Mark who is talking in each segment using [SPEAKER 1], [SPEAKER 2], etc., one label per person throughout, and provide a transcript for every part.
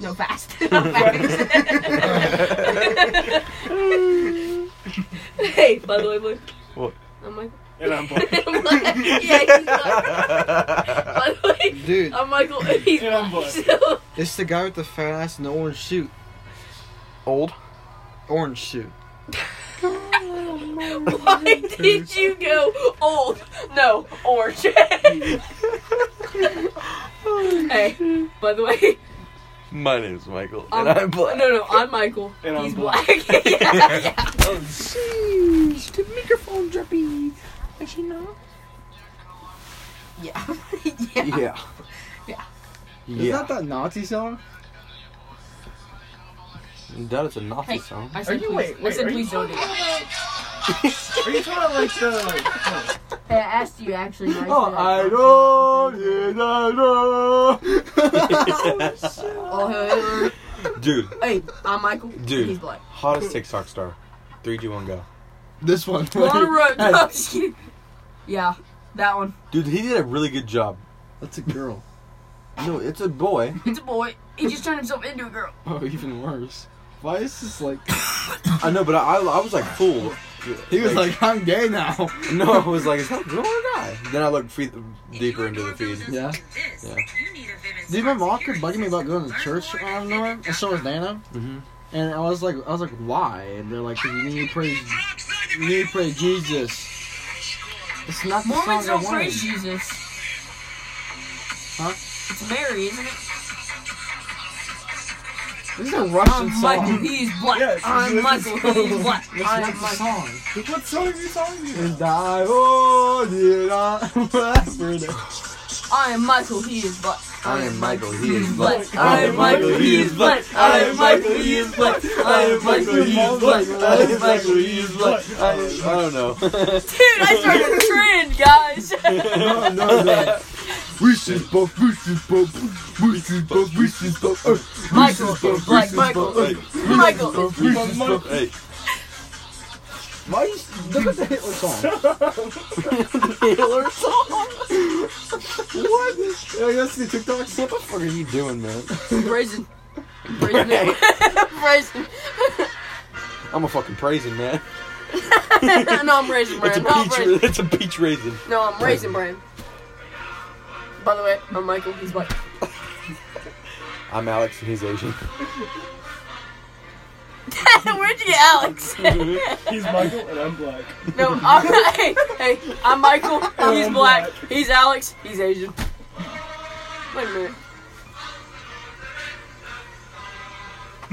[SPEAKER 1] No fast. No fast.
[SPEAKER 2] hey, by the way, boy.
[SPEAKER 3] What?
[SPEAKER 2] I'm Michael.
[SPEAKER 4] And I'm Bob.
[SPEAKER 2] I'm like, yeah, he's like, by the way,
[SPEAKER 3] Dude,
[SPEAKER 5] Oh.
[SPEAKER 2] I'm Michael. and He's
[SPEAKER 4] And I'm
[SPEAKER 2] black,
[SPEAKER 4] black.
[SPEAKER 2] so-
[SPEAKER 3] it's the guy with the fat ass and the orange suit.
[SPEAKER 5] Old.
[SPEAKER 3] Orange suit.
[SPEAKER 2] Why did you go old? No, orange. hey, by the way,
[SPEAKER 5] My name's Michael,
[SPEAKER 2] I'm,
[SPEAKER 5] and I'm black.
[SPEAKER 2] No, no, I'm Michael.
[SPEAKER 4] And I'm
[SPEAKER 2] he's
[SPEAKER 4] black.
[SPEAKER 2] black. yeah, yeah.
[SPEAKER 5] Oh, sheesh, the microphone droppy. Is she not?
[SPEAKER 1] yeah. yeah.
[SPEAKER 5] Yeah.
[SPEAKER 1] Yeah.
[SPEAKER 3] Is that that Nazi song?
[SPEAKER 5] That is a Nazi
[SPEAKER 2] Hey,
[SPEAKER 5] song.
[SPEAKER 2] I said,
[SPEAKER 4] you-
[SPEAKER 2] please,
[SPEAKER 4] wait,
[SPEAKER 2] I
[SPEAKER 4] wait,
[SPEAKER 2] said,
[SPEAKER 4] are you
[SPEAKER 2] please don't do it.
[SPEAKER 4] Are you talking about like the?
[SPEAKER 1] I asked you actually. Nice
[SPEAKER 3] Oh, I don't need I
[SPEAKER 1] Oh,
[SPEAKER 5] Dude,
[SPEAKER 1] hey, I'm Michael.
[SPEAKER 5] Dude.
[SPEAKER 1] He's black.
[SPEAKER 5] hottest TikTok star. 3G1 go.
[SPEAKER 3] This one.
[SPEAKER 2] On a road. No, I'm
[SPEAKER 3] Hey,
[SPEAKER 2] just kidding.
[SPEAKER 1] Yeah, that one.
[SPEAKER 5] Dude, he did a really good job.
[SPEAKER 3] That's a girl.
[SPEAKER 5] No, it's a boy.
[SPEAKER 2] It's a boy. He just turned himself into a girl.
[SPEAKER 3] Oh, even worse. Why is this like?
[SPEAKER 5] I know, but I, I was like fooled.
[SPEAKER 3] He was like, I'm gay now.
[SPEAKER 5] no, I was like, is that a girl or a guy? Then I looked free, deeper into the feed.
[SPEAKER 3] Yeah.
[SPEAKER 5] Yeah.
[SPEAKER 3] Dude, my mom kept bugging me about going to church out of nowhere, and so was Dana.
[SPEAKER 5] Mhm.
[SPEAKER 3] And I was like, I was like, why? And they're like, 'Cause you need to praise, you need to praise Jesus. It's not the
[SPEAKER 2] Mormons
[SPEAKER 3] song
[SPEAKER 2] don't
[SPEAKER 3] I wanted.
[SPEAKER 2] praise Jesus.
[SPEAKER 3] Huh?
[SPEAKER 2] It's Mary, isn't it?
[SPEAKER 3] This is a Russian
[SPEAKER 2] I'm Michael.
[SPEAKER 3] song.
[SPEAKER 2] He's black.
[SPEAKER 4] Yes,
[SPEAKER 2] I'm
[SPEAKER 4] this
[SPEAKER 2] Michael.
[SPEAKER 4] is-
[SPEAKER 2] He's black.
[SPEAKER 3] It's
[SPEAKER 2] I'm
[SPEAKER 3] not the
[SPEAKER 2] Michael.
[SPEAKER 3] song.
[SPEAKER 4] What song are you talking about?
[SPEAKER 3] It's die, oh, did I whisper that?
[SPEAKER 2] I am Michael. He is black.
[SPEAKER 5] I am Michael, he is
[SPEAKER 2] black.
[SPEAKER 5] black.
[SPEAKER 2] I am Michael. He is black. I am Michael. He is black. I am Michael. He is black.
[SPEAKER 5] I am Michael, he is black. I, am- I don't know.
[SPEAKER 2] Dude, I started a trend, guys.
[SPEAKER 3] No, no, no. Reese's Puff, Reese's Puff, Reese's Puff, Reese's Puff, uh,
[SPEAKER 2] Michael
[SPEAKER 3] Reese's Puff,
[SPEAKER 2] is black.
[SPEAKER 3] Reese's
[SPEAKER 2] Michael
[SPEAKER 3] Puff, uh,
[SPEAKER 5] is-
[SPEAKER 2] Michael is
[SPEAKER 3] Reese's Puff, Reese's Puff.
[SPEAKER 5] hey,
[SPEAKER 3] Why is look at the Hitler song?
[SPEAKER 5] Hitler song?
[SPEAKER 3] what? I guess the TikTok
[SPEAKER 5] What the fuck are you doing, man?
[SPEAKER 2] Brazen. Brazen. it. Brazen.
[SPEAKER 5] I'm a fucking praising, man.
[SPEAKER 2] no, I'm raising
[SPEAKER 5] It's a
[SPEAKER 2] Brand. No, I'm
[SPEAKER 5] peach.
[SPEAKER 2] raising.
[SPEAKER 5] It's a peach raisin.
[SPEAKER 2] No, I'm raising Brand. By the way, I'm Michael. He's black.
[SPEAKER 5] I'm Alex and he's Asian.
[SPEAKER 2] Where'd you get Alex?
[SPEAKER 4] He's Michael and I'm black.
[SPEAKER 2] no, I'm, hey, hey, I'm Michael. He's
[SPEAKER 4] I'm
[SPEAKER 2] black.
[SPEAKER 4] black.
[SPEAKER 2] He's Alex. He's Asian. Wait a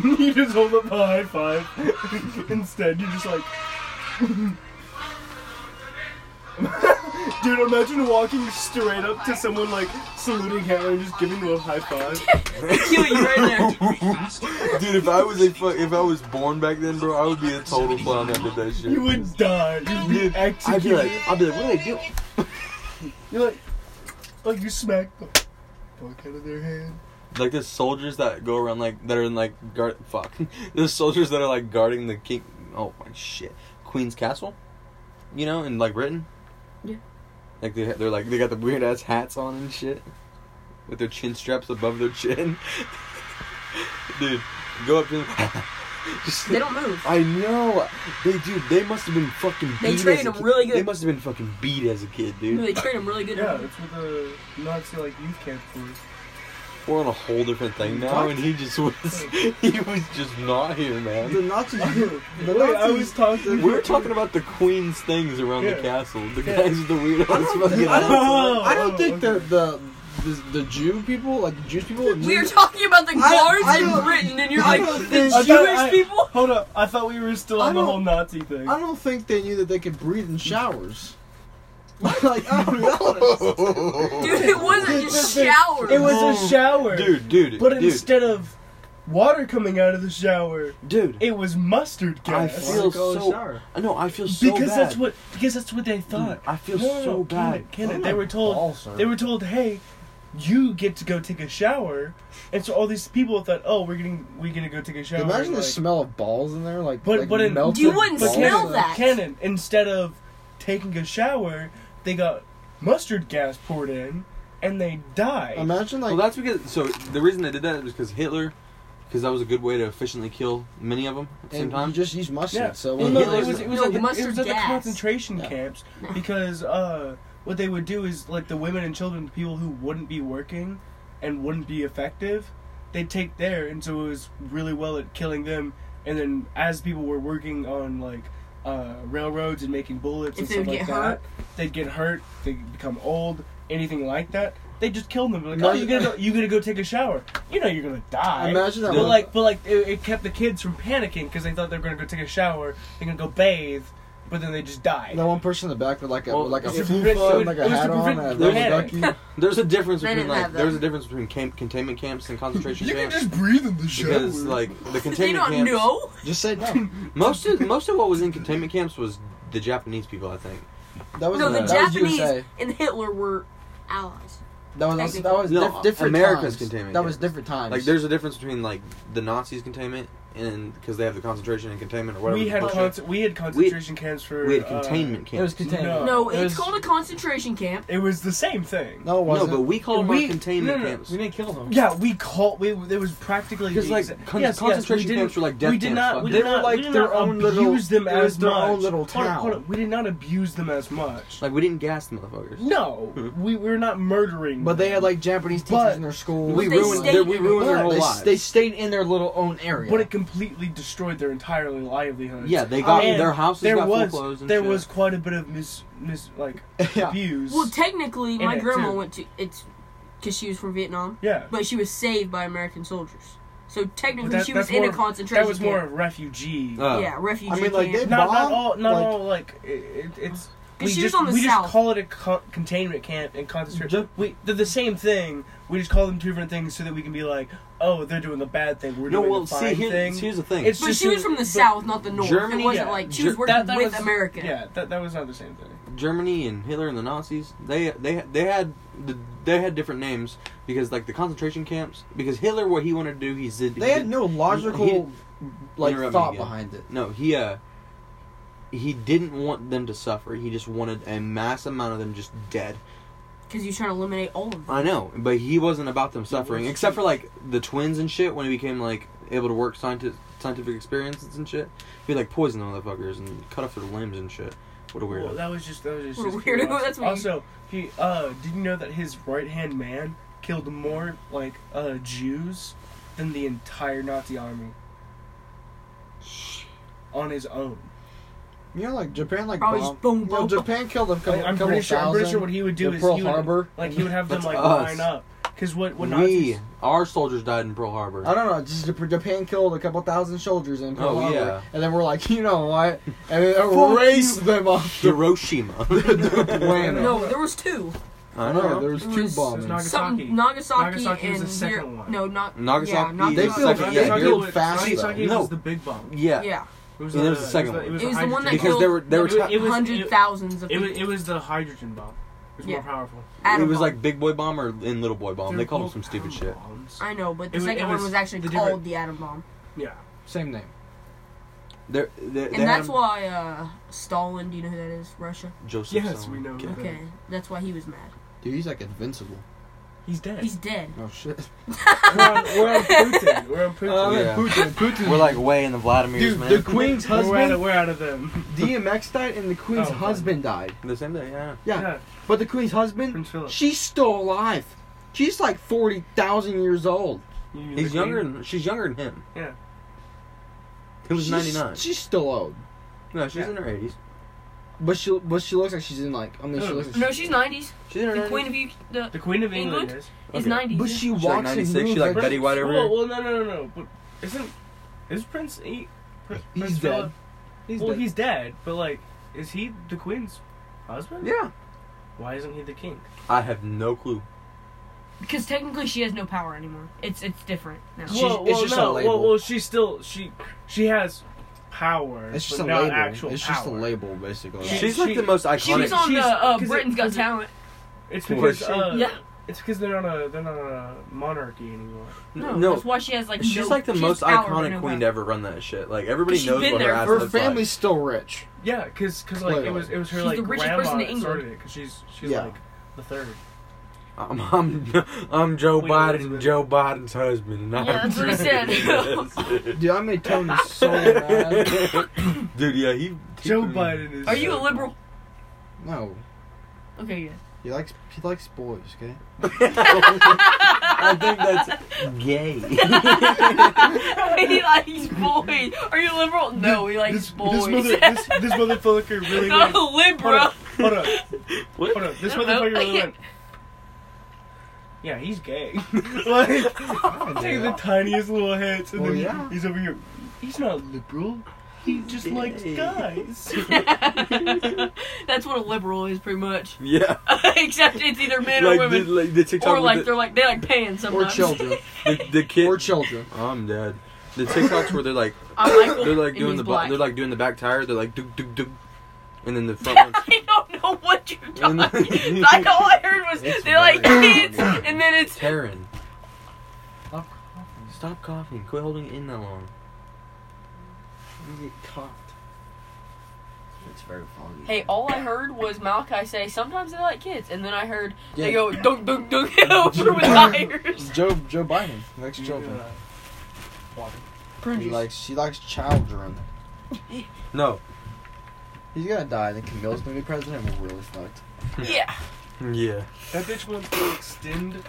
[SPEAKER 2] minute.
[SPEAKER 4] you just hold up a high five. Instead, you're just like. Dude, imagine walking straight up to someone like saluting Hitler and just giving them a high five.
[SPEAKER 2] Kill you right there.
[SPEAKER 5] Dude, if I was a fuck, if I was born back then, bro, I would be a total clown that did that shit.
[SPEAKER 4] You would die. You'd be
[SPEAKER 5] Dude, I'd be
[SPEAKER 4] executed.
[SPEAKER 5] like, I'd be like, what are they doing?
[SPEAKER 4] You're like, like you smack the fuck out of their hand.
[SPEAKER 5] Like there's soldiers that go around like that are in like guard. Fuck, there's soldiers that are like guarding the king. Oh my shit, Queen's Castle. You know, in like Britain.
[SPEAKER 2] Yeah.
[SPEAKER 5] Like they they're like they got the weird ass hats on and shit, with their chin straps above their chin. Dude, go up to them. Just-
[SPEAKER 2] They don't move.
[SPEAKER 5] I know. They dude, they must have been fucking.
[SPEAKER 2] They
[SPEAKER 5] beat
[SPEAKER 2] trained
[SPEAKER 5] as a
[SPEAKER 2] them
[SPEAKER 5] kid.
[SPEAKER 2] really good.
[SPEAKER 5] They must have been fucking beat as a kid, dude.
[SPEAKER 2] They train him really good.
[SPEAKER 4] Yeah, it's what the Nazi like youth camp for.
[SPEAKER 5] We're on a whole different thing now,
[SPEAKER 3] What?
[SPEAKER 5] and he just was. He was just not here, man.
[SPEAKER 3] The Nazis. The
[SPEAKER 4] Wait, I was
[SPEAKER 3] Nazis.
[SPEAKER 4] talking.
[SPEAKER 5] We were talking about the queen's things around the
[SPEAKER 4] Yeah.
[SPEAKER 5] castle. The
[SPEAKER 4] Yeah.
[SPEAKER 5] guys with the weirdos.
[SPEAKER 3] I don't,
[SPEAKER 5] fucking
[SPEAKER 3] I don't, I
[SPEAKER 4] Oh,
[SPEAKER 3] don't think the,
[SPEAKER 4] okay.
[SPEAKER 3] the the the Jew people, like the Jewish people.
[SPEAKER 2] We are talking about the
[SPEAKER 3] I don't-
[SPEAKER 2] guards
[SPEAKER 3] I
[SPEAKER 2] in
[SPEAKER 3] don't-
[SPEAKER 2] Britain, and you're
[SPEAKER 3] I
[SPEAKER 2] like
[SPEAKER 3] don't
[SPEAKER 2] the
[SPEAKER 3] think-
[SPEAKER 4] I thought-
[SPEAKER 2] Jewish
[SPEAKER 4] I-
[SPEAKER 2] people.
[SPEAKER 4] Hold up, I thought we were still
[SPEAKER 3] I
[SPEAKER 4] on the
[SPEAKER 3] don't-
[SPEAKER 4] whole Nazi thing.
[SPEAKER 3] I don't think they knew that they could breathe in showers. like I don't know.
[SPEAKER 2] Dude, it wasn't just showers.
[SPEAKER 4] It was a shower.
[SPEAKER 5] dude, dude,
[SPEAKER 4] But
[SPEAKER 5] dude,
[SPEAKER 4] instead of water coming out of the shower,
[SPEAKER 5] dude,
[SPEAKER 4] it was mustard
[SPEAKER 5] I
[SPEAKER 4] gas.
[SPEAKER 5] feel
[SPEAKER 3] Go in the
[SPEAKER 5] so.
[SPEAKER 3] shower.
[SPEAKER 5] I know. I feel so
[SPEAKER 4] because
[SPEAKER 5] bad.
[SPEAKER 4] that's what because that's what they thought.
[SPEAKER 5] I feel
[SPEAKER 4] No, no,
[SPEAKER 5] so
[SPEAKER 4] no, can
[SPEAKER 5] bad. Oh
[SPEAKER 4] it- can it? They were told
[SPEAKER 3] Also.
[SPEAKER 4] they were told, hey, you get to go take a shower, and so all these people thought, oh, we're getting we're gonna go take a shower.
[SPEAKER 3] Imagine the
[SPEAKER 4] like-
[SPEAKER 3] smell of balls in there, like
[SPEAKER 4] But-
[SPEAKER 3] like
[SPEAKER 4] but in-
[SPEAKER 3] melted
[SPEAKER 2] You wouldn't
[SPEAKER 4] But
[SPEAKER 3] balls.
[SPEAKER 2] smell
[SPEAKER 4] Canon-
[SPEAKER 2] that.
[SPEAKER 4] Canon instead of taking a shower, they got mustard gas poured in, and they died.
[SPEAKER 3] Imagine like
[SPEAKER 5] Well, that's because. So the reason they did that was because Hitler because that was a good way to efficiently kill many of them at the same
[SPEAKER 3] And you
[SPEAKER 5] time.
[SPEAKER 3] just use mustard.
[SPEAKER 4] Yeah.
[SPEAKER 3] So
[SPEAKER 4] Well,
[SPEAKER 3] when
[SPEAKER 4] no,
[SPEAKER 3] you
[SPEAKER 5] Yeah,
[SPEAKER 4] it
[SPEAKER 3] like-
[SPEAKER 4] was it was
[SPEAKER 2] No, the
[SPEAKER 4] at the, it was
[SPEAKER 2] mustard
[SPEAKER 4] at the
[SPEAKER 2] gas.
[SPEAKER 4] concentration
[SPEAKER 3] Yeah.
[SPEAKER 4] camps because uh, what they would do is like the women and children, the people who wouldn't be working and wouldn't be effective, they'd take there, and so it was really well at killing them. And then as people were working on like uh, railroads and making bullets
[SPEAKER 2] If
[SPEAKER 4] and
[SPEAKER 2] they
[SPEAKER 4] stuff
[SPEAKER 2] would get
[SPEAKER 4] like that,
[SPEAKER 2] hurt.
[SPEAKER 4] they'd get hurt, they would become old, anything like that. They just kill them. Be Like,
[SPEAKER 3] No,
[SPEAKER 4] oh, you
[SPEAKER 3] you-
[SPEAKER 4] gotta go, you gotta go take a shower. You know you're gonna die.
[SPEAKER 3] Imagine that
[SPEAKER 4] But
[SPEAKER 3] one-
[SPEAKER 4] like, but like, it, it kept the kids from panicking because they thought they were gonna go take a shower, they're gonna go bathe, but then they just died.
[SPEAKER 3] that one person in the back with like a
[SPEAKER 5] Well,
[SPEAKER 3] with like a
[SPEAKER 4] it's a
[SPEAKER 3] flu
[SPEAKER 4] prevent-
[SPEAKER 3] and like
[SPEAKER 4] it
[SPEAKER 3] a
[SPEAKER 4] was to
[SPEAKER 3] hat on and
[SPEAKER 4] prevent
[SPEAKER 3] a
[SPEAKER 4] the
[SPEAKER 3] rubber
[SPEAKER 4] panic.
[SPEAKER 3] ducky.
[SPEAKER 5] There's a difference
[SPEAKER 2] They
[SPEAKER 5] between
[SPEAKER 2] didn't
[SPEAKER 5] like
[SPEAKER 2] have them.
[SPEAKER 5] there's a difference between camp, containment camps and concentration camps
[SPEAKER 4] breathe in the
[SPEAKER 5] because like the
[SPEAKER 2] They
[SPEAKER 5] containment
[SPEAKER 2] don't
[SPEAKER 5] camps
[SPEAKER 2] know.
[SPEAKER 3] Just say no.
[SPEAKER 5] most of most of what was in containment camps was the Japanese people I think.
[SPEAKER 3] That was
[SPEAKER 2] No, the
[SPEAKER 3] that was
[SPEAKER 2] Japanese
[SPEAKER 3] USA.
[SPEAKER 2] and Hitler were allies.
[SPEAKER 3] That was also, that was
[SPEAKER 5] No,
[SPEAKER 3] diff- different.
[SPEAKER 5] America's
[SPEAKER 3] times.
[SPEAKER 5] containment
[SPEAKER 3] That was
[SPEAKER 5] camps.
[SPEAKER 3] different times.
[SPEAKER 5] Like there's a difference between like the Nazis containment and because they have the concentration and containment or whatever.
[SPEAKER 4] we
[SPEAKER 5] the
[SPEAKER 4] had
[SPEAKER 5] bullshit.
[SPEAKER 4] con- we had concentration camps for
[SPEAKER 5] we had
[SPEAKER 4] uh,
[SPEAKER 5] containment camps.
[SPEAKER 3] it was containment.
[SPEAKER 4] No.
[SPEAKER 2] No,
[SPEAKER 3] It
[SPEAKER 2] it's
[SPEAKER 3] was-
[SPEAKER 2] called a concentration camp.
[SPEAKER 4] it was the same thing.
[SPEAKER 3] No, it
[SPEAKER 5] no,
[SPEAKER 3] wasn't.
[SPEAKER 5] but we called
[SPEAKER 4] We-
[SPEAKER 5] them our containment
[SPEAKER 4] no, no, no.
[SPEAKER 5] camps.
[SPEAKER 3] we didn't kill them.
[SPEAKER 4] Yeah, we called. We it was practically
[SPEAKER 5] Because,
[SPEAKER 4] the
[SPEAKER 5] like,
[SPEAKER 4] exact-
[SPEAKER 5] con-
[SPEAKER 4] yes, yes, we
[SPEAKER 5] concentration
[SPEAKER 4] didn't-
[SPEAKER 5] camps were like death
[SPEAKER 4] We did
[SPEAKER 5] camps,
[SPEAKER 4] not.
[SPEAKER 5] fuck.
[SPEAKER 4] We
[SPEAKER 5] They
[SPEAKER 4] did
[SPEAKER 5] were
[SPEAKER 4] not.
[SPEAKER 3] like
[SPEAKER 4] we did
[SPEAKER 3] their
[SPEAKER 4] not
[SPEAKER 3] own
[SPEAKER 4] abuse
[SPEAKER 3] little-
[SPEAKER 4] them
[SPEAKER 3] it was
[SPEAKER 4] as
[SPEAKER 3] their
[SPEAKER 4] much.
[SPEAKER 3] own little
[SPEAKER 4] Hold on, hold on.
[SPEAKER 3] town.
[SPEAKER 4] We did not abuse them as much.
[SPEAKER 5] Like we didn't gas the motherfuckers.
[SPEAKER 4] No, we we were not murdering.
[SPEAKER 3] But they
[SPEAKER 4] them.
[SPEAKER 3] had like Japanese teachers
[SPEAKER 4] But
[SPEAKER 3] in their school.
[SPEAKER 5] We
[SPEAKER 2] They
[SPEAKER 5] ruined
[SPEAKER 2] stayed
[SPEAKER 5] their, we
[SPEAKER 2] in
[SPEAKER 5] ruined their
[SPEAKER 3] Yeah,
[SPEAKER 5] whole
[SPEAKER 3] they,
[SPEAKER 5] lives.
[SPEAKER 3] they stayed in their little own area.
[SPEAKER 4] But it completely destroyed their entire livelihood.
[SPEAKER 5] Yeah, they got-
[SPEAKER 4] And
[SPEAKER 5] their houses
[SPEAKER 4] there
[SPEAKER 5] got
[SPEAKER 4] was,
[SPEAKER 5] foreclosed and
[SPEAKER 4] There
[SPEAKER 5] shit.
[SPEAKER 4] was quite a bit of mis, mis like
[SPEAKER 3] Yeah.
[SPEAKER 4] abuse.
[SPEAKER 2] Well, technically, my
[SPEAKER 4] it,
[SPEAKER 2] grandma
[SPEAKER 4] too.
[SPEAKER 2] went to it's because she was from Vietnam,
[SPEAKER 4] yeah,
[SPEAKER 2] but she was saved by American soldiers. So
[SPEAKER 4] But
[SPEAKER 2] technically,
[SPEAKER 4] that-
[SPEAKER 2] she was
[SPEAKER 4] that's
[SPEAKER 2] in
[SPEAKER 4] more
[SPEAKER 2] a
[SPEAKER 4] of-
[SPEAKER 2] concentration
[SPEAKER 4] that was more
[SPEAKER 2] camp.
[SPEAKER 4] of refugee.
[SPEAKER 5] Uh,
[SPEAKER 2] yeah, refugee
[SPEAKER 3] I mean, like,
[SPEAKER 2] camp.
[SPEAKER 3] they-
[SPEAKER 4] not not
[SPEAKER 3] Mom,
[SPEAKER 4] all not
[SPEAKER 3] like-
[SPEAKER 4] all like it, it, it's. We
[SPEAKER 2] she was
[SPEAKER 4] just
[SPEAKER 2] on the
[SPEAKER 4] we
[SPEAKER 2] south.
[SPEAKER 4] just call it a co- containment camp and concentration.
[SPEAKER 3] Ju-
[SPEAKER 4] We they're the same thing. We just call them two different things so that we can be like, oh, they're doing the bad thing. We're
[SPEAKER 5] No,
[SPEAKER 4] doing
[SPEAKER 5] well,
[SPEAKER 4] the
[SPEAKER 5] see,
[SPEAKER 4] fine
[SPEAKER 5] here,
[SPEAKER 4] thing.
[SPEAKER 5] here's the thing.
[SPEAKER 4] It's
[SPEAKER 2] but
[SPEAKER 4] just
[SPEAKER 2] she was
[SPEAKER 4] a-
[SPEAKER 2] from the
[SPEAKER 4] but
[SPEAKER 2] south, not the north.
[SPEAKER 5] Germany-
[SPEAKER 2] it wasn't
[SPEAKER 4] yeah,
[SPEAKER 2] like she
[SPEAKER 5] Ger-
[SPEAKER 2] was working
[SPEAKER 4] That- that
[SPEAKER 2] with
[SPEAKER 4] was-
[SPEAKER 2] America.
[SPEAKER 4] Yeah, that that was not the same thing.
[SPEAKER 5] Germany and Hitler and the Nazis, they they they had they had different names because like the concentration camps. Because Hitler, what he wanted to do, he did.
[SPEAKER 3] they had no
[SPEAKER 5] He
[SPEAKER 3] logical
[SPEAKER 5] didn't-
[SPEAKER 3] like
[SPEAKER 5] Interrupt me
[SPEAKER 3] thought
[SPEAKER 5] again.
[SPEAKER 3] behind it.
[SPEAKER 5] no, he uh, he didn't want them to suffer. He just wanted a mass amount of them just dead.
[SPEAKER 2] Because you're trying to eliminate all of them.
[SPEAKER 5] I know, but he wasn't about them suffering, except for like the twins and shit. When he became like able to work scientific scientific experiences and shit, he like poisoned the motherfuckers and cut off their limbs and shit. What a
[SPEAKER 4] Well,
[SPEAKER 5] weirdo!
[SPEAKER 4] that was just that was just
[SPEAKER 2] What a
[SPEAKER 4] his
[SPEAKER 2] weirdo,
[SPEAKER 4] curiosity.
[SPEAKER 2] that's what you-
[SPEAKER 4] also he uh did you know that his right hand man killed more like uh Jews than the entire Nazi army on his own.
[SPEAKER 3] You know, like Japan, like
[SPEAKER 2] Probably
[SPEAKER 3] bomb.
[SPEAKER 2] just boom, boom.
[SPEAKER 3] Well, Japan killed a couple,
[SPEAKER 4] Like, I'm
[SPEAKER 3] couple
[SPEAKER 4] pretty sure I'm pretty
[SPEAKER 3] thousand.
[SPEAKER 4] sure what he would do
[SPEAKER 3] The
[SPEAKER 4] is
[SPEAKER 3] Pearl
[SPEAKER 4] he would,
[SPEAKER 3] Harbor.
[SPEAKER 4] like he would have them
[SPEAKER 5] That's
[SPEAKER 4] like
[SPEAKER 5] us.
[SPEAKER 4] line up because what what
[SPEAKER 5] we
[SPEAKER 4] Nazis
[SPEAKER 5] our soldiers died in Pearl Harbor.
[SPEAKER 3] I don't know. Just Jap- Japan killed a couple thousand soldiers in Pearl
[SPEAKER 5] Oh,
[SPEAKER 3] Harbor,
[SPEAKER 5] yeah.
[SPEAKER 3] and then we're like, you know what? And then erase them off the
[SPEAKER 5] Hiroshima.
[SPEAKER 3] planet.
[SPEAKER 2] No, there was two.
[SPEAKER 5] I
[SPEAKER 3] Yeah,
[SPEAKER 5] know.
[SPEAKER 3] there was
[SPEAKER 2] It
[SPEAKER 3] two
[SPEAKER 2] was-
[SPEAKER 3] bombings.
[SPEAKER 4] Nagasaki.
[SPEAKER 2] Something Nagasaki,
[SPEAKER 4] Nagasaki
[SPEAKER 2] and
[SPEAKER 4] was the second
[SPEAKER 2] Hir-
[SPEAKER 4] one.
[SPEAKER 2] No, not
[SPEAKER 5] Nagasaki-
[SPEAKER 2] Yeah, Nagasaki.
[SPEAKER 3] They built-
[SPEAKER 5] Nagasaki-
[SPEAKER 3] yeah, they built
[SPEAKER 4] was-
[SPEAKER 3] fast,
[SPEAKER 5] though. No.
[SPEAKER 4] big bomb.
[SPEAKER 5] yeah.
[SPEAKER 2] yeah,
[SPEAKER 4] It was,
[SPEAKER 5] And there's the second one.
[SPEAKER 2] It was the one that
[SPEAKER 5] because
[SPEAKER 2] killed-
[SPEAKER 5] there were there were
[SPEAKER 2] It was-
[SPEAKER 5] ti-
[SPEAKER 4] it was-
[SPEAKER 2] hundred thousands of people.
[SPEAKER 4] was the hydrogen bomb. It
[SPEAKER 2] Yeah.
[SPEAKER 4] powerful.
[SPEAKER 5] it
[SPEAKER 2] Atom
[SPEAKER 5] was
[SPEAKER 2] bomb.
[SPEAKER 5] like big boy bomb or and little boy bomb.
[SPEAKER 4] They're
[SPEAKER 5] Oh, They called them
[SPEAKER 4] both
[SPEAKER 5] some stupid
[SPEAKER 4] atom
[SPEAKER 5] shit.
[SPEAKER 4] bombs.
[SPEAKER 2] I know, but the
[SPEAKER 4] it was-
[SPEAKER 2] second
[SPEAKER 4] it
[SPEAKER 2] one
[SPEAKER 4] was
[SPEAKER 2] was actually
[SPEAKER 4] the
[SPEAKER 2] called
[SPEAKER 4] different-
[SPEAKER 2] the atom bomb,
[SPEAKER 4] Yeah.
[SPEAKER 3] Same name.
[SPEAKER 5] They're, they're,
[SPEAKER 2] and that's why uh, Stalin. Do you know who that is? Russia.
[SPEAKER 5] Joseph.
[SPEAKER 4] Yes,
[SPEAKER 5] Stalin.
[SPEAKER 4] we know
[SPEAKER 5] Okay.
[SPEAKER 4] that.
[SPEAKER 2] Okay, that's why he was mad.
[SPEAKER 3] Dude, he's like invincible.
[SPEAKER 4] He's dead.
[SPEAKER 2] He's dead.
[SPEAKER 3] Oh shit.
[SPEAKER 4] we're, on, we're on Putin. We're on
[SPEAKER 3] Uh,
[SPEAKER 4] Putin.
[SPEAKER 5] Um, Yeah.
[SPEAKER 3] Putin, Putin.
[SPEAKER 5] We're like way in the Vladimir's
[SPEAKER 3] Dude,
[SPEAKER 5] man.
[SPEAKER 3] the Queen's
[SPEAKER 4] we're, out
[SPEAKER 3] husband,
[SPEAKER 4] of, we're out of them.
[SPEAKER 3] DMX died, and the Queen's
[SPEAKER 4] Oh, okay.
[SPEAKER 3] husband died.
[SPEAKER 5] The same day, yeah.
[SPEAKER 3] Yeah. but the Queen's husband,
[SPEAKER 4] Prince Philip.
[SPEAKER 3] she's still alive. She's like forty thousand years old.
[SPEAKER 4] You mean
[SPEAKER 5] He's
[SPEAKER 4] the
[SPEAKER 5] younger.
[SPEAKER 4] king?
[SPEAKER 5] Than, she's younger than him.
[SPEAKER 4] Yeah.
[SPEAKER 5] He was
[SPEAKER 3] she's,
[SPEAKER 5] ninety nine.
[SPEAKER 3] She's still old,
[SPEAKER 5] No, she's
[SPEAKER 4] Yeah.
[SPEAKER 5] in her eighties.
[SPEAKER 3] but she but she looks like she's in like I mean she
[SPEAKER 4] No,
[SPEAKER 3] looks. Like
[SPEAKER 2] No, she's nineties.
[SPEAKER 5] She's in her
[SPEAKER 2] The
[SPEAKER 5] 90s.
[SPEAKER 2] queen of you, the,
[SPEAKER 4] The Queen of England,
[SPEAKER 2] England?
[SPEAKER 4] is.
[SPEAKER 2] is
[SPEAKER 5] Okay.
[SPEAKER 2] nineties.
[SPEAKER 3] but she
[SPEAKER 5] like
[SPEAKER 3] walks and
[SPEAKER 5] 96, she
[SPEAKER 3] moves
[SPEAKER 5] like
[SPEAKER 3] like,
[SPEAKER 5] Betty White over
[SPEAKER 4] well,
[SPEAKER 5] here.
[SPEAKER 4] well, no, no, no, no. But isn't is Prince? E, Prince
[SPEAKER 3] He's
[SPEAKER 4] Prince
[SPEAKER 3] dead.
[SPEAKER 4] Philip-
[SPEAKER 3] He's
[SPEAKER 4] well,
[SPEAKER 3] dead.
[SPEAKER 4] he's dead. But like, is he the Queen's husband?
[SPEAKER 5] Yeah.
[SPEAKER 4] Why isn't he the king?
[SPEAKER 5] I have no clue.
[SPEAKER 2] because technically she has no power anymore. It's it's different now.
[SPEAKER 3] She's-
[SPEAKER 4] well,
[SPEAKER 3] it's
[SPEAKER 4] well,
[SPEAKER 3] just a
[SPEAKER 4] no.
[SPEAKER 3] label.
[SPEAKER 4] Well, well, she's still she she has power.
[SPEAKER 3] It's just
[SPEAKER 4] but
[SPEAKER 3] a
[SPEAKER 4] not
[SPEAKER 3] label.
[SPEAKER 4] Actual
[SPEAKER 3] It's just a
[SPEAKER 4] power.
[SPEAKER 3] label, basically.
[SPEAKER 2] Yeah.
[SPEAKER 5] She's like
[SPEAKER 4] she-
[SPEAKER 5] the most iconic.
[SPEAKER 2] she was on the
[SPEAKER 4] she's-
[SPEAKER 2] uh,
[SPEAKER 4] 'cause it-
[SPEAKER 2] Britain's Got
[SPEAKER 4] 'cause it-
[SPEAKER 2] Talent.
[SPEAKER 4] It's
[SPEAKER 5] Was
[SPEAKER 4] because
[SPEAKER 5] she?
[SPEAKER 4] uh,
[SPEAKER 2] Yeah.
[SPEAKER 4] It's because they're not a they're not a monarchy anymore.
[SPEAKER 2] No,
[SPEAKER 5] no.
[SPEAKER 2] that's why she has like.
[SPEAKER 5] She's
[SPEAKER 2] no,
[SPEAKER 5] like the
[SPEAKER 2] she has
[SPEAKER 5] most
[SPEAKER 2] power, but
[SPEAKER 5] iconic
[SPEAKER 2] no
[SPEAKER 5] queen
[SPEAKER 2] power.
[SPEAKER 5] to ever run that shit. Like everybody
[SPEAKER 2] 'Cause she's
[SPEAKER 5] knows
[SPEAKER 2] been
[SPEAKER 5] what her
[SPEAKER 2] there
[SPEAKER 5] ass
[SPEAKER 2] for-
[SPEAKER 3] Her
[SPEAKER 5] looks like.
[SPEAKER 3] family's still rich.
[SPEAKER 4] Yeah, because like it was it was her
[SPEAKER 2] She's
[SPEAKER 4] like
[SPEAKER 2] the richest
[SPEAKER 4] grandma
[SPEAKER 2] person in
[SPEAKER 4] that started
[SPEAKER 2] England.
[SPEAKER 4] it because she's she's
[SPEAKER 3] Yeah.
[SPEAKER 4] like the third.
[SPEAKER 5] I'm I'm, I'm Joe
[SPEAKER 4] Wait,
[SPEAKER 5] Biden,
[SPEAKER 4] Elizabeth.
[SPEAKER 5] Joe Biden's husband, and
[SPEAKER 2] Yeah,
[SPEAKER 5] I'm
[SPEAKER 2] that's what he said.
[SPEAKER 5] Yes.
[SPEAKER 3] Dude, I made Tony so mad.
[SPEAKER 5] Dude, yeah, he. he
[SPEAKER 4] Joe
[SPEAKER 5] couldn't-
[SPEAKER 4] Biden is.
[SPEAKER 2] Are you a liberal?
[SPEAKER 3] No,
[SPEAKER 2] Okay, yeah.
[SPEAKER 3] he likes he likes boys. Okay.
[SPEAKER 5] I think that's gay.
[SPEAKER 2] he likes boys. Are you a liberal? No, he likes
[SPEAKER 4] this,
[SPEAKER 2] boys.
[SPEAKER 4] This, mother, this, this motherfucker really
[SPEAKER 2] Not
[SPEAKER 4] went.
[SPEAKER 2] a
[SPEAKER 4] Hold
[SPEAKER 2] liberal.
[SPEAKER 4] up, hold up,
[SPEAKER 5] what?
[SPEAKER 4] hold up. This
[SPEAKER 2] I don't know.
[SPEAKER 4] motherfucker really went. Yeah, he's gay. like, take the tiniest little hits, and
[SPEAKER 3] Well,
[SPEAKER 4] then
[SPEAKER 3] yeah.
[SPEAKER 4] he's over here. He's not liberal. He just likes
[SPEAKER 5] gay."
[SPEAKER 4] guys.
[SPEAKER 2] That's what a liberal is, pretty much.
[SPEAKER 5] Yeah.
[SPEAKER 2] Except it's either men
[SPEAKER 5] like,
[SPEAKER 2] or
[SPEAKER 5] The,
[SPEAKER 2] women,
[SPEAKER 5] like the TikTok
[SPEAKER 2] or
[SPEAKER 5] with
[SPEAKER 2] like
[SPEAKER 5] the-
[SPEAKER 2] they're like they like paying
[SPEAKER 3] Or
[SPEAKER 2] sometimes.
[SPEAKER 3] children.
[SPEAKER 5] the, the kid.
[SPEAKER 3] Or children.
[SPEAKER 5] I'm dead. The TikToks where they're like
[SPEAKER 2] I'm Michael.
[SPEAKER 5] they're like
[SPEAKER 2] and
[SPEAKER 5] doing
[SPEAKER 2] he's
[SPEAKER 5] the bu-
[SPEAKER 2] black.
[SPEAKER 5] they're like doing the back tire. They're like doop doop doop, and then the front one's
[SPEAKER 2] I don't know what you're talking.
[SPEAKER 5] And then-
[SPEAKER 2] like all I heard was
[SPEAKER 5] It's
[SPEAKER 2] they're like
[SPEAKER 5] very-
[SPEAKER 2] kids, and then it's
[SPEAKER 5] Taryn.
[SPEAKER 3] Stop coughing.
[SPEAKER 5] Stop coughing. Quit holding it in that long.
[SPEAKER 3] You get cocked.
[SPEAKER 6] It's very foggy.
[SPEAKER 2] hey. All I heard was Malachi say sometimes they like kids, and then I heard
[SPEAKER 3] Yeah.
[SPEAKER 2] they go dunk dunk dunk over with tires.
[SPEAKER 3] It's Joe Joe Biden He likes children.
[SPEAKER 4] Yeah.
[SPEAKER 3] He likes she likes children.
[SPEAKER 5] No.
[SPEAKER 3] He's gonna die. Then Camille's gonna be president. We're really fucked.
[SPEAKER 2] Yeah.
[SPEAKER 5] Yeah.
[SPEAKER 4] That bitch wants to extend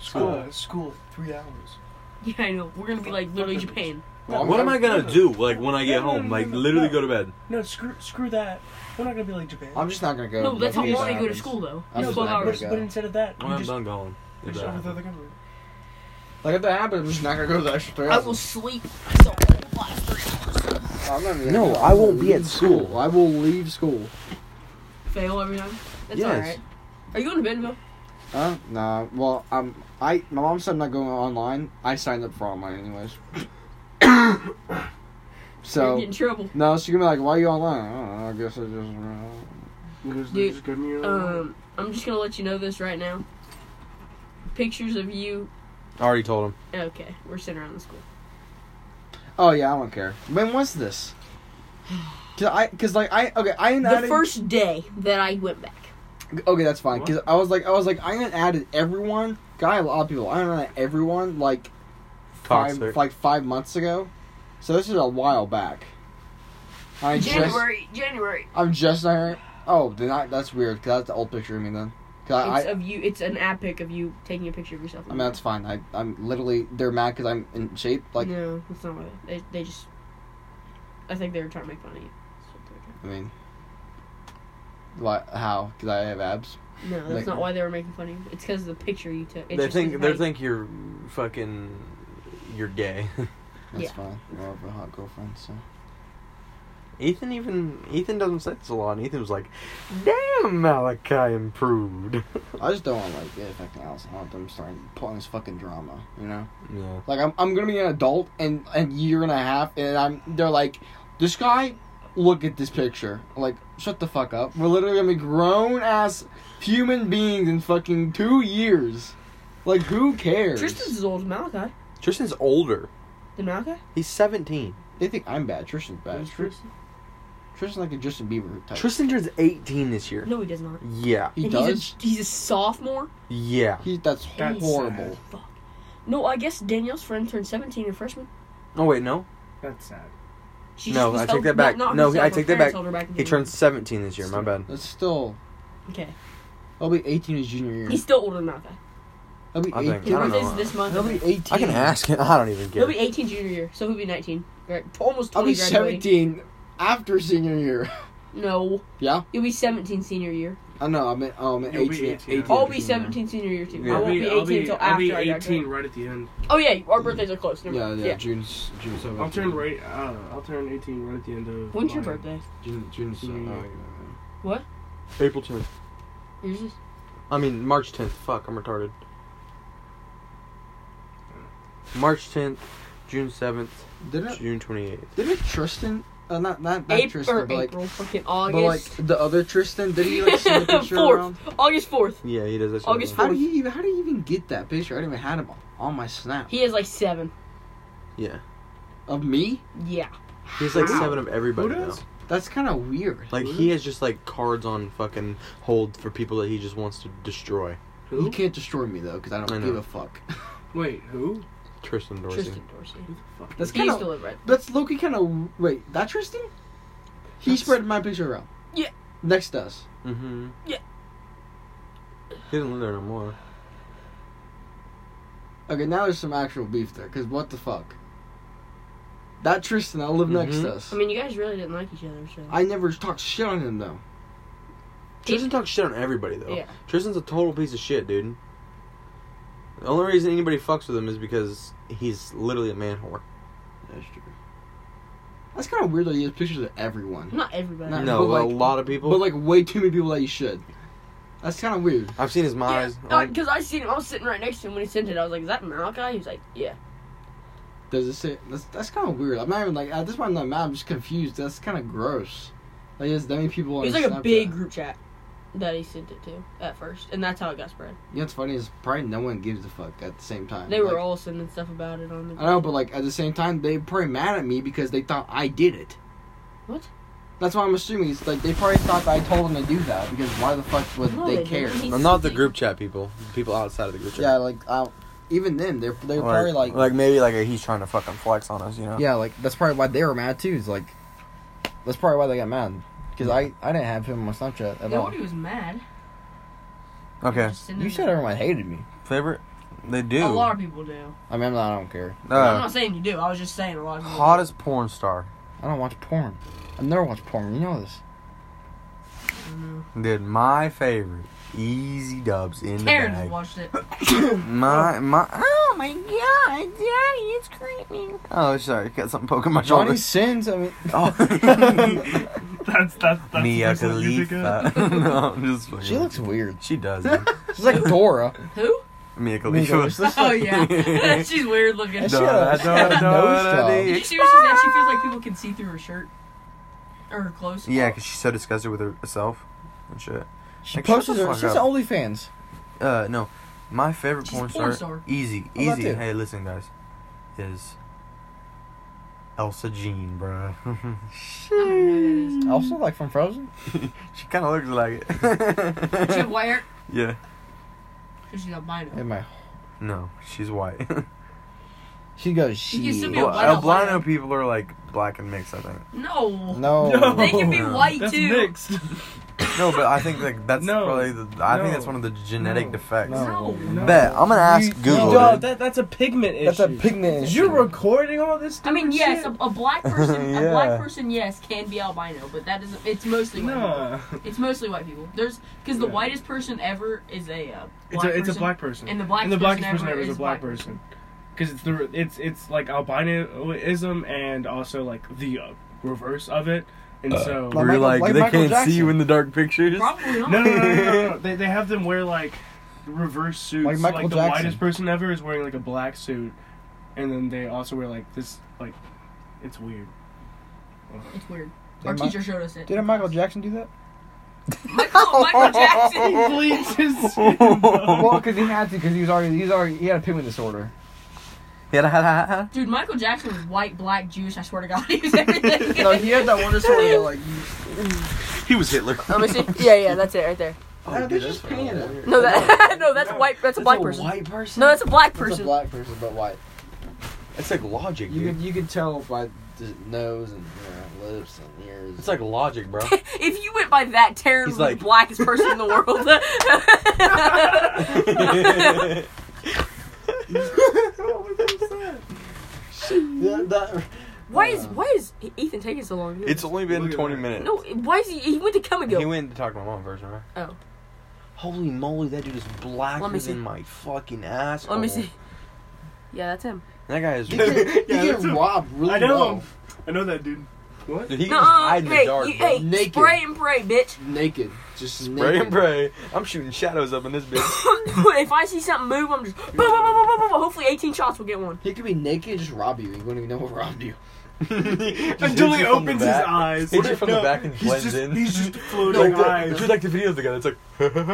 [SPEAKER 5] School.
[SPEAKER 4] uh, school three hours.
[SPEAKER 2] Yeah, I know. We're gonna be like literally Japan.
[SPEAKER 3] Well,
[SPEAKER 5] What am I gonna do? Like when I
[SPEAKER 4] No,
[SPEAKER 5] get
[SPEAKER 4] no, no,
[SPEAKER 5] home? Like
[SPEAKER 4] no, no,
[SPEAKER 5] literally
[SPEAKER 4] no.
[SPEAKER 5] go to bed.
[SPEAKER 4] No, screw screw that. We're not gonna be like Japan.
[SPEAKER 3] I'm just not gonna go.
[SPEAKER 2] No, that's how
[SPEAKER 3] Nothing
[SPEAKER 2] long they go to
[SPEAKER 3] happens.
[SPEAKER 2] school though.
[SPEAKER 3] I'm
[SPEAKER 4] no,
[SPEAKER 3] just
[SPEAKER 2] Twelve
[SPEAKER 3] not
[SPEAKER 4] but,
[SPEAKER 3] gonna
[SPEAKER 2] hours.
[SPEAKER 4] but,
[SPEAKER 3] go.
[SPEAKER 4] but instead of that,
[SPEAKER 5] When
[SPEAKER 4] you
[SPEAKER 5] I'm
[SPEAKER 4] just,
[SPEAKER 5] done going.
[SPEAKER 4] you just overthrow the government.
[SPEAKER 3] Like if that happens, I'm just not gonna go to the extra three
[SPEAKER 2] I
[SPEAKER 3] hours.
[SPEAKER 2] will sleep the whole last three hours.
[SPEAKER 3] I'm not gonna-
[SPEAKER 5] No,
[SPEAKER 3] I'm
[SPEAKER 5] I won't
[SPEAKER 3] gonna
[SPEAKER 5] be at
[SPEAKER 3] leave
[SPEAKER 5] school.
[SPEAKER 3] I will leave school.
[SPEAKER 2] Fail every time. That's
[SPEAKER 5] Yes.
[SPEAKER 2] alright. Are you going to Bentonville?
[SPEAKER 3] Huh? Nah. Well, I'm. I my mom said I'm not going online. I signed up for online anyways.
[SPEAKER 2] You're
[SPEAKER 3] so
[SPEAKER 2] getting in trouble.
[SPEAKER 3] no, she's gonna be like, "Why are you online?" I don't know. I guess I just.
[SPEAKER 4] Who's-
[SPEAKER 2] Dude,
[SPEAKER 4] who's gonna be-
[SPEAKER 2] Um, I'm just gonna let you know this right now. Pictures of you.
[SPEAKER 5] I already told him.
[SPEAKER 2] Okay, we're sitting around the school.
[SPEAKER 3] Oh yeah, I don't care. When was this? Cause I, cause like I, okay, I
[SPEAKER 2] The
[SPEAKER 3] added.
[SPEAKER 2] first day that I went back.
[SPEAKER 3] okay, that's fine. Cause I was like, I was like, I added everyone. Got a lot of people. I added everyone like five,
[SPEAKER 5] Toxic.
[SPEAKER 3] like five months ago. So this is a while back. I just,
[SPEAKER 2] January, January.
[SPEAKER 3] I'm just not. Oh, then I, that's weird. Cause that's the old picture of me then. 'Cause I,
[SPEAKER 2] It's
[SPEAKER 3] I,
[SPEAKER 2] of you. It's an ad pic of you taking a picture of yourself.
[SPEAKER 3] I mean that's fine. I, I'm literally they're mad because I'm in shape. Like,
[SPEAKER 2] no, that's not what it- they. They just. I think they were trying to make fun of you. That's what they were trying-
[SPEAKER 3] I mean, what? How? Cause I have abs.
[SPEAKER 2] No, that's
[SPEAKER 3] Like-
[SPEAKER 2] not why they were making fun of you. It's because of the picture you took. It's
[SPEAKER 5] They
[SPEAKER 2] just
[SPEAKER 5] think
[SPEAKER 2] his
[SPEAKER 5] they
[SPEAKER 2] height.
[SPEAKER 5] think you're fucking you're gay.
[SPEAKER 3] That's
[SPEAKER 2] Yeah.
[SPEAKER 3] fine. I have a hot girlfriend. So.
[SPEAKER 5] Ethan even Ethan doesn't say this a lot. And Ethan was like, "Damn, Malachi improved."
[SPEAKER 3] I just don't want to like get affecting Allison. I don't want them starting pulling this fucking drama. You know,
[SPEAKER 5] Yeah.
[SPEAKER 3] like I'm, I'm gonna be an adult in a year and a half, and I'm they're like, this guy, look at this picture. Like, shut the fuck up. We're literally gonna be grown ass human beings in fucking two years. Like, who cares?
[SPEAKER 2] Tristan's as old as Malachi.
[SPEAKER 5] Tristan's older.
[SPEAKER 2] Did Malachi?
[SPEAKER 5] He's 17.
[SPEAKER 3] they think I'm bad. Tristan's bad.
[SPEAKER 4] Who's Tristan?
[SPEAKER 3] Tristan's like a Justin Bieber type.
[SPEAKER 5] Tristan turns 18 this year.
[SPEAKER 2] No, he does not.
[SPEAKER 5] Oh. Yeah.
[SPEAKER 3] he
[SPEAKER 2] and He's
[SPEAKER 3] does.
[SPEAKER 2] a, he's a sophomore.
[SPEAKER 5] Yeah.
[SPEAKER 3] He that's,
[SPEAKER 4] That's
[SPEAKER 3] horrible.
[SPEAKER 2] Fuck. No, I guess Danielle's friend turned 17 in freshman.
[SPEAKER 5] Oh wait, no.
[SPEAKER 4] That's sad.
[SPEAKER 2] She
[SPEAKER 5] No,
[SPEAKER 2] was
[SPEAKER 5] I take
[SPEAKER 2] held-
[SPEAKER 5] that back.
[SPEAKER 2] not
[SPEAKER 5] No,
[SPEAKER 2] herself,
[SPEAKER 5] I
[SPEAKER 2] her
[SPEAKER 5] take that
[SPEAKER 2] parents
[SPEAKER 5] back.
[SPEAKER 2] held her back in
[SPEAKER 5] He
[SPEAKER 2] the-
[SPEAKER 5] turns 17 this year. My bad.
[SPEAKER 3] That's still.
[SPEAKER 2] Okay.
[SPEAKER 3] I'll be 18 his junior year.
[SPEAKER 2] He's still older than Malachi.
[SPEAKER 3] I'll be
[SPEAKER 5] I
[SPEAKER 3] 18.
[SPEAKER 5] think- I
[SPEAKER 2] His
[SPEAKER 5] don't
[SPEAKER 2] birthday's
[SPEAKER 5] know.
[SPEAKER 2] this month.
[SPEAKER 3] I'll be 18.
[SPEAKER 5] I can ask him. I don't even
[SPEAKER 2] He'll
[SPEAKER 5] care.
[SPEAKER 2] be 18 junior year, so he'll be 19. Right, t- almost 20
[SPEAKER 3] I'll be
[SPEAKER 2] graduating.
[SPEAKER 3] 17 after senior year.
[SPEAKER 2] No,
[SPEAKER 3] Yeah?
[SPEAKER 2] you'll be 17 senior year.
[SPEAKER 3] I know. I'm at, oh, I'm at
[SPEAKER 4] You'll be
[SPEAKER 3] 18.
[SPEAKER 4] 18.
[SPEAKER 3] 18.
[SPEAKER 2] I'll be 17 senior year too.
[SPEAKER 5] Yeah.
[SPEAKER 2] I
[SPEAKER 5] I'll
[SPEAKER 2] won't be 18 until after I graduate.
[SPEAKER 4] right at the end.
[SPEAKER 2] Oh yeah, our birthdays are close. Never
[SPEAKER 3] Yeah,
[SPEAKER 2] mind.
[SPEAKER 3] yeah,
[SPEAKER 2] yeah.
[SPEAKER 3] June's June's. so
[SPEAKER 4] I'll
[SPEAKER 3] much-
[SPEAKER 4] turn right. Uh, I'll turn 18 right at the end of.
[SPEAKER 2] When's your
[SPEAKER 4] my-
[SPEAKER 2] birthday?
[SPEAKER 3] June, June's. so-
[SPEAKER 4] Mm.
[SPEAKER 3] oh, yeah.
[SPEAKER 5] April 10th.
[SPEAKER 2] Yours is
[SPEAKER 5] I mean March 10th. Fuck, I'm retarded. March 10th, June 7th,
[SPEAKER 3] Didn't
[SPEAKER 5] June 28th.
[SPEAKER 3] didn't Tristan? Uh, not not not
[SPEAKER 2] April,
[SPEAKER 3] Tristan, but like,
[SPEAKER 2] April, fucking
[SPEAKER 3] but
[SPEAKER 2] August.
[SPEAKER 3] like the other Tristan. Did he like send a picture
[SPEAKER 2] Fourth.
[SPEAKER 3] around?
[SPEAKER 2] August 4th.
[SPEAKER 5] Yeah, he does that. shit
[SPEAKER 2] August
[SPEAKER 5] all
[SPEAKER 3] How
[SPEAKER 5] the
[SPEAKER 3] do you even how do you even get that picture? I didn't even had him on my snap
[SPEAKER 2] He has like seven.
[SPEAKER 5] time. Yeah.
[SPEAKER 3] of me.
[SPEAKER 2] Yeah.
[SPEAKER 5] He's like
[SPEAKER 4] Wow.
[SPEAKER 5] seven of everybody
[SPEAKER 4] Who
[SPEAKER 5] now.
[SPEAKER 4] does?
[SPEAKER 3] That's kind of weird.
[SPEAKER 5] Like he has just like cards on fucking hold for people that he just wants to destroy.
[SPEAKER 3] You
[SPEAKER 4] Who?
[SPEAKER 3] can't destroy me though, because I don't
[SPEAKER 5] I know.
[SPEAKER 3] give a fuck.
[SPEAKER 4] Wait, who?
[SPEAKER 5] Tristan Dorsey.
[SPEAKER 2] Tristan Dorsey.
[SPEAKER 4] Fuck.
[SPEAKER 3] That's
[SPEAKER 2] He
[SPEAKER 3] kind
[SPEAKER 2] used to
[SPEAKER 3] of
[SPEAKER 2] live right.
[SPEAKER 3] that's Loki. Kind of wait. That Tristan? He
[SPEAKER 4] That's-
[SPEAKER 3] spread my picture around.
[SPEAKER 2] Yeah.
[SPEAKER 3] Next to us.
[SPEAKER 5] Mm-hmm.
[SPEAKER 2] Yeah.
[SPEAKER 5] He didn't live there no more.
[SPEAKER 3] Okay, now there's some actual beef there, because what the fuck? That Tristan that lived next to
[SPEAKER 5] Mhm.
[SPEAKER 3] us.
[SPEAKER 2] I mean, you guys really didn't like each other, so.
[SPEAKER 3] I never talked shit on him though.
[SPEAKER 5] Tristan talks shit on everybody though.
[SPEAKER 2] Yeah.
[SPEAKER 5] Tristan's a total piece of shit, dude. The only reason anybody fucks with him is because he's literally a man whore.
[SPEAKER 3] That's true. That's kind of weird that you have pictures of everyone.
[SPEAKER 2] Not everybody.
[SPEAKER 3] Not-
[SPEAKER 5] No,
[SPEAKER 3] but
[SPEAKER 5] a
[SPEAKER 3] like-
[SPEAKER 5] lot of people.
[SPEAKER 3] But like way too many people that you should. That's kind of weird.
[SPEAKER 5] I've seen his
[SPEAKER 2] Yeah,
[SPEAKER 5] eyes.
[SPEAKER 2] uh, cause I seen him. I was sitting right next to him when he sent it. I was like, "Is that Malachi?" He was like, "Yeah."
[SPEAKER 3] Does it say that's that's kind of weird? I'm not even like at this point I'm not mad. I'm just confused. That's kind of gross. Like there's that many people.
[SPEAKER 2] It was
[SPEAKER 3] on
[SPEAKER 2] like a
[SPEAKER 3] Snapchat.
[SPEAKER 2] big group chat that he sent it to at first, and that's how it got spread.
[SPEAKER 3] You know what's funny is probably no one gives a fuck at the same time.
[SPEAKER 2] They were
[SPEAKER 3] Like,
[SPEAKER 2] all sending stuff about it on the.
[SPEAKER 3] I know, but like at the same time, they probably mad at me because they thought I did it.
[SPEAKER 2] What?
[SPEAKER 3] That's why I'm assuming it's like they probably thought that I told them to do that because why the fuck would
[SPEAKER 2] No,
[SPEAKER 3] they,
[SPEAKER 2] they
[SPEAKER 3] care?
[SPEAKER 2] didn't.
[SPEAKER 5] I'm not the group chat people. People outside of the group chat.
[SPEAKER 3] Yeah, like I, even then they're they're probably like,
[SPEAKER 5] maybe like uh. he's trying to fucking flex on us, you know?
[SPEAKER 3] yeah, like that's probably why they were mad too. Is like that's probably why they got mad because I I didn't have him on my Snapchat at all.
[SPEAKER 2] Nobody was mad.
[SPEAKER 5] Okay.
[SPEAKER 2] Just sending
[SPEAKER 3] You
[SPEAKER 2] it.
[SPEAKER 3] said everyone hated me.
[SPEAKER 5] Favorite? They do.
[SPEAKER 2] A lot of people do.
[SPEAKER 3] I mean, I'm not, I don't care.
[SPEAKER 5] Uh,
[SPEAKER 2] I'm not saying you do. I was just saying a lot of people.
[SPEAKER 5] hottest porn star.
[SPEAKER 3] I don't watch porn. I've never watched porn. You know this.
[SPEAKER 2] do. I don't know.
[SPEAKER 5] Dude, my favorite. Easy dubs in the
[SPEAKER 2] Karen
[SPEAKER 5] bag.
[SPEAKER 2] just watched it.
[SPEAKER 5] My my. Oh my god, Daddy is screaming. Oh, sorry, got something poking my
[SPEAKER 3] Johnny
[SPEAKER 5] shoulder.
[SPEAKER 3] sins. I mean,
[SPEAKER 5] Oh.
[SPEAKER 4] That's that's that's
[SPEAKER 5] Mia
[SPEAKER 4] the first one you think
[SPEAKER 5] Khalifa.
[SPEAKER 4] of.
[SPEAKER 5] no, I'm just. Fucking
[SPEAKER 3] she looks weird.
[SPEAKER 5] She does. dude.
[SPEAKER 3] She's like Dora.
[SPEAKER 2] Who?
[SPEAKER 3] Mia
[SPEAKER 5] Mia Khalifa.
[SPEAKER 3] Khalifa.
[SPEAKER 2] Oh yeah, she's weird looking.
[SPEAKER 3] And
[SPEAKER 2] Did
[SPEAKER 3] she had a-
[SPEAKER 5] Dora,
[SPEAKER 3] she had a
[SPEAKER 5] Dora,
[SPEAKER 3] nose
[SPEAKER 5] Dora,
[SPEAKER 3] job.
[SPEAKER 5] Dee.
[SPEAKER 2] you see where she's at? She feels like people can see through her shirt or her clothes.
[SPEAKER 5] Yeah, because she's so disgusted with herself and shit.
[SPEAKER 3] She
[SPEAKER 5] Like, shut
[SPEAKER 3] posts
[SPEAKER 5] the
[SPEAKER 3] her.
[SPEAKER 5] fuck
[SPEAKER 3] She's
[SPEAKER 5] up.
[SPEAKER 3] OnlyFans.
[SPEAKER 5] Uh, no. My favorite
[SPEAKER 2] She's a
[SPEAKER 5] porn,
[SPEAKER 2] porn
[SPEAKER 5] star,
[SPEAKER 2] star.
[SPEAKER 5] easy,
[SPEAKER 3] How about
[SPEAKER 5] easy.
[SPEAKER 3] you?
[SPEAKER 5] Hey, listen, guys, is Elsa Jean, bro.
[SPEAKER 2] Oh, She
[SPEAKER 3] Also, like from Frozen.
[SPEAKER 5] she kind of looks like
[SPEAKER 2] had
[SPEAKER 5] it.
[SPEAKER 2] white hair
[SPEAKER 5] yeah.
[SPEAKER 2] 'cause she's albino.
[SPEAKER 3] And my,
[SPEAKER 5] No, she's white.
[SPEAKER 3] she goes.
[SPEAKER 2] She
[SPEAKER 3] She.
[SPEAKER 2] used to be a
[SPEAKER 5] Well,
[SPEAKER 2] white
[SPEAKER 5] albino
[SPEAKER 2] albino.
[SPEAKER 5] people are like black and mixed, I think.
[SPEAKER 2] No.
[SPEAKER 3] no.
[SPEAKER 4] No.
[SPEAKER 2] They can be
[SPEAKER 5] No.
[SPEAKER 2] white
[SPEAKER 4] That's
[SPEAKER 2] too.
[SPEAKER 4] mixed.
[SPEAKER 5] No, but I think like that's
[SPEAKER 4] No,
[SPEAKER 5] probably the. I think
[SPEAKER 4] no,
[SPEAKER 5] that's one of the genetic
[SPEAKER 4] no,
[SPEAKER 5] defects.
[SPEAKER 2] No.
[SPEAKER 4] No.
[SPEAKER 5] Bet I'm gonna ask
[SPEAKER 3] You- you
[SPEAKER 5] Google.
[SPEAKER 3] don't-
[SPEAKER 4] No,
[SPEAKER 5] dude.
[SPEAKER 4] that that's a pigment issue.
[SPEAKER 3] That's a pigment issue.
[SPEAKER 4] You're recording all this.
[SPEAKER 2] I mean,
[SPEAKER 4] stupid
[SPEAKER 2] yes,
[SPEAKER 4] Oh, shit?
[SPEAKER 2] a, a black person, a
[SPEAKER 5] Yeah.
[SPEAKER 2] black person, yes, can be albino, but that isn't. It's mostly white. people.
[SPEAKER 4] No,
[SPEAKER 2] It's mostly white people. There's because the
[SPEAKER 4] Yeah.
[SPEAKER 2] whitest person ever is a uh, black
[SPEAKER 4] it's a it's a
[SPEAKER 2] person.
[SPEAKER 4] black person.
[SPEAKER 2] And the blackest person
[SPEAKER 4] person
[SPEAKER 2] ever
[SPEAKER 4] ever is a
[SPEAKER 2] is
[SPEAKER 4] black
[SPEAKER 2] black.
[SPEAKER 4] person. Because it's the it's it's like albinoism and also like the uh, reverse of it, and
[SPEAKER 5] Uh,
[SPEAKER 4] so
[SPEAKER 3] Like Michael- like Michael Jackson.
[SPEAKER 5] the dark pictures.
[SPEAKER 2] Probably not.
[SPEAKER 4] no, no, no, no, no, no. They, they have them wear like reverse suits.
[SPEAKER 3] Like
[SPEAKER 4] Like,
[SPEAKER 3] Michael
[SPEAKER 4] the
[SPEAKER 3] Jackson.
[SPEAKER 4] whitest person ever is wearing like a black suit, and then they also wear like this. Like, it's weird.
[SPEAKER 2] It's weird.
[SPEAKER 3] Did
[SPEAKER 2] Our
[SPEAKER 3] Mi-
[SPEAKER 2] teacher showed us it.
[SPEAKER 3] Didn't Michael Jackson do that?
[SPEAKER 2] Michael, Michael Jackson.
[SPEAKER 4] Bleach his skin, though.
[SPEAKER 3] well, because he had to, because he was already, he's already, he had a pigment disorder.
[SPEAKER 5] Yeah,
[SPEAKER 2] Dude, Michael Jackson was white, black, Jewish. I swear to God, he was everything.
[SPEAKER 3] No, he had that one disorder. that, Like,
[SPEAKER 5] he was Hitler.
[SPEAKER 2] Let me see. Yeah, yeah, that's it right there.
[SPEAKER 3] oh, dude, that's painted.
[SPEAKER 2] No, that no, that's white. That's a black person.
[SPEAKER 3] White person.
[SPEAKER 2] No, that's a black
[SPEAKER 3] That's a
[SPEAKER 2] person.
[SPEAKER 3] black person, but white.
[SPEAKER 5] It's like logic,
[SPEAKER 3] You
[SPEAKER 5] dude.
[SPEAKER 3] could, you could tell by the nose and you know, lips and ears.
[SPEAKER 5] It's like logic, bro.
[SPEAKER 2] if you went by that, Taryn
[SPEAKER 5] He's
[SPEAKER 2] was
[SPEAKER 5] like-
[SPEAKER 2] the blackest person in the world.
[SPEAKER 3] that, that,
[SPEAKER 2] why is why is E-, Ethan taking so long?
[SPEAKER 5] it's only been
[SPEAKER 4] Look at
[SPEAKER 5] 20
[SPEAKER 4] that.
[SPEAKER 5] minutes.
[SPEAKER 2] no. Why is he? He went to come and go.
[SPEAKER 5] He went to talk to my mom first, remember?
[SPEAKER 2] Oh.
[SPEAKER 5] Holy moly, that dude is blacker
[SPEAKER 2] Let me see.
[SPEAKER 5] than my fucking ass.
[SPEAKER 2] Let me see. Yeah, that's him.
[SPEAKER 5] That guy is.
[SPEAKER 3] you
[SPEAKER 5] Dude,
[SPEAKER 3] get, you
[SPEAKER 4] Yeah,
[SPEAKER 3] get
[SPEAKER 4] that's a-
[SPEAKER 3] robbed really
[SPEAKER 4] I know
[SPEAKER 3] well.
[SPEAKER 4] I know that dude. What?
[SPEAKER 5] he can just
[SPEAKER 2] No,
[SPEAKER 5] hide in the
[SPEAKER 2] hey,
[SPEAKER 5] dark,
[SPEAKER 2] you,
[SPEAKER 5] bro.
[SPEAKER 2] hey,
[SPEAKER 3] Naked.
[SPEAKER 2] spray and pray, bitch.
[SPEAKER 3] Naked, just
[SPEAKER 5] Pray
[SPEAKER 3] naked.
[SPEAKER 5] and pray. I'm shooting shadows up in this bitch.
[SPEAKER 2] if I see something move, I'm just boom, boom, boom, boom, boom, boom, boom. Hopefully, 18 shots will get one.
[SPEAKER 3] He could be naked, just rob you. You wouldn't even know what robbed you.
[SPEAKER 4] Until
[SPEAKER 5] hits
[SPEAKER 4] he
[SPEAKER 5] you from the
[SPEAKER 4] opens his
[SPEAKER 5] back.
[SPEAKER 4] eyes.
[SPEAKER 5] Hits you from the back and
[SPEAKER 4] he's
[SPEAKER 5] blends
[SPEAKER 4] just,
[SPEAKER 5] in.
[SPEAKER 4] He's just
[SPEAKER 3] No,
[SPEAKER 4] floating
[SPEAKER 3] but-
[SPEAKER 4] eyes.
[SPEAKER 5] Dude, like the video of the guy that's like.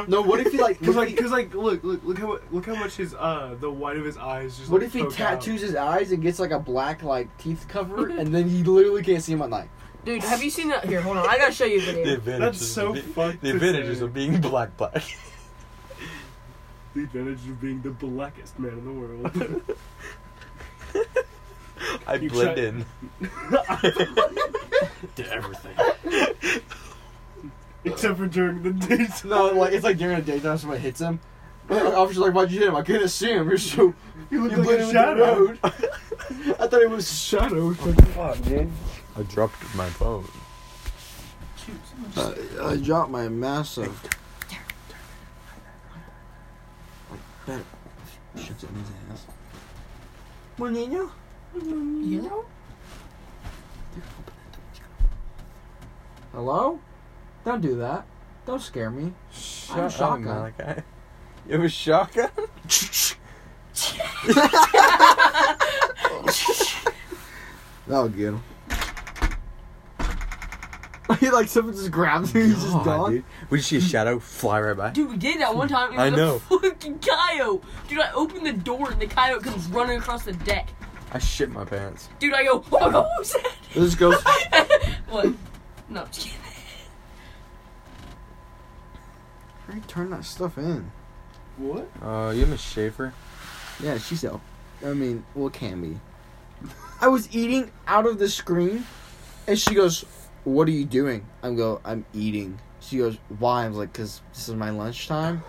[SPEAKER 3] No, what if he like?
[SPEAKER 4] Cause
[SPEAKER 3] What,
[SPEAKER 4] like,
[SPEAKER 3] if, he,
[SPEAKER 4] cause like, look, look, look how look how much his uh the white of his eyes just.
[SPEAKER 3] what
[SPEAKER 4] like,
[SPEAKER 3] if he
[SPEAKER 4] poke out.
[SPEAKER 3] tattoos his eyes and gets like a black like teeth cover, and then you literally can't see him at night?
[SPEAKER 2] Dude, have you seen that? Here, hold on. I gotta show you a
[SPEAKER 5] The
[SPEAKER 2] video.
[SPEAKER 5] advantages
[SPEAKER 4] That's so
[SPEAKER 5] of being,
[SPEAKER 4] fucked
[SPEAKER 5] The
[SPEAKER 4] to
[SPEAKER 5] advantages
[SPEAKER 4] say.
[SPEAKER 5] of being black, black.
[SPEAKER 4] the advantage of being the blackest man in the world.
[SPEAKER 5] I
[SPEAKER 4] You
[SPEAKER 5] blend
[SPEAKER 4] try-
[SPEAKER 5] in.
[SPEAKER 4] Did everything. Except for during the days.
[SPEAKER 3] No, like it's like during a daytime somebody hits him. The officer's like, "Why'd you hit him? I couldn't see him. You're so you
[SPEAKER 4] You look like
[SPEAKER 3] blended with
[SPEAKER 4] a shadow.
[SPEAKER 3] the road." I thought it was shadow.
[SPEAKER 4] Fuck, dude.
[SPEAKER 5] I dropped my phone.
[SPEAKER 3] Uh, I dropped my massive. Shit's in his ass.
[SPEAKER 5] Nino?
[SPEAKER 3] Hello? Don't do that. Don't scare me. I'm
[SPEAKER 5] Shut up,
[SPEAKER 3] Shaka.
[SPEAKER 5] Malachi. It was Shaka?
[SPEAKER 3] That'll get him. he like something just grabs him. He's just
[SPEAKER 5] God,
[SPEAKER 3] gone.
[SPEAKER 5] dude. We just see a shadow fly right by.
[SPEAKER 2] Dude, we did that one time. It was
[SPEAKER 5] I know.
[SPEAKER 2] a fucking coyote. Dude, I opened the door and the coyote comes running across the deck.
[SPEAKER 5] I shit my pants.
[SPEAKER 2] Dude, I go, oh my god, what was that?
[SPEAKER 3] This goes.
[SPEAKER 2] what? No, I'm just kidding.
[SPEAKER 3] How you turn that stuff in?
[SPEAKER 4] What?
[SPEAKER 5] Uh, you Miss Schaefer?
[SPEAKER 3] Yeah, she's out. I mean, well, can be. I was eating out of the screen, and she goes, "What are you doing?" I'm go, "I'm eating." She goes, "Why?" I'm like, "Cause this is my lunchtime."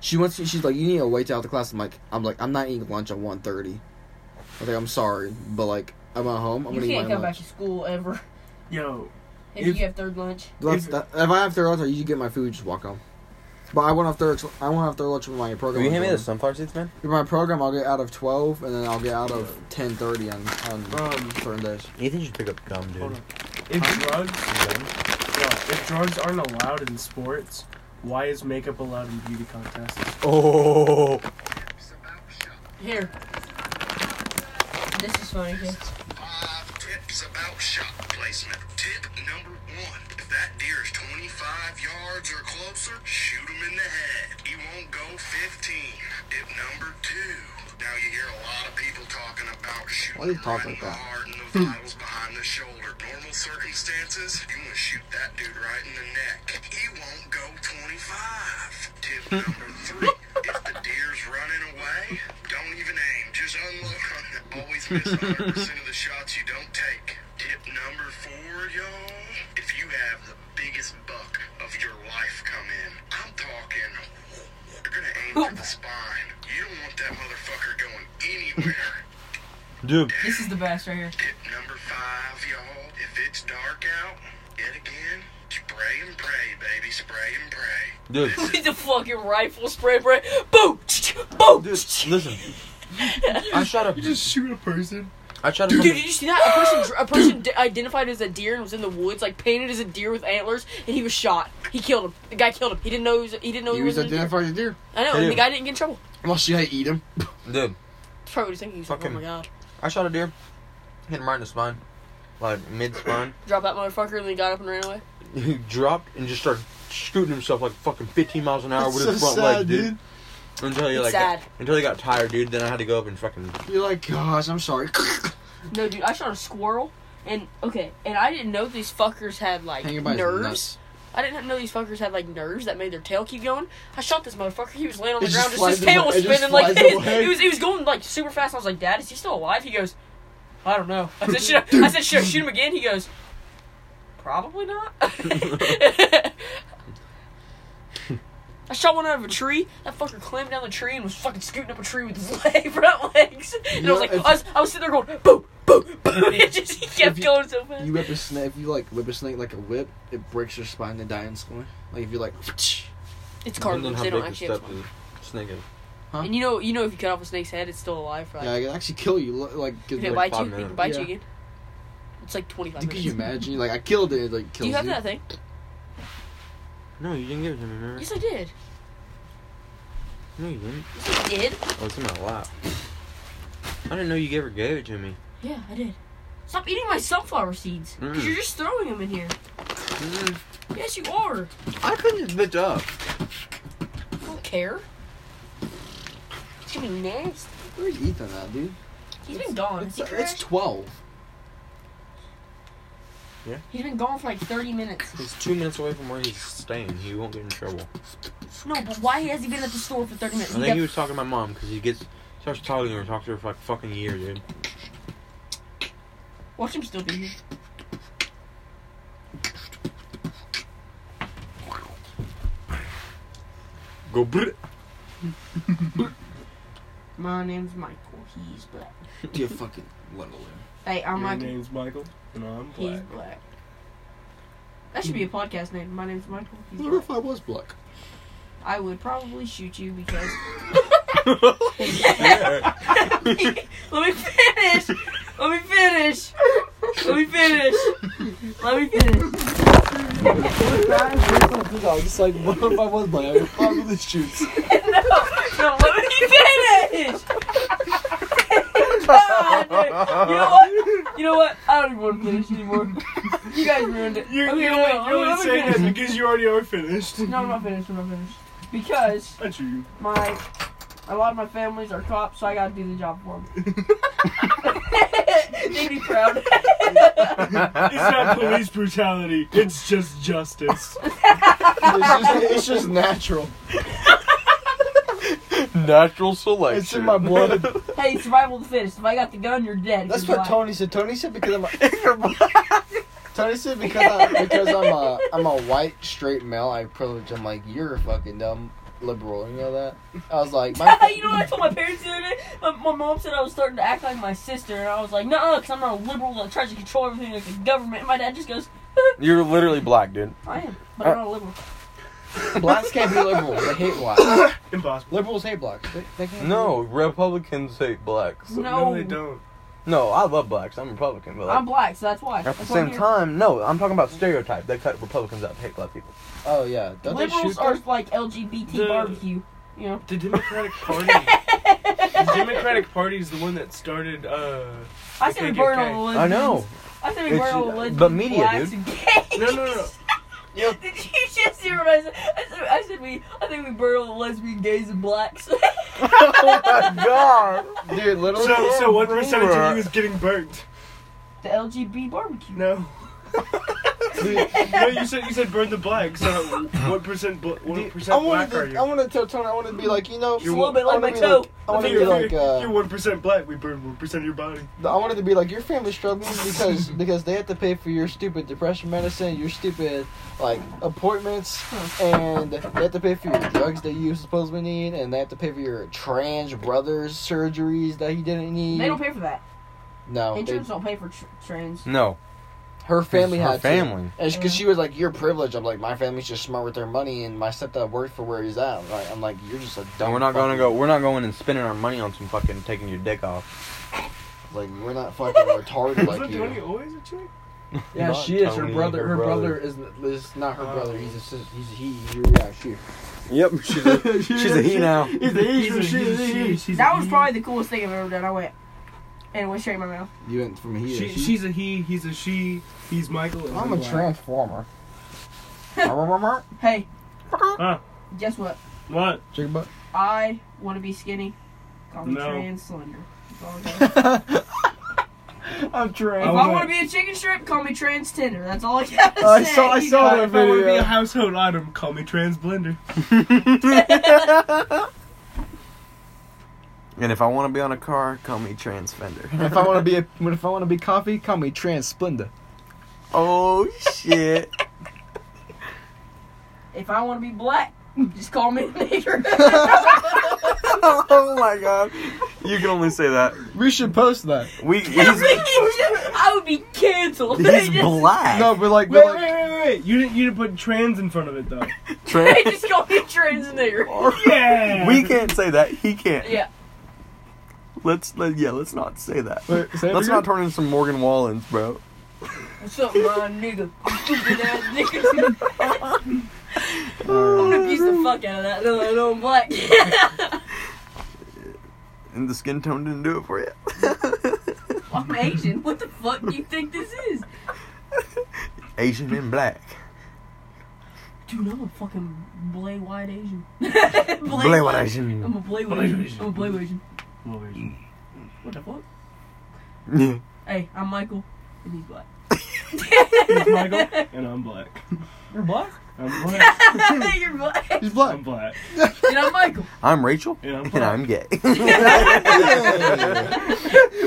[SPEAKER 3] She wants. to- She's like, "You need to wait till after class." I'm like, "I'm like, I'm not eating lunch at 1.30. I think I'm sorry, but like, I'm at home. I'm
[SPEAKER 7] You
[SPEAKER 3] gonna eat
[SPEAKER 7] can't
[SPEAKER 3] my
[SPEAKER 7] come back
[SPEAKER 3] lunch.
[SPEAKER 7] to school ever
[SPEAKER 4] Yo,
[SPEAKER 7] if,
[SPEAKER 4] If-
[SPEAKER 7] you have third lunch.
[SPEAKER 3] That's, that, if I have third lunch, I usually get my food. Just walk home. But I won't have third. I won't have third lunch with my program.
[SPEAKER 5] Will you hand me
[SPEAKER 3] until-
[SPEAKER 5] the sunflower seeds, man?
[SPEAKER 3] For my program, I'll get out of 12, and then I'll get out of 10.30 on, on
[SPEAKER 4] um,
[SPEAKER 3] certain days.
[SPEAKER 5] Ethan should pick up gum,
[SPEAKER 4] hold on. If drugs, yeah, if drugs aren't allowed in sports, why is makeup allowed in beauty contests?
[SPEAKER 5] Oh,
[SPEAKER 2] Here. This is funny, okay?
[SPEAKER 8] Five tips about shot placement. Tip number one if that deer is 25 yards or closer, shoot him in the head. He won't go 15. Tip number two. Now you hear a lot of people talking about shooting
[SPEAKER 3] Why do you talk
[SPEAKER 8] right in
[SPEAKER 3] like
[SPEAKER 8] the
[SPEAKER 3] that?
[SPEAKER 8] heart and the vitals behind the shoulder. Normal circumstances, you want to shoot that dude right in the neck. He won't go 25. Tip number three. If the deer's running away, don't even aim. Just unload on that. Always miss 100% of the shots you don't take. Tip number four, y'all. If you have the biggest buck of your life come in, I'm talking. You're gonna aim for the spine. You don't want that motherfucker going anywhere.
[SPEAKER 5] dude.
[SPEAKER 2] This is the best right here.
[SPEAKER 8] Tip number five, y'all. If it's dark out, yet again, spray and pray, baby. Spray and pray.
[SPEAKER 5] Dude,
[SPEAKER 2] With the fucking rifle spray, spray. Boom! Boom!
[SPEAKER 5] dude, listen. I shot a.
[SPEAKER 4] Just shoot a person.
[SPEAKER 5] I shot a.
[SPEAKER 2] Dude, did you see that? A person, a person d- identified as a deer and was in the woods, like painted as a deer with antlers, and he was shot. He killed him. The guy killed him. He didn't know. He, was, he didn't know he,
[SPEAKER 3] He was
[SPEAKER 2] was, a deer.
[SPEAKER 3] identified as deer.
[SPEAKER 2] I know.
[SPEAKER 5] Hit
[SPEAKER 2] And the
[SPEAKER 5] him.
[SPEAKER 2] guy didn't get in trouble.
[SPEAKER 3] Unless you had to eat him.
[SPEAKER 5] dude,
[SPEAKER 2] That's probably what he's thinking. He's like,
[SPEAKER 5] Fuck
[SPEAKER 2] oh
[SPEAKER 5] him.
[SPEAKER 2] my god,
[SPEAKER 5] I shot a deer. Hit him right in the spine, like mid spine.
[SPEAKER 2] drop that motherfucker, and then he got up and ran away.
[SPEAKER 5] He dropped and just started scooting himself like fucking 15 miles an hour with his front leg, dude. Until he
[SPEAKER 2] It's
[SPEAKER 5] like
[SPEAKER 2] sad.
[SPEAKER 5] Got, until he got tired, dude. Then I had to go up and fucking.
[SPEAKER 3] You're like, gosh, I'm sorry.
[SPEAKER 2] No, dude, I shot a squirrel, and okay, and I didn't know these fuckers had like
[SPEAKER 3] Hanging by his
[SPEAKER 2] nerves.
[SPEAKER 3] nuts.
[SPEAKER 2] I didn't know these fuckers had like nerves that made their tail keep going. I shot this motherfucker. He was laying on
[SPEAKER 3] It
[SPEAKER 2] the
[SPEAKER 3] just
[SPEAKER 2] ground, just
[SPEAKER 3] flies
[SPEAKER 2] his tail
[SPEAKER 3] away-
[SPEAKER 2] was
[SPEAKER 3] it just
[SPEAKER 2] spinning like
[SPEAKER 3] flies
[SPEAKER 2] this.
[SPEAKER 3] away.
[SPEAKER 2] It was it was going like super fast. I was like, Dad, is he still alive? He goes, I don't know. I said, should I, I said, should I shoot him again? He goes, probably not. I shot one out of a tree. That fucker climbed down the tree and was fucking scooting up a tree with his leg, front legs. And I was
[SPEAKER 3] know,
[SPEAKER 2] like,
[SPEAKER 3] if-
[SPEAKER 2] I was, I was sitting there going, boom, boom, boom. It just he kept
[SPEAKER 3] you-
[SPEAKER 2] going so fast.
[SPEAKER 3] You whip a snake. If you like whip a snake like a whip, it breaks your spine and die instantly. Like if you like,
[SPEAKER 2] it's
[SPEAKER 5] depending on
[SPEAKER 2] carnivores.
[SPEAKER 5] how
[SPEAKER 2] They
[SPEAKER 5] big
[SPEAKER 2] don't
[SPEAKER 5] the
[SPEAKER 2] actually have
[SPEAKER 5] step is. Snake is.
[SPEAKER 3] Huh?
[SPEAKER 2] And you know, you know, if you cut off a snake's head, it's still alive for like.
[SPEAKER 3] yeah, I can actually kill you. Look, Like, cause,
[SPEAKER 2] if it
[SPEAKER 3] like,
[SPEAKER 2] bites you,
[SPEAKER 5] five
[SPEAKER 2] it can
[SPEAKER 5] minutes.
[SPEAKER 2] bite you
[SPEAKER 3] Yeah.
[SPEAKER 2] again. It's like twenty five
[SPEAKER 3] dude, could you
[SPEAKER 2] minutes.
[SPEAKER 3] imagine? Like I killed it. it like
[SPEAKER 2] Do
[SPEAKER 3] kills
[SPEAKER 2] you have
[SPEAKER 3] you.
[SPEAKER 2] that thing?
[SPEAKER 5] No, you didn't give it to me. Remember?
[SPEAKER 2] Yes, I did.
[SPEAKER 5] No, you didn't.
[SPEAKER 2] Yes, I did.
[SPEAKER 5] Oh, it's in my lap. I didn't know you ever gave it to me.
[SPEAKER 2] Yeah, I did. Stop eating my sunflower seeds. 'cause
[SPEAKER 5] Mm.
[SPEAKER 2] You're just throwing them in here. Yes, you are.
[SPEAKER 5] I couldn't just bitch up.
[SPEAKER 2] I don't care. It's gonna be nasty.
[SPEAKER 3] Where's Ethan at, dude? uh,
[SPEAKER 2] He's been gone.
[SPEAKER 3] It's,
[SPEAKER 2] Is he
[SPEAKER 3] it's
[SPEAKER 2] trash?
[SPEAKER 3] twelve.
[SPEAKER 5] Yeah.
[SPEAKER 2] He's been gone for like 30 minutes.
[SPEAKER 5] He's two minutes away from where he's staying. He won't get in trouble.
[SPEAKER 2] No, but why has he been at the store for 30
[SPEAKER 5] I
[SPEAKER 2] minutes? He
[SPEAKER 5] think
[SPEAKER 2] got-
[SPEAKER 5] he was talking to my mom because he gets starts talking to her, talks to her for like fucking a year, dude.
[SPEAKER 2] Watch him still be here.
[SPEAKER 5] Go blit.
[SPEAKER 2] My name's Michael. He's black.
[SPEAKER 3] You fucking level
[SPEAKER 2] Hey, I'm
[SPEAKER 4] Your
[SPEAKER 2] Michael.
[SPEAKER 4] name's Michael, and I'm
[SPEAKER 2] He's
[SPEAKER 4] black.
[SPEAKER 2] black. That should be a podcast name. My name's Michael. He's
[SPEAKER 3] What
[SPEAKER 2] black.
[SPEAKER 3] if I was black?
[SPEAKER 2] I would probably shoot you because.
[SPEAKER 5] yeah.
[SPEAKER 2] Let me finish. Let me finish. Let me finish. Let me finish.
[SPEAKER 3] I'm just like, what if I was black? I would probably shoot.
[SPEAKER 2] No, let me finish. God, dude. you know what? You know what? I don't even want to finish anymore. You guys ruined it.
[SPEAKER 4] You,
[SPEAKER 2] Okay,
[SPEAKER 4] you
[SPEAKER 2] no,
[SPEAKER 4] only,
[SPEAKER 2] no,
[SPEAKER 4] you
[SPEAKER 2] let
[SPEAKER 4] only
[SPEAKER 2] me
[SPEAKER 4] say
[SPEAKER 2] finish.
[SPEAKER 4] that because you already are finished.
[SPEAKER 2] No, I'm not finished. I'm not finished. Because
[SPEAKER 4] Not you.
[SPEAKER 2] my a lot of my families are cops, so I gotta do the job for them. They'd be proud.
[SPEAKER 4] It's not police brutality. It's just justice.
[SPEAKER 3] It's just, it's just natural.
[SPEAKER 5] Natural selection.
[SPEAKER 3] It's in my blood.
[SPEAKER 2] hey, survival of the fittest. If I got the gun, you're dead. if
[SPEAKER 3] That's
[SPEAKER 2] you're black.
[SPEAKER 3] what Tony said. Tony said because I'm. A, Tony said because I'm because I'm a I'm a white straight male. I privilege. I'm like you're a fucking dumb liberal. You know that? I was like, my,
[SPEAKER 2] you know what I told my parents the other day? My, my mom said I was starting to act like my sister, and I was like, no, because I'm not a liberal that tries to control everything like the government. And my dad just goes,
[SPEAKER 5] You're literally black, dude.
[SPEAKER 2] I am, but
[SPEAKER 5] Uh,
[SPEAKER 2] I'm not a liberal.
[SPEAKER 3] blacks can't be liberals. They hate blacks.
[SPEAKER 4] Impossible.
[SPEAKER 3] liberals hate blacks. They, they can't be
[SPEAKER 5] No, Republicans hate blacks.
[SPEAKER 2] No,
[SPEAKER 4] they don't.
[SPEAKER 5] No, I love blacks. I'm Republican, but like,
[SPEAKER 2] I'm black, so that's why.
[SPEAKER 5] at the
[SPEAKER 2] That's why I'm
[SPEAKER 5] same
[SPEAKER 2] here.
[SPEAKER 5] time, no, I'm talking about stereotype. They cut Republicans out to hate black people.
[SPEAKER 3] liberals. Oh yeah. Don't they
[SPEAKER 2] liberals
[SPEAKER 3] shoot
[SPEAKER 2] are
[SPEAKER 3] them?
[SPEAKER 2] like LGBT
[SPEAKER 4] The-
[SPEAKER 2] barbecue. You know,
[SPEAKER 4] The Democratic Party. the Democratic Party is the one that started. Uh,
[SPEAKER 2] I said we
[SPEAKER 4] KKK.
[SPEAKER 2] burn all the
[SPEAKER 5] I know.
[SPEAKER 2] lesbians. I said we
[SPEAKER 5] It's-
[SPEAKER 2] burn all the lesbians.
[SPEAKER 5] but media,
[SPEAKER 2] blacks,
[SPEAKER 5] dude.
[SPEAKER 2] and gays.
[SPEAKER 4] no, no, no.
[SPEAKER 2] Did you just hear what I said? I said, I said we, I think we burn all the lesbian gays and blacks.
[SPEAKER 5] oh my god.
[SPEAKER 3] Dude, literally.
[SPEAKER 4] So, so what percentage of you is getting burnt?
[SPEAKER 2] the LGB barbecue.
[SPEAKER 4] No. no, you said you said burn the black. So what percent? Bl- what
[SPEAKER 3] Dude, I
[SPEAKER 4] percent
[SPEAKER 3] wanted
[SPEAKER 4] black are
[SPEAKER 3] to,
[SPEAKER 4] you?
[SPEAKER 3] I wanted to tell Tony. I wanted to be like you know.
[SPEAKER 2] Just a little bit
[SPEAKER 3] I
[SPEAKER 2] like
[SPEAKER 3] wanted
[SPEAKER 2] my
[SPEAKER 3] to be
[SPEAKER 2] toe.
[SPEAKER 3] like- I wanted to be
[SPEAKER 4] you're,
[SPEAKER 3] like.
[SPEAKER 4] you're-
[SPEAKER 3] Uh,
[SPEAKER 4] you're one percent black. We burn one percent of your body.
[SPEAKER 3] I wanted to be like your family's struggling because because they have to pay for your stupid depression medicine, your stupid like appointments, and they have to pay for your drugs that you supposedly need, and they have to pay for your trans brother's surgeries that he didn't need.
[SPEAKER 2] They don't pay for that.
[SPEAKER 3] no, they,
[SPEAKER 2] Insurance don't pay for tr- trans.
[SPEAKER 5] No.
[SPEAKER 3] her family
[SPEAKER 5] Her
[SPEAKER 3] had to.
[SPEAKER 5] family.
[SPEAKER 3] And because she was like, "You're privileged." I'm like, "My family's just smart with their money, and my stepdad worked for where he's at." I'm like, I'm like "You're just a dumb."
[SPEAKER 5] And we're not
[SPEAKER 3] fucking-
[SPEAKER 5] gonna go. We're not going and spending our money on some fucking taking your dick off.
[SPEAKER 3] Like, we're not fucking retarded
[SPEAKER 4] Isn't
[SPEAKER 3] like
[SPEAKER 4] Tony
[SPEAKER 3] you.
[SPEAKER 4] always a chick?
[SPEAKER 3] Yeah,
[SPEAKER 5] Not
[SPEAKER 3] she is. her
[SPEAKER 5] Tony,
[SPEAKER 3] brother.
[SPEAKER 5] her
[SPEAKER 3] Her, brother. Uh,
[SPEAKER 5] brother.
[SPEAKER 3] is is not her
[SPEAKER 4] Oh.
[SPEAKER 3] brother. He's a sis- he's he. Yeah, she.
[SPEAKER 5] Yep. She's a, she's a he now.
[SPEAKER 4] He's a- he's a she, she's a E.
[SPEAKER 2] That was
[SPEAKER 4] he.
[SPEAKER 2] probably the coolest thing I've ever done. I went and went straight in my mouth.
[SPEAKER 3] You went from here.
[SPEAKER 4] She, she's a he. He's a she. He's Michael. and
[SPEAKER 3] I'm a
[SPEAKER 4] black.
[SPEAKER 3] transformer.
[SPEAKER 2] Hey,
[SPEAKER 4] Huh?
[SPEAKER 2] guess what?
[SPEAKER 4] What?
[SPEAKER 3] Chicken butt.
[SPEAKER 2] I want to be skinny. Call me
[SPEAKER 4] No.
[SPEAKER 2] trans slender. That's all I got.
[SPEAKER 3] I'm trans.
[SPEAKER 2] If I
[SPEAKER 4] I wanna-
[SPEAKER 2] want to be a chicken strip, call me trans tender. That's all I gotta
[SPEAKER 3] I
[SPEAKER 2] say.
[SPEAKER 3] saw- I saw
[SPEAKER 4] Uh,
[SPEAKER 3] that
[SPEAKER 4] if I want to be
[SPEAKER 3] video.
[SPEAKER 4] a household item, call me trans blender.
[SPEAKER 5] And if I want to be on a car, call me transfender.
[SPEAKER 3] If I want to be a, if I want to be coffee, call me trans Splenda.
[SPEAKER 5] Oh shit.
[SPEAKER 2] If I want to be black, just call me a nigger.
[SPEAKER 5] oh my god. You can only say that.
[SPEAKER 3] We should post that.
[SPEAKER 5] We he's,
[SPEAKER 2] I would be canceled.
[SPEAKER 5] he's
[SPEAKER 2] They just,
[SPEAKER 5] black.
[SPEAKER 3] No, but like,
[SPEAKER 4] Wait,
[SPEAKER 3] but
[SPEAKER 4] wait,
[SPEAKER 3] like
[SPEAKER 4] wait, wait, wait! You didn't, you didn't put trans in front of it though.
[SPEAKER 2] they
[SPEAKER 5] Trans-
[SPEAKER 2] just call me trans nigger.
[SPEAKER 4] yeah.
[SPEAKER 5] we can't say that. He can't.
[SPEAKER 2] Yeah.
[SPEAKER 5] Let's let yeah. Let's not say that.
[SPEAKER 3] Wait, say it
[SPEAKER 5] let's
[SPEAKER 3] again?
[SPEAKER 5] not turn into some Morgan Wallens, bro.
[SPEAKER 2] What's up, my nigga? You Stupid ass nigga. I'm gonna abuse the fuck out of that. No, no, I'm black.
[SPEAKER 5] And the skin tone didn't do it for you.
[SPEAKER 2] I'm Asian. What the fuck do you think this is?
[SPEAKER 5] Asian and black.
[SPEAKER 2] Dude, I'm a fucking blay white Asian. blay
[SPEAKER 5] Black what Asian.
[SPEAKER 2] I'm a blay white
[SPEAKER 4] Blay
[SPEAKER 2] Asian.
[SPEAKER 4] Asian.
[SPEAKER 2] I'm a blay white Asian.
[SPEAKER 4] Well, wait.
[SPEAKER 2] What the fuck?
[SPEAKER 5] Yeah.
[SPEAKER 2] Hey, I'm Michael, and he's black.
[SPEAKER 4] He's Michael, and I'm black.
[SPEAKER 2] You're black?
[SPEAKER 4] I'm black.
[SPEAKER 2] You're black.
[SPEAKER 3] He's
[SPEAKER 4] I'm
[SPEAKER 3] black.
[SPEAKER 4] black.
[SPEAKER 2] And I'm Michael.
[SPEAKER 5] I'm Rachel,
[SPEAKER 4] And I'm
[SPEAKER 5] and
[SPEAKER 4] black.
[SPEAKER 5] I'm gay.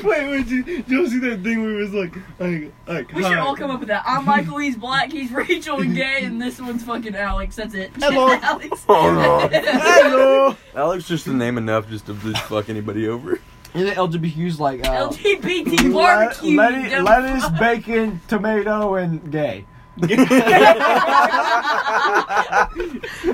[SPEAKER 4] wait, wait, did, did you see that thing where it was like, like, like.
[SPEAKER 2] We should
[SPEAKER 4] hi.
[SPEAKER 2] all come up with that. I'm Michael, he's black, he's Rachel and gay, and this one's fucking Alex. That's it.
[SPEAKER 4] Hello.
[SPEAKER 2] Alex.
[SPEAKER 5] Oh no. Alex just the name enough just to just fuck anybody over.
[SPEAKER 3] And the LGBTQ's like uh,
[SPEAKER 2] LGBT barbecue.
[SPEAKER 3] let-
[SPEAKER 2] you
[SPEAKER 3] lettuce,
[SPEAKER 2] dumb
[SPEAKER 3] lettuce, bacon, tomato, and gay.
[SPEAKER 2] queer in black.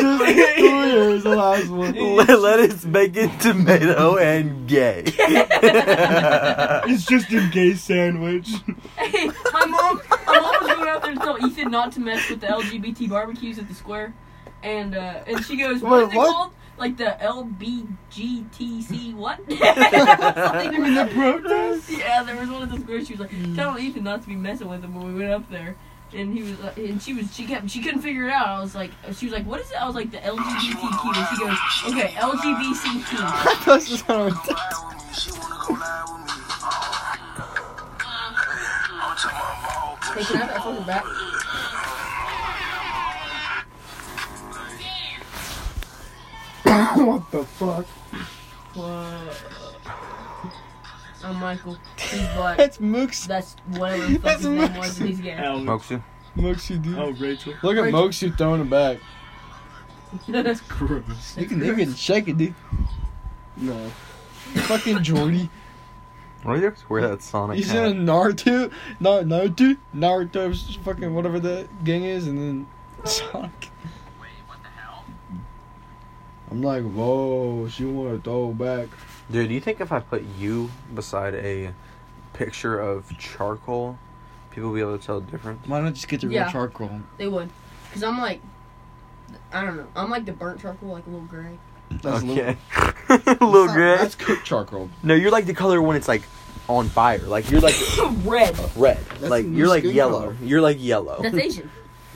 [SPEAKER 3] Just clear is the last one.
[SPEAKER 5] Let, lettuce, bacon, tomato, and gay.
[SPEAKER 4] It's just a gay sandwich.
[SPEAKER 2] Hey, my mom, my mom was going out there to tell Ethan not to mess with the LGBT barbecues at the square, and uh, and she goes,
[SPEAKER 3] Wait,
[SPEAKER 2] what is it
[SPEAKER 3] what?
[SPEAKER 2] called? Like the LBGTC what? Something like that.
[SPEAKER 4] Protest?
[SPEAKER 2] yeah, there was one at the square. She was like, tell Ethan not to be messing with him when we went up there. And he was, like, and she was, she kept, she couldn't figure it out. I was like, she was like, what is it? I was like, the LGBTQ. And she goes, okay, LGBTQ.
[SPEAKER 3] That's just how it-
[SPEAKER 2] Hey, can I have that fucking back?
[SPEAKER 4] what the fuck?
[SPEAKER 2] Whoa. I'm Michael. He's black.
[SPEAKER 3] That's Mooks.
[SPEAKER 2] That's whatever the fuck
[SPEAKER 3] That's
[SPEAKER 2] his name
[SPEAKER 3] Moxie.
[SPEAKER 2] was. He's gay.
[SPEAKER 4] Alex.
[SPEAKER 5] Moxie.
[SPEAKER 3] Mooks, you do.
[SPEAKER 4] Oh, Rachel.
[SPEAKER 3] Look at
[SPEAKER 2] Rachel.
[SPEAKER 3] Mooks, you throwing it back.
[SPEAKER 4] Gross.
[SPEAKER 3] You can, you can shake it, dude.
[SPEAKER 4] No.
[SPEAKER 3] Fucking Jordy.
[SPEAKER 5] Why do you always wear that Sonic
[SPEAKER 3] He's
[SPEAKER 5] hat?
[SPEAKER 3] in Naruto. Na- Naruto? Naruto, fucking whatever that gang is, and then Sonic. I'm like, whoa, she want to throw back.
[SPEAKER 5] Dude, do you think if I put you beside a picture of charcoal, people will be able to tell the difference?
[SPEAKER 3] Why not just get the
[SPEAKER 2] Yeah.
[SPEAKER 3] real charcoal?
[SPEAKER 2] They would. Because I'm like, I don't know. I'm like the burnt charcoal, like a little gray.
[SPEAKER 3] That's a
[SPEAKER 5] okay. Little
[SPEAKER 3] that's not-
[SPEAKER 5] gray.
[SPEAKER 3] That's cooked charcoal.
[SPEAKER 5] No, you're like the color when it's like on fire. Like you're like
[SPEAKER 2] Red.
[SPEAKER 5] red. like
[SPEAKER 3] a new
[SPEAKER 5] you're like
[SPEAKER 3] skin
[SPEAKER 5] yellow.
[SPEAKER 3] color.
[SPEAKER 5] You're like yellow.
[SPEAKER 2] That's Asian.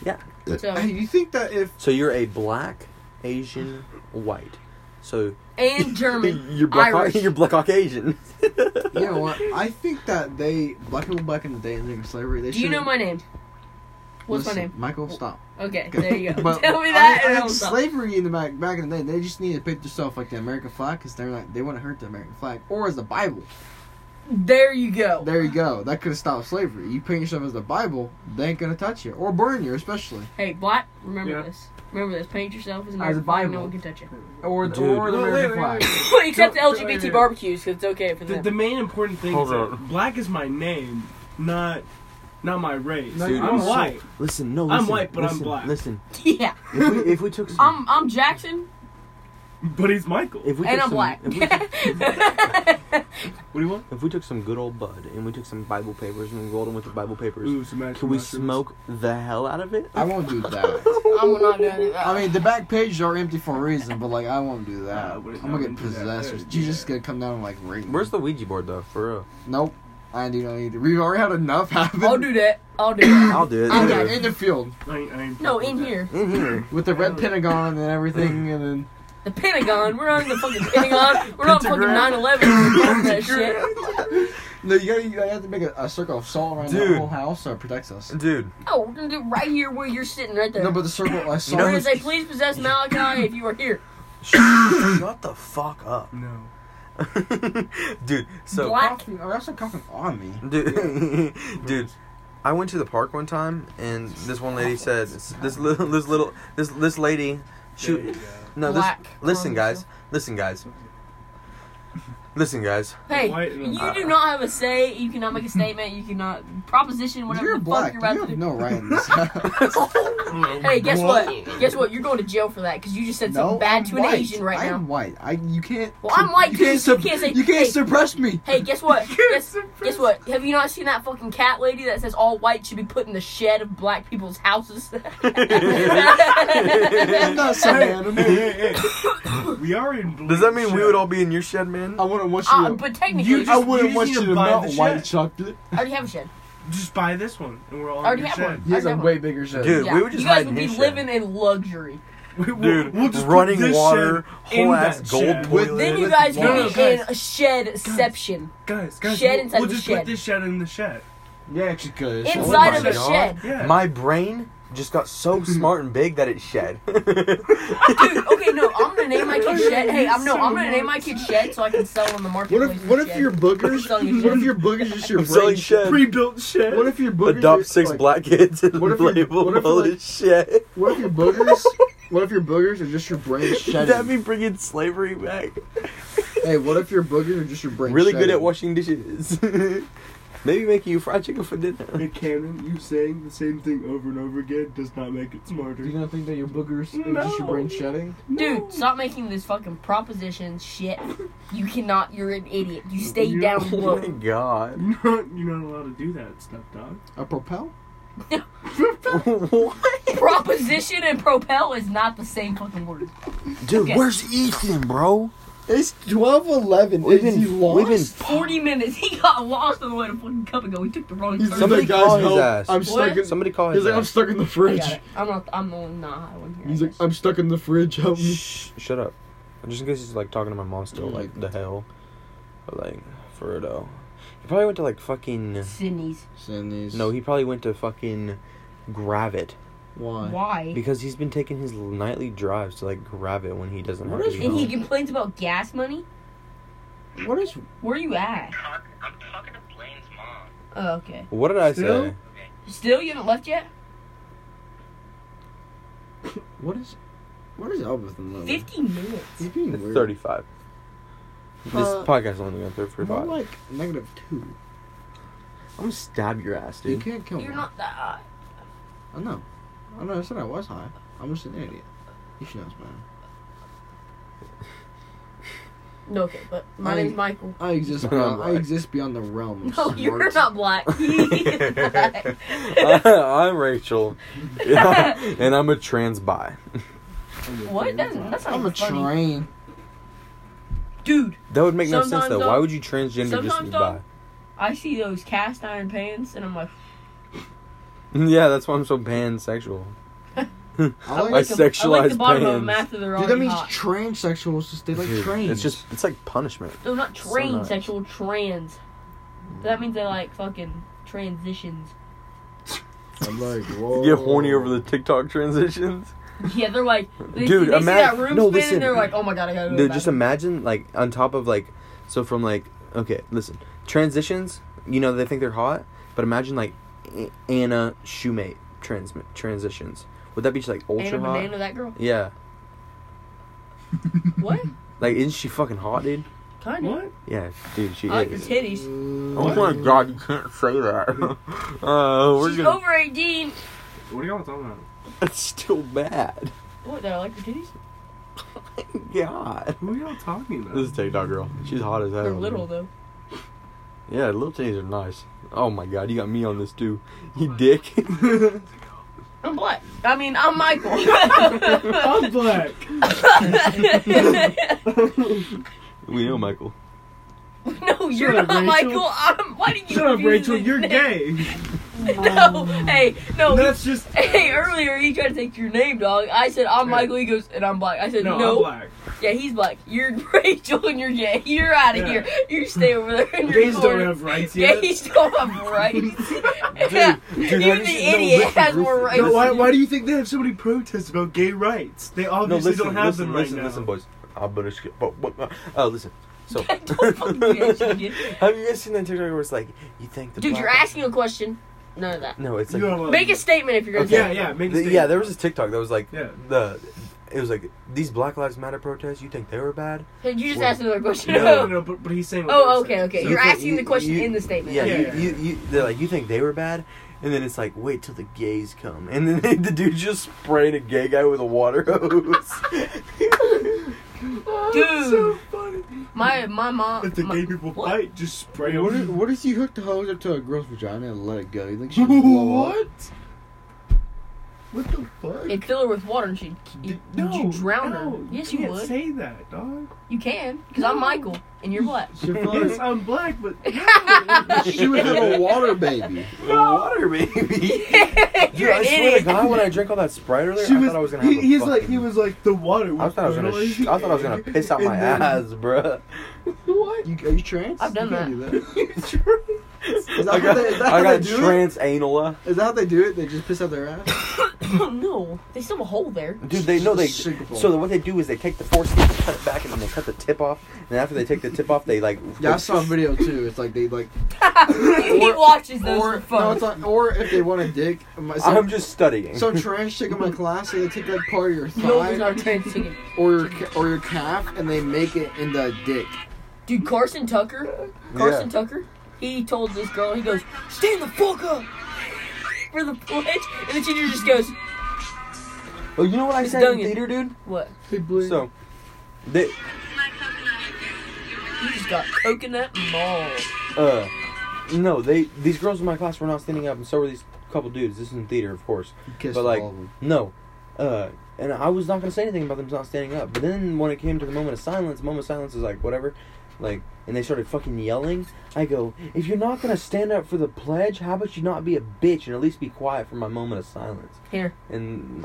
[SPEAKER 5] Yeah.
[SPEAKER 2] So,
[SPEAKER 3] Hey, you think that if
[SPEAKER 5] So you're a black Asian white. So
[SPEAKER 2] and German.
[SPEAKER 5] you're black.
[SPEAKER 2] Irish.
[SPEAKER 5] You're black Caucasian.
[SPEAKER 3] you know what? I think that they black people back in the day during slavery. They
[SPEAKER 2] Do you know my name? What's my name?
[SPEAKER 3] Michael, stop.
[SPEAKER 2] Okay, there you go.
[SPEAKER 3] But
[SPEAKER 2] Tell me that,
[SPEAKER 3] I, I
[SPEAKER 2] and
[SPEAKER 3] think
[SPEAKER 2] I'll stop.
[SPEAKER 3] slavery in the back back in the day. They just needed to paint themselves like the American flag because they're like they wouldn't hurt the American flag or as the Bible.
[SPEAKER 2] There you go.
[SPEAKER 3] There you go. That could have stopped slavery. You paint yourself as the Bible, they ain't gonna touch you or burn you, especially.
[SPEAKER 2] Hey, black. Remember
[SPEAKER 4] Yeah.
[SPEAKER 2] this. Remember this. Paint yourself as an
[SPEAKER 3] As a
[SPEAKER 2] American flag. No
[SPEAKER 3] Bible.
[SPEAKER 2] one can touch it.
[SPEAKER 3] Or the,
[SPEAKER 5] Dude.
[SPEAKER 3] or the
[SPEAKER 4] Wait, wait,
[SPEAKER 3] American
[SPEAKER 4] wait,
[SPEAKER 3] flag.
[SPEAKER 4] wait.
[SPEAKER 6] Except the
[SPEAKER 4] Don't- don't-
[SPEAKER 6] LGBT barbecues, 'cause it's okay for
[SPEAKER 4] The,
[SPEAKER 6] them.
[SPEAKER 4] the main important thing
[SPEAKER 5] Hold
[SPEAKER 4] is that
[SPEAKER 5] on.
[SPEAKER 4] black is my name, not not my race.
[SPEAKER 3] No,
[SPEAKER 5] Dude,
[SPEAKER 4] I'm
[SPEAKER 5] so-
[SPEAKER 4] white.
[SPEAKER 5] Listen, no.
[SPEAKER 4] I'm
[SPEAKER 5] Listen,
[SPEAKER 4] white, but I'm
[SPEAKER 5] listen,
[SPEAKER 4] black.
[SPEAKER 5] Listen,
[SPEAKER 2] Yeah.
[SPEAKER 5] if we if we took some,
[SPEAKER 2] I'm I'm Jackson,
[SPEAKER 4] But he's Michael.
[SPEAKER 5] if we
[SPEAKER 2] and
[SPEAKER 5] took
[SPEAKER 2] I'm
[SPEAKER 5] some,
[SPEAKER 2] black.
[SPEAKER 5] If we, took,
[SPEAKER 4] what do you want?
[SPEAKER 5] if we took some good old bud and we took some Bible papers and rolled them with the Bible papers,
[SPEAKER 4] Ooh, some
[SPEAKER 5] can we smoke the hell out of it?
[SPEAKER 3] I won't do that.
[SPEAKER 2] I'm not doing that.
[SPEAKER 3] I mean, the back pages are empty for a reason, but like I won't do that.
[SPEAKER 4] Nah, I wouldn't-
[SPEAKER 3] I'm gonna
[SPEAKER 4] I
[SPEAKER 3] get
[SPEAKER 4] wouldn't do that.
[SPEAKER 3] possessed. Or,
[SPEAKER 4] Yeah.
[SPEAKER 3] Jesus is gonna come down and like rape me.
[SPEAKER 5] Where's the Ouija board though? For real,
[SPEAKER 3] Nope. I do not need to. We've already had enough happen.
[SPEAKER 2] I'll do that. I'll do that.
[SPEAKER 5] I'll do it.
[SPEAKER 3] in,
[SPEAKER 2] got
[SPEAKER 3] the, in the field
[SPEAKER 4] I, ain't- I ain't
[SPEAKER 2] No,
[SPEAKER 4] fucking
[SPEAKER 2] in
[SPEAKER 4] with
[SPEAKER 2] here.
[SPEAKER 5] In here.
[SPEAKER 3] with the red pentagon and everything, and then
[SPEAKER 2] The Pentagon. We're on the fucking Pentagon. We're on fucking 9 11. that shit.
[SPEAKER 3] no, you gotta you gotta have to make a, a circle of salt around
[SPEAKER 5] Dude.
[SPEAKER 3] the whole house so it protects us.
[SPEAKER 5] Dude,
[SPEAKER 2] Oh, we're gonna do it right here where you're sitting right there.
[SPEAKER 3] No, but the circle I saw.
[SPEAKER 2] we're
[SPEAKER 5] know
[SPEAKER 2] gonna say, please possess Malachi if you are here.
[SPEAKER 5] shut the fuck up.
[SPEAKER 4] that. No.
[SPEAKER 5] dude, so
[SPEAKER 2] Black.
[SPEAKER 3] coughing, or also coughing on me.
[SPEAKER 5] dude, dude, I went to the park one time, and this one lady said, "This little, this little, this this lady,
[SPEAKER 4] There
[SPEAKER 5] she,
[SPEAKER 4] you
[SPEAKER 5] no, this,
[SPEAKER 2] Black.
[SPEAKER 5] listen, guys, listen, guys, listen, guys,
[SPEAKER 2] Hey,
[SPEAKER 4] White and
[SPEAKER 2] you
[SPEAKER 4] black.
[SPEAKER 2] do not have a say. You cannot make a statement. You cannot proposition whatever
[SPEAKER 3] You're
[SPEAKER 2] the
[SPEAKER 3] black.
[SPEAKER 2] fuck
[SPEAKER 3] You
[SPEAKER 2] you're about to
[SPEAKER 3] have
[SPEAKER 2] do.
[SPEAKER 3] no right in this house.
[SPEAKER 2] Hey, guess what? Guess what? You're going to jail for that because you just said something
[SPEAKER 3] no,
[SPEAKER 2] bad
[SPEAKER 3] I'm
[SPEAKER 2] to an
[SPEAKER 3] white.
[SPEAKER 2] Asian right
[SPEAKER 3] I'm
[SPEAKER 2] now.
[SPEAKER 3] white. I you can't.
[SPEAKER 2] Well, I'm white
[SPEAKER 3] You
[SPEAKER 2] too,
[SPEAKER 3] can't,
[SPEAKER 2] so you can't say,
[SPEAKER 3] you can't
[SPEAKER 2] hey.
[SPEAKER 3] suppress me.
[SPEAKER 2] Hey, guess what?
[SPEAKER 4] You're
[SPEAKER 2] Guess,
[SPEAKER 4] suppressed.
[SPEAKER 2] guess what? Have you not seen that fucking cat lady that says all white should be put in the shed of black people's houses? Uh,
[SPEAKER 3] I'm not saying.
[SPEAKER 4] go. Hey, hey, hey. we are in blue.
[SPEAKER 5] Does that mean we
[SPEAKER 4] shit.
[SPEAKER 5] would all be in your shed, man?
[SPEAKER 4] Oh,
[SPEAKER 3] I wouldn't want you.
[SPEAKER 2] Uh,
[SPEAKER 3] to-
[SPEAKER 2] but technically,
[SPEAKER 4] You
[SPEAKER 2] you
[SPEAKER 4] just-
[SPEAKER 3] I wouldn't
[SPEAKER 4] you
[SPEAKER 3] want
[SPEAKER 4] need
[SPEAKER 3] you
[SPEAKER 4] to
[SPEAKER 3] to
[SPEAKER 4] buy
[SPEAKER 3] melt
[SPEAKER 4] the
[SPEAKER 3] white
[SPEAKER 4] shit.
[SPEAKER 3] chocolate.
[SPEAKER 2] I already have a shed.
[SPEAKER 4] Just buy this one, and we're all
[SPEAKER 2] I already
[SPEAKER 4] in your
[SPEAKER 2] have
[SPEAKER 4] shed.
[SPEAKER 2] one.
[SPEAKER 3] He has
[SPEAKER 2] I
[SPEAKER 3] a
[SPEAKER 2] know.
[SPEAKER 3] way bigger shed.
[SPEAKER 5] Dude,
[SPEAKER 2] yeah.
[SPEAKER 5] we would just
[SPEAKER 2] you guys
[SPEAKER 5] hide
[SPEAKER 2] would
[SPEAKER 5] in
[SPEAKER 2] be
[SPEAKER 5] his shed.
[SPEAKER 2] living in luxury.
[SPEAKER 4] We- we'll-
[SPEAKER 5] Dude,
[SPEAKER 4] we'll just put
[SPEAKER 5] running
[SPEAKER 4] this
[SPEAKER 5] water,
[SPEAKER 4] shed in
[SPEAKER 5] whole ass
[SPEAKER 4] that
[SPEAKER 5] gold
[SPEAKER 4] shed.
[SPEAKER 5] toilet.
[SPEAKER 3] With-
[SPEAKER 2] Then you
[SPEAKER 3] Living
[SPEAKER 2] guys
[SPEAKER 3] in
[SPEAKER 2] would be
[SPEAKER 4] luxury.
[SPEAKER 2] in a shedception.
[SPEAKER 4] Guys, guys,
[SPEAKER 2] Shed
[SPEAKER 4] we'll,
[SPEAKER 2] inside
[SPEAKER 4] we'll
[SPEAKER 2] the
[SPEAKER 4] just
[SPEAKER 2] shed.
[SPEAKER 4] put this shed in the shed.
[SPEAKER 3] Yeah, she could.
[SPEAKER 5] Oh
[SPEAKER 2] Inside
[SPEAKER 5] my
[SPEAKER 2] of a
[SPEAKER 5] God.
[SPEAKER 2] shed.
[SPEAKER 4] Yeah.
[SPEAKER 5] My brain just got so smart and big that it shed.
[SPEAKER 2] Dude, okay, no, I'm gonna name my kid Shed. Hey, I'm no,
[SPEAKER 4] So
[SPEAKER 2] I'm gonna name my kid Shed so I can sell on the
[SPEAKER 3] What
[SPEAKER 2] marketplace.
[SPEAKER 3] if what if
[SPEAKER 2] with
[SPEAKER 3] your
[SPEAKER 2] Shed.
[SPEAKER 3] boogers?
[SPEAKER 2] Selling a
[SPEAKER 3] what if
[SPEAKER 2] shed.
[SPEAKER 3] your boogers just your
[SPEAKER 5] I'm
[SPEAKER 3] brain?
[SPEAKER 5] selling shed.
[SPEAKER 4] Pre-built shed.
[SPEAKER 3] What if your boogers
[SPEAKER 5] Adopt
[SPEAKER 3] just,
[SPEAKER 5] six
[SPEAKER 3] like,
[SPEAKER 5] black kids and
[SPEAKER 3] What if you-
[SPEAKER 5] label
[SPEAKER 3] what if
[SPEAKER 5] all
[SPEAKER 3] like-
[SPEAKER 5] as shed.
[SPEAKER 3] What if your boogers? what if your boogers are just your brain
[SPEAKER 5] That'd
[SPEAKER 3] shedding?
[SPEAKER 5] be bringing slavery back.
[SPEAKER 3] hey, what if your boogers are just your brain?
[SPEAKER 5] really good
[SPEAKER 3] shedding?
[SPEAKER 5] at washing dishes. Maybe making you fried chicken for dinner.
[SPEAKER 4] Nick Cannon, you saying the same thing over and over again does not make it smarter.
[SPEAKER 3] Do you not think that your boogers are just your
[SPEAKER 4] No.
[SPEAKER 3] brain shedding?
[SPEAKER 2] Dude, stop making this fucking proposition shit. You cannot. You're an idiot. You stay
[SPEAKER 4] You-
[SPEAKER 2] down
[SPEAKER 5] Oh my
[SPEAKER 2] low.
[SPEAKER 5] god.
[SPEAKER 4] You're not, you're not allowed to do that stuff, dog.
[SPEAKER 3] A propel?
[SPEAKER 5] what?
[SPEAKER 2] Proposition and propel is not the same fucking word.
[SPEAKER 5] Dude,
[SPEAKER 2] Okay.
[SPEAKER 5] where's Ethan, bro?
[SPEAKER 3] It's twelve eleven.
[SPEAKER 5] We've
[SPEAKER 3] Is
[SPEAKER 5] been-
[SPEAKER 3] he
[SPEAKER 5] we've
[SPEAKER 3] lost?
[SPEAKER 5] been-
[SPEAKER 2] Forty minutes. He got lost on the way to fucking Cubago. He took the wrong
[SPEAKER 3] He's
[SPEAKER 2] turn.
[SPEAKER 5] Somebody
[SPEAKER 3] like, guys,
[SPEAKER 5] call his
[SPEAKER 3] help.
[SPEAKER 5] ass.
[SPEAKER 3] I'm stuck.
[SPEAKER 2] What?
[SPEAKER 3] In,
[SPEAKER 5] Somebody call his
[SPEAKER 3] he's like, I'm
[SPEAKER 5] ass.
[SPEAKER 3] stuck in the
[SPEAKER 2] I
[SPEAKER 3] fridge.
[SPEAKER 2] got it. I'm not. I'm the one. Nah, I wasn't here. I
[SPEAKER 3] He's like,
[SPEAKER 2] guess.
[SPEAKER 3] I'm stuck in the fridge. Help me.
[SPEAKER 5] Shh, shut up. Just in case he's like talking to my mom still, like the hell. But like, for it all. He probably went to like fucking.
[SPEAKER 2] Sydney's.
[SPEAKER 3] Send these.
[SPEAKER 5] No, he probably went to fucking Gravit.
[SPEAKER 3] Why?
[SPEAKER 2] Why?
[SPEAKER 5] Because he's been taking his nightly drives to like Gravit when he doesn't
[SPEAKER 3] What
[SPEAKER 5] have
[SPEAKER 3] is
[SPEAKER 5] to
[SPEAKER 2] and
[SPEAKER 5] go.
[SPEAKER 2] he complains about gas money.
[SPEAKER 3] What is?
[SPEAKER 2] Where you at?
[SPEAKER 8] Talk, I'm talking to Blaine's mom.
[SPEAKER 2] Oh, okay.
[SPEAKER 5] What did I
[SPEAKER 4] Still?
[SPEAKER 5] say?
[SPEAKER 2] Still, you haven't left yet.
[SPEAKER 3] What is? What is up with him? Logan?
[SPEAKER 2] Fifty minutes.
[SPEAKER 3] He's being
[SPEAKER 5] It's
[SPEAKER 3] weird.
[SPEAKER 5] 35. this
[SPEAKER 3] Uh,
[SPEAKER 5] podcast only went through 35.
[SPEAKER 3] More like negative two.
[SPEAKER 5] I'm gonna stab your ass,
[SPEAKER 3] You
[SPEAKER 5] dude.
[SPEAKER 3] can't kill
[SPEAKER 2] You're
[SPEAKER 3] me.
[SPEAKER 2] not that. high.
[SPEAKER 3] I know. I know. I said I was high. I'm just an idiot. You should know it's man.
[SPEAKER 2] No, okay, but my
[SPEAKER 3] I-
[SPEAKER 2] name's Michael.
[SPEAKER 3] I exist.
[SPEAKER 5] I'm
[SPEAKER 3] Beyond, I
[SPEAKER 5] black.
[SPEAKER 3] exist beyond the realm. Of
[SPEAKER 2] No,
[SPEAKER 3] smart.
[SPEAKER 2] you're not black. He is black.
[SPEAKER 5] I'm Rachel, and I'm a trans bi.
[SPEAKER 2] what? That's, that's not
[SPEAKER 3] I'm a
[SPEAKER 2] even funny.
[SPEAKER 3] train.
[SPEAKER 2] Dude,
[SPEAKER 5] That would make no sense
[SPEAKER 2] Sometimes,
[SPEAKER 5] though.
[SPEAKER 2] dog-
[SPEAKER 5] Why would you transgender just be
[SPEAKER 2] sometimes,
[SPEAKER 5] bi?
[SPEAKER 2] dog- I see those cast iron pans and I'm like,
[SPEAKER 5] yeah, that's why I'm so pansexual.
[SPEAKER 3] I
[SPEAKER 2] I like, the, I
[SPEAKER 3] like,
[SPEAKER 2] like the
[SPEAKER 5] sexualized
[SPEAKER 2] bottom of them
[SPEAKER 5] pans.
[SPEAKER 2] after they're
[SPEAKER 3] dude,
[SPEAKER 2] already
[SPEAKER 3] that means
[SPEAKER 2] hot.
[SPEAKER 3] transsexuals just they like
[SPEAKER 5] Dude,
[SPEAKER 3] trains.
[SPEAKER 5] It's just it's like punishment.
[SPEAKER 2] no, not
[SPEAKER 5] so
[SPEAKER 2] train
[SPEAKER 5] nice.
[SPEAKER 2] sexual, trans. That means they like fucking transitions.
[SPEAKER 3] I'm like,
[SPEAKER 5] You
[SPEAKER 3] whoa.
[SPEAKER 5] get horny over the TikTok transitions.
[SPEAKER 2] Yeah, they're like, they,
[SPEAKER 5] Dude,
[SPEAKER 2] see, they see that
[SPEAKER 5] imagine-
[SPEAKER 2] room
[SPEAKER 5] no,
[SPEAKER 2] spin
[SPEAKER 5] listen.
[SPEAKER 2] and they're like, oh my god, I gotta go. to
[SPEAKER 5] Dude,
[SPEAKER 2] the
[SPEAKER 5] just
[SPEAKER 2] bathroom."
[SPEAKER 5] imagine like on top of like, so from like okay, listen, transitions. You know they think they're hot, but imagine like A- Anna Shoemate trans transitions. Would that be just like ultra
[SPEAKER 2] Anna
[SPEAKER 5] hot?
[SPEAKER 2] Banana, that girl?
[SPEAKER 5] Yeah,
[SPEAKER 2] What?
[SPEAKER 5] like isn't she fucking hot, dude?
[SPEAKER 2] Kind of.
[SPEAKER 4] What?
[SPEAKER 5] Yeah, dude, she
[SPEAKER 2] I like her
[SPEAKER 5] is.
[SPEAKER 2] titties.
[SPEAKER 5] Oh my god, you can't say that. uh, we're
[SPEAKER 2] She's
[SPEAKER 5] gonna.
[SPEAKER 2] over 18.
[SPEAKER 4] What are y'all talking about?
[SPEAKER 5] That's still bad.
[SPEAKER 2] What, that I like her titties?
[SPEAKER 5] God.
[SPEAKER 4] Who are y'all talking about?
[SPEAKER 5] This is TikTok girl. She's hot as hell.
[SPEAKER 2] They're
[SPEAKER 5] dude.
[SPEAKER 2] little, though.
[SPEAKER 5] Yeah, little titties are nice. Oh my god, you got me on this too. You dick.
[SPEAKER 2] I'm black. I mean, I'm Michael.
[SPEAKER 4] I'm black.
[SPEAKER 5] we know, Michael.
[SPEAKER 2] no, you're
[SPEAKER 4] Shut up,
[SPEAKER 2] not
[SPEAKER 4] Rachel.
[SPEAKER 2] Michael. I'm. Why do you?
[SPEAKER 4] Shut up,
[SPEAKER 2] confuse
[SPEAKER 4] Rachel.
[SPEAKER 2] his
[SPEAKER 4] You're
[SPEAKER 2] name?
[SPEAKER 4] gay.
[SPEAKER 2] No, hey, no. he-
[SPEAKER 4] That's just.
[SPEAKER 2] Oh, Hey, earlier he tried to take your name, dog. I said I'm
[SPEAKER 4] Yeah.
[SPEAKER 2] Michael. He goes, and I'm black. I said
[SPEAKER 4] No,
[SPEAKER 2] no.
[SPEAKER 4] I'm black.
[SPEAKER 2] Yeah, he's black. You're Rachel, and you're gay. You're out of
[SPEAKER 4] Yeah.
[SPEAKER 2] here. You stay over there. In your
[SPEAKER 4] Gays don't
[SPEAKER 2] corner.
[SPEAKER 4] have rights yet.
[SPEAKER 2] Gays don't have rights.
[SPEAKER 5] dude,
[SPEAKER 2] Even
[SPEAKER 5] have you
[SPEAKER 2] the
[SPEAKER 5] seen- no,
[SPEAKER 2] idiot
[SPEAKER 5] listen,
[SPEAKER 2] has more
[SPEAKER 5] listen,
[SPEAKER 2] rights.
[SPEAKER 4] No, why,
[SPEAKER 2] than
[SPEAKER 4] why
[SPEAKER 2] you.
[SPEAKER 4] do you think they have so many protests about gay rights? They obviously don't have
[SPEAKER 5] listen,
[SPEAKER 4] them right
[SPEAKER 5] listen,
[SPEAKER 4] now.
[SPEAKER 5] listen, boys. I better skip. Oh, uh, listen. So,
[SPEAKER 2] Don't fucking do that shit, dude.
[SPEAKER 5] have you guys seen that TikTok where it's like, you think the
[SPEAKER 2] Dude,
[SPEAKER 5] black-
[SPEAKER 2] you're asking a question. None of that.
[SPEAKER 5] No, it's
[SPEAKER 4] You
[SPEAKER 5] like
[SPEAKER 4] are allowed-
[SPEAKER 2] Make a statement if you're gonna.
[SPEAKER 5] Okay.
[SPEAKER 2] say
[SPEAKER 4] Yeah, yeah, make a
[SPEAKER 5] The-
[SPEAKER 4] statement.
[SPEAKER 5] yeah, there was this TikTok that was like
[SPEAKER 4] Yeah.
[SPEAKER 5] the it was like these Black Lives Matter protests. You think they were bad?
[SPEAKER 2] Hey, You just
[SPEAKER 5] Well,
[SPEAKER 2] asked another question.
[SPEAKER 5] no,
[SPEAKER 4] No, no, no, but, but he's saying. what they
[SPEAKER 2] Oh,
[SPEAKER 4] were
[SPEAKER 2] okay,
[SPEAKER 4] saying.
[SPEAKER 2] okay.
[SPEAKER 5] So
[SPEAKER 2] You're
[SPEAKER 5] you think-
[SPEAKER 2] asking the
[SPEAKER 5] you-
[SPEAKER 2] question
[SPEAKER 5] you-
[SPEAKER 2] in the statement.
[SPEAKER 5] Yeah,
[SPEAKER 4] Yeah.
[SPEAKER 5] You, you, you they're like you think they were bad, and then it's like wait till the gays come, and then the dude just sprayed a gay guy with a water hose.
[SPEAKER 2] Dude,
[SPEAKER 4] So funny.
[SPEAKER 2] my my mom.
[SPEAKER 4] If the
[SPEAKER 2] my-
[SPEAKER 4] gay people
[SPEAKER 2] what?
[SPEAKER 4] fight, just spray
[SPEAKER 3] What if,
[SPEAKER 4] them.
[SPEAKER 3] what if you hook the hose up to a girl's vagina and let it go? You think she would blow up?
[SPEAKER 4] What the fuck?
[SPEAKER 2] It'd fill her with water and she'd
[SPEAKER 4] D-
[SPEAKER 2] would you drown
[SPEAKER 4] no,
[SPEAKER 2] her. Yes,
[SPEAKER 4] you
[SPEAKER 2] you
[SPEAKER 4] can't
[SPEAKER 2] would.
[SPEAKER 4] Say that, dog.
[SPEAKER 2] You can, because I'm
[SPEAKER 4] No.
[SPEAKER 2] Michael and you're black.
[SPEAKER 3] She would,
[SPEAKER 4] Yes, I'm black, but
[SPEAKER 3] she would have a water baby.
[SPEAKER 5] A water baby. Dude,
[SPEAKER 2] you're
[SPEAKER 5] I
[SPEAKER 2] an
[SPEAKER 5] swear to
[SPEAKER 2] idiot.
[SPEAKER 5] God, when I drank all that Sprite earlier,
[SPEAKER 4] she
[SPEAKER 5] I
[SPEAKER 4] was.
[SPEAKER 5] thought I was gonna have
[SPEAKER 4] he,
[SPEAKER 5] a
[SPEAKER 4] he's
[SPEAKER 5] fucking,
[SPEAKER 4] like he was like the water.
[SPEAKER 5] I thought I was gonna. Sh- I thought I was gonna piss out my
[SPEAKER 4] And then-
[SPEAKER 5] ass, bruh.
[SPEAKER 4] What?
[SPEAKER 3] You, are you trans?
[SPEAKER 2] I've done
[SPEAKER 3] You can't do
[SPEAKER 4] You drunk?
[SPEAKER 3] Is that how
[SPEAKER 5] I got,
[SPEAKER 3] they, is that
[SPEAKER 5] I
[SPEAKER 3] how they
[SPEAKER 5] got uh,
[SPEAKER 3] do
[SPEAKER 5] transanola.
[SPEAKER 3] it? Is that how they do it? They just piss out their ass?
[SPEAKER 6] no, they still have a hole there.
[SPEAKER 5] Dude, they know they.
[SPEAKER 3] Super Bowl.
[SPEAKER 5] So what they do is they take the foreskin, and cut it back, and then they cut the tip off. And after they take the tip off, they like.
[SPEAKER 3] Yeah, I saw a video too. It's like they like.
[SPEAKER 6] he watches those
[SPEAKER 3] Or,
[SPEAKER 6] for fun.
[SPEAKER 3] no, it's not, or if they want a dick. my- Some,
[SPEAKER 5] I'm just studying.
[SPEAKER 3] some trash chick in my class, so they take like part of your
[SPEAKER 2] No, there's
[SPEAKER 3] thigh
[SPEAKER 2] not a trans ticket.
[SPEAKER 3] or your, ca- or your calf and they make it into a dick.
[SPEAKER 2] Dude, Carson Tucker, Carson Tucker, he told this girl, he goes, stand the fuck up for the pledge, and the teacher just goes,
[SPEAKER 5] Oh, you know what I
[SPEAKER 2] It's
[SPEAKER 5] said in
[SPEAKER 2] Dungan.
[SPEAKER 5] theater, dude?
[SPEAKER 2] what?
[SPEAKER 3] Big blue.
[SPEAKER 5] So, they
[SPEAKER 2] You just got coconut mall.
[SPEAKER 5] uh, no, they these girls in my class were not standing up, and so were these couple dudes. This is in theater, of course.
[SPEAKER 3] Kissed
[SPEAKER 5] but like-
[SPEAKER 3] all of them.
[SPEAKER 5] No, uh, and I was not gonna say anything about them not standing up. But then when it came to the moment of silence, moment of silence is like whatever, like, and they started fucking yelling. I go, if you're not gonna stand up for the pledge, how about you not be a bitch and at least be quiet for my moment of silence?
[SPEAKER 2] Here,
[SPEAKER 5] And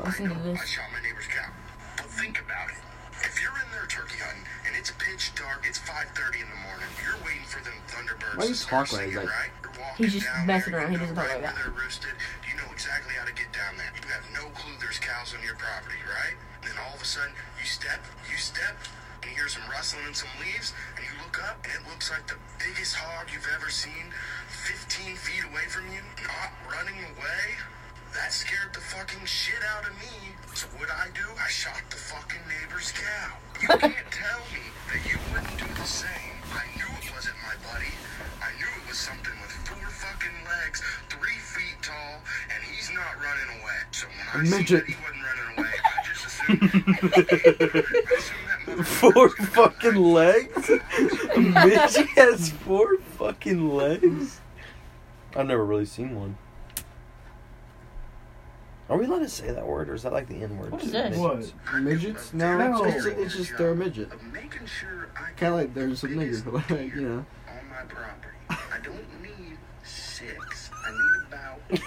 [SPEAKER 2] listen to
[SPEAKER 8] I
[SPEAKER 2] this.
[SPEAKER 8] shot my neighbor's cow. But think about it. If you're in there turkey hunting and it's pitch dark, it's 5:30 in the morning. You're waiting for them thunderbirds.
[SPEAKER 3] Why
[SPEAKER 8] to
[SPEAKER 3] you
[SPEAKER 8] start
[SPEAKER 3] talk like that?
[SPEAKER 8] singing, right? You're walking
[SPEAKER 2] just
[SPEAKER 8] down
[SPEAKER 2] messing
[SPEAKER 8] there,
[SPEAKER 2] around.
[SPEAKER 8] you
[SPEAKER 2] He doesn't
[SPEAKER 8] know
[SPEAKER 2] talk
[SPEAKER 8] right
[SPEAKER 2] like
[SPEAKER 8] where they're roosted. You know exactly how to get down there. You have no clue there's cows on your property, right? And then all of a sudden, you step, you step, and you hear some rustling and some leaves, and you look up, and it looks like the biggest hog you've ever seen, 15 feet away from you, not running away. That scared the fucking shit out of me. So what I do? I shot the fucking neighbor's cow. You can't tell me that you wouldn't do the same. I knew it wasn't my buddy. I knew it was something with four fucking legs, three feet tall, and he's not running away. So when I seen
[SPEAKER 3] Midget.
[SPEAKER 8] that he wasn't running away, I just assumed. I assumed that motherfucker
[SPEAKER 5] four fucking legs. Mitch has four fucking legs. I've never really seen one. Are we allowed to say that word, or is that like the N word?
[SPEAKER 2] What is this?
[SPEAKER 4] What?
[SPEAKER 3] Midgets? No,
[SPEAKER 4] No.
[SPEAKER 3] It's, it's, it's just they're a midget.
[SPEAKER 8] of making sure I
[SPEAKER 3] Kind of like there's some nigger,
[SPEAKER 8] niggas,
[SPEAKER 3] like, you know.
[SPEAKER 8] on my property. I don't need six. I need about eight.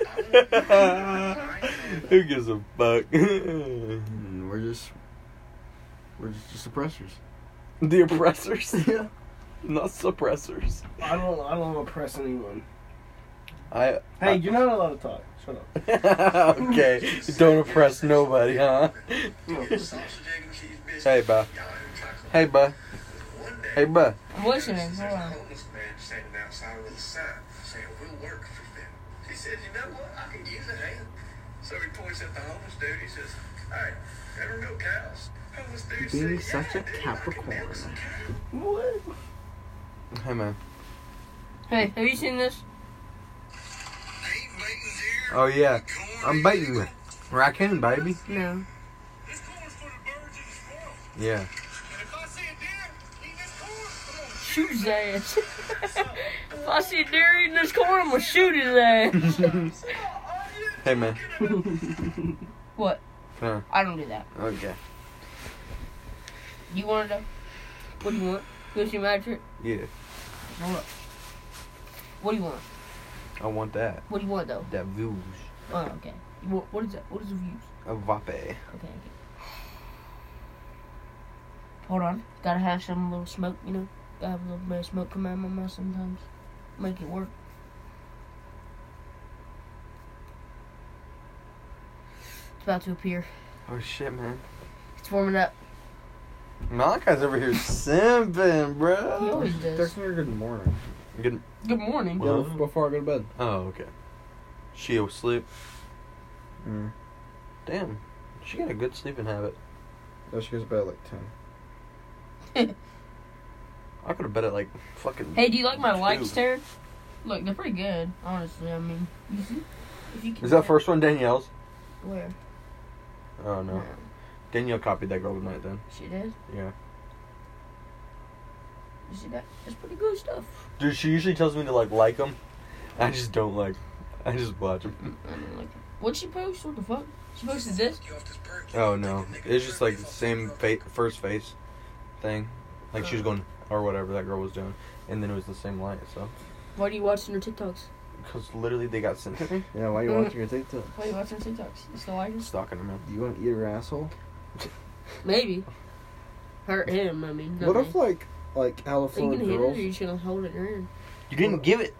[SPEAKER 8] I don't need nine.
[SPEAKER 5] Who gives a fuck?
[SPEAKER 3] And Mm, we're just, we're just, just oppressors.
[SPEAKER 5] the oppressors,
[SPEAKER 3] Yeah.
[SPEAKER 5] not suppressors.
[SPEAKER 4] I don't. I don't oppress anyone.
[SPEAKER 5] I.
[SPEAKER 4] Hey, you're not allowed to talk. Shut up.
[SPEAKER 5] okay. Don't oppress nobody, huh?
[SPEAKER 8] Sausage, egg, and cheese biscuit.
[SPEAKER 5] hey, bud.
[SPEAKER 8] Y'all ever tried some-
[SPEAKER 5] Hey, bud.
[SPEAKER 8] One day,
[SPEAKER 5] Hey, bud.
[SPEAKER 2] I'm listening,
[SPEAKER 8] there's
[SPEAKER 2] hold
[SPEAKER 8] a
[SPEAKER 2] on.
[SPEAKER 8] homeless man standing outside with a sign saying, "We'll work for them." He says, "You know what? I could use a hand." So he points at the homeless dude. He says, "Hey, ever no cows?" Homeless dude
[SPEAKER 3] Being
[SPEAKER 8] says, "Yeah,
[SPEAKER 3] such a
[SPEAKER 8] dude, I could milk
[SPEAKER 3] Capricorn.
[SPEAKER 8] some cows."
[SPEAKER 4] What?
[SPEAKER 5] Hey, man.
[SPEAKER 2] Hey, have you seen this?
[SPEAKER 8] I ain't biting deer.
[SPEAKER 5] Oh yeah, I'm biting it. Raccoon, baby.
[SPEAKER 2] No.
[SPEAKER 8] This corn's for the birds and the squirrels.
[SPEAKER 5] Yeah.
[SPEAKER 8] And if I see a deer, eat this corn. Come on.
[SPEAKER 2] Shoot his ass. if I see a deer eating this corn, I'm gonna shoot his ass.
[SPEAKER 5] Hey, man.
[SPEAKER 2] what?
[SPEAKER 5] Huh.
[SPEAKER 2] I don't do that.
[SPEAKER 5] Okay.
[SPEAKER 2] You want to know? What do you want? You want to see my trick?
[SPEAKER 5] Yeah,
[SPEAKER 2] Hold up. What do you want?
[SPEAKER 5] I want that.
[SPEAKER 2] What do you want though?
[SPEAKER 5] That views.
[SPEAKER 2] Oh, okay. You want, what is that? What is the views?
[SPEAKER 5] A vape.
[SPEAKER 2] Okay, okay. Hold on. Gotta have some little smoke, you know? Gotta have a little bit of smoke come out of my mouth sometimes. Make it work. It's about to appear.
[SPEAKER 5] Oh shit, man.
[SPEAKER 2] It's warming up.
[SPEAKER 5] Malachi's over here simping,
[SPEAKER 2] Oh, He
[SPEAKER 5] bro.
[SPEAKER 2] always does.
[SPEAKER 3] Text me your good morning.
[SPEAKER 5] Good.
[SPEAKER 2] Good morning.
[SPEAKER 5] Well-
[SPEAKER 3] Yeah, before I go to bed.
[SPEAKER 5] Oh, okay. She'll sleep.
[SPEAKER 3] Mm.
[SPEAKER 5] Damn, she got a good sleeping habit.
[SPEAKER 3] No, she goes to bed at like ten.
[SPEAKER 5] I could have bet it like fucking.
[SPEAKER 2] Hey, do you like my
[SPEAKER 5] two.
[SPEAKER 2] lights, Terry? Look, they're pretty good, honestly. I mean, you see- if you can
[SPEAKER 5] Is that first one Danielle's?
[SPEAKER 2] Where?
[SPEAKER 5] Oh no, Danielle copied that girl tonight. Then
[SPEAKER 2] She did?
[SPEAKER 5] Yeah.
[SPEAKER 2] You see that? That's pretty good stuff.
[SPEAKER 5] dude, she usually tells me to like like them. I just don't like. I just watch them.
[SPEAKER 2] I don't like What'd she post? What the fuck? She posted this?
[SPEAKER 5] Oh no, it's just like the same fa- first face thing. Like she was going or whatever that girl was doing, and then it was the same light. So,
[SPEAKER 2] Why do you watching her TikToks?
[SPEAKER 5] because literally they got sent to me.
[SPEAKER 3] Yeah, why you
[SPEAKER 2] Mm.
[SPEAKER 3] watching your TikTok?
[SPEAKER 2] Why you watching TikToks? You still like her?
[SPEAKER 5] Stalking them, man.
[SPEAKER 3] Do you want to eat her asshole?
[SPEAKER 2] Maybe. Hurt him, I mean.
[SPEAKER 3] What if like, like how the
[SPEAKER 2] you
[SPEAKER 3] Florida
[SPEAKER 2] can hit her or
[SPEAKER 3] girls?
[SPEAKER 2] you just gonna hold it in?
[SPEAKER 5] You didn't give it.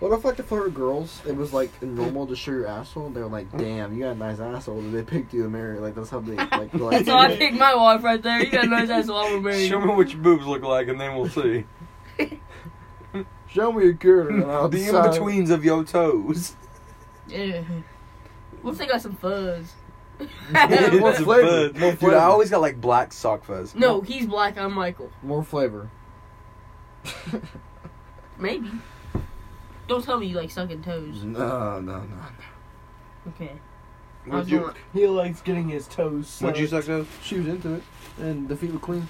[SPEAKER 3] What if like the photo of girls, it was like normal to show your asshole, and they're like, "Damn, you got a nice asshole," and they picked you to marry. Like that's how they like. they're like
[SPEAKER 2] That's all I picked my wife right there. You got a nice ass woman, married.
[SPEAKER 5] Show me what your boobs look like, and then we'll see.
[SPEAKER 3] Show me your curtain.
[SPEAKER 5] the in betweens of your toes.
[SPEAKER 2] Yeah. What if they got some fuzz?
[SPEAKER 3] More
[SPEAKER 5] It's
[SPEAKER 3] flavor,
[SPEAKER 5] fun.
[SPEAKER 3] more
[SPEAKER 5] Dude,
[SPEAKER 3] flavor.
[SPEAKER 5] I always got like black sock fuzz.
[SPEAKER 2] no, he's black. I'm Michael.
[SPEAKER 3] More flavor.
[SPEAKER 2] Maybe. Don't tell me you like sucking toes.
[SPEAKER 3] No, no, no.
[SPEAKER 2] Okay. I
[SPEAKER 5] Would
[SPEAKER 2] was
[SPEAKER 5] you?
[SPEAKER 2] going-
[SPEAKER 4] He likes getting his toes
[SPEAKER 5] Would
[SPEAKER 4] sucked.
[SPEAKER 5] you suck those?
[SPEAKER 3] She was into it, and the feet were clean.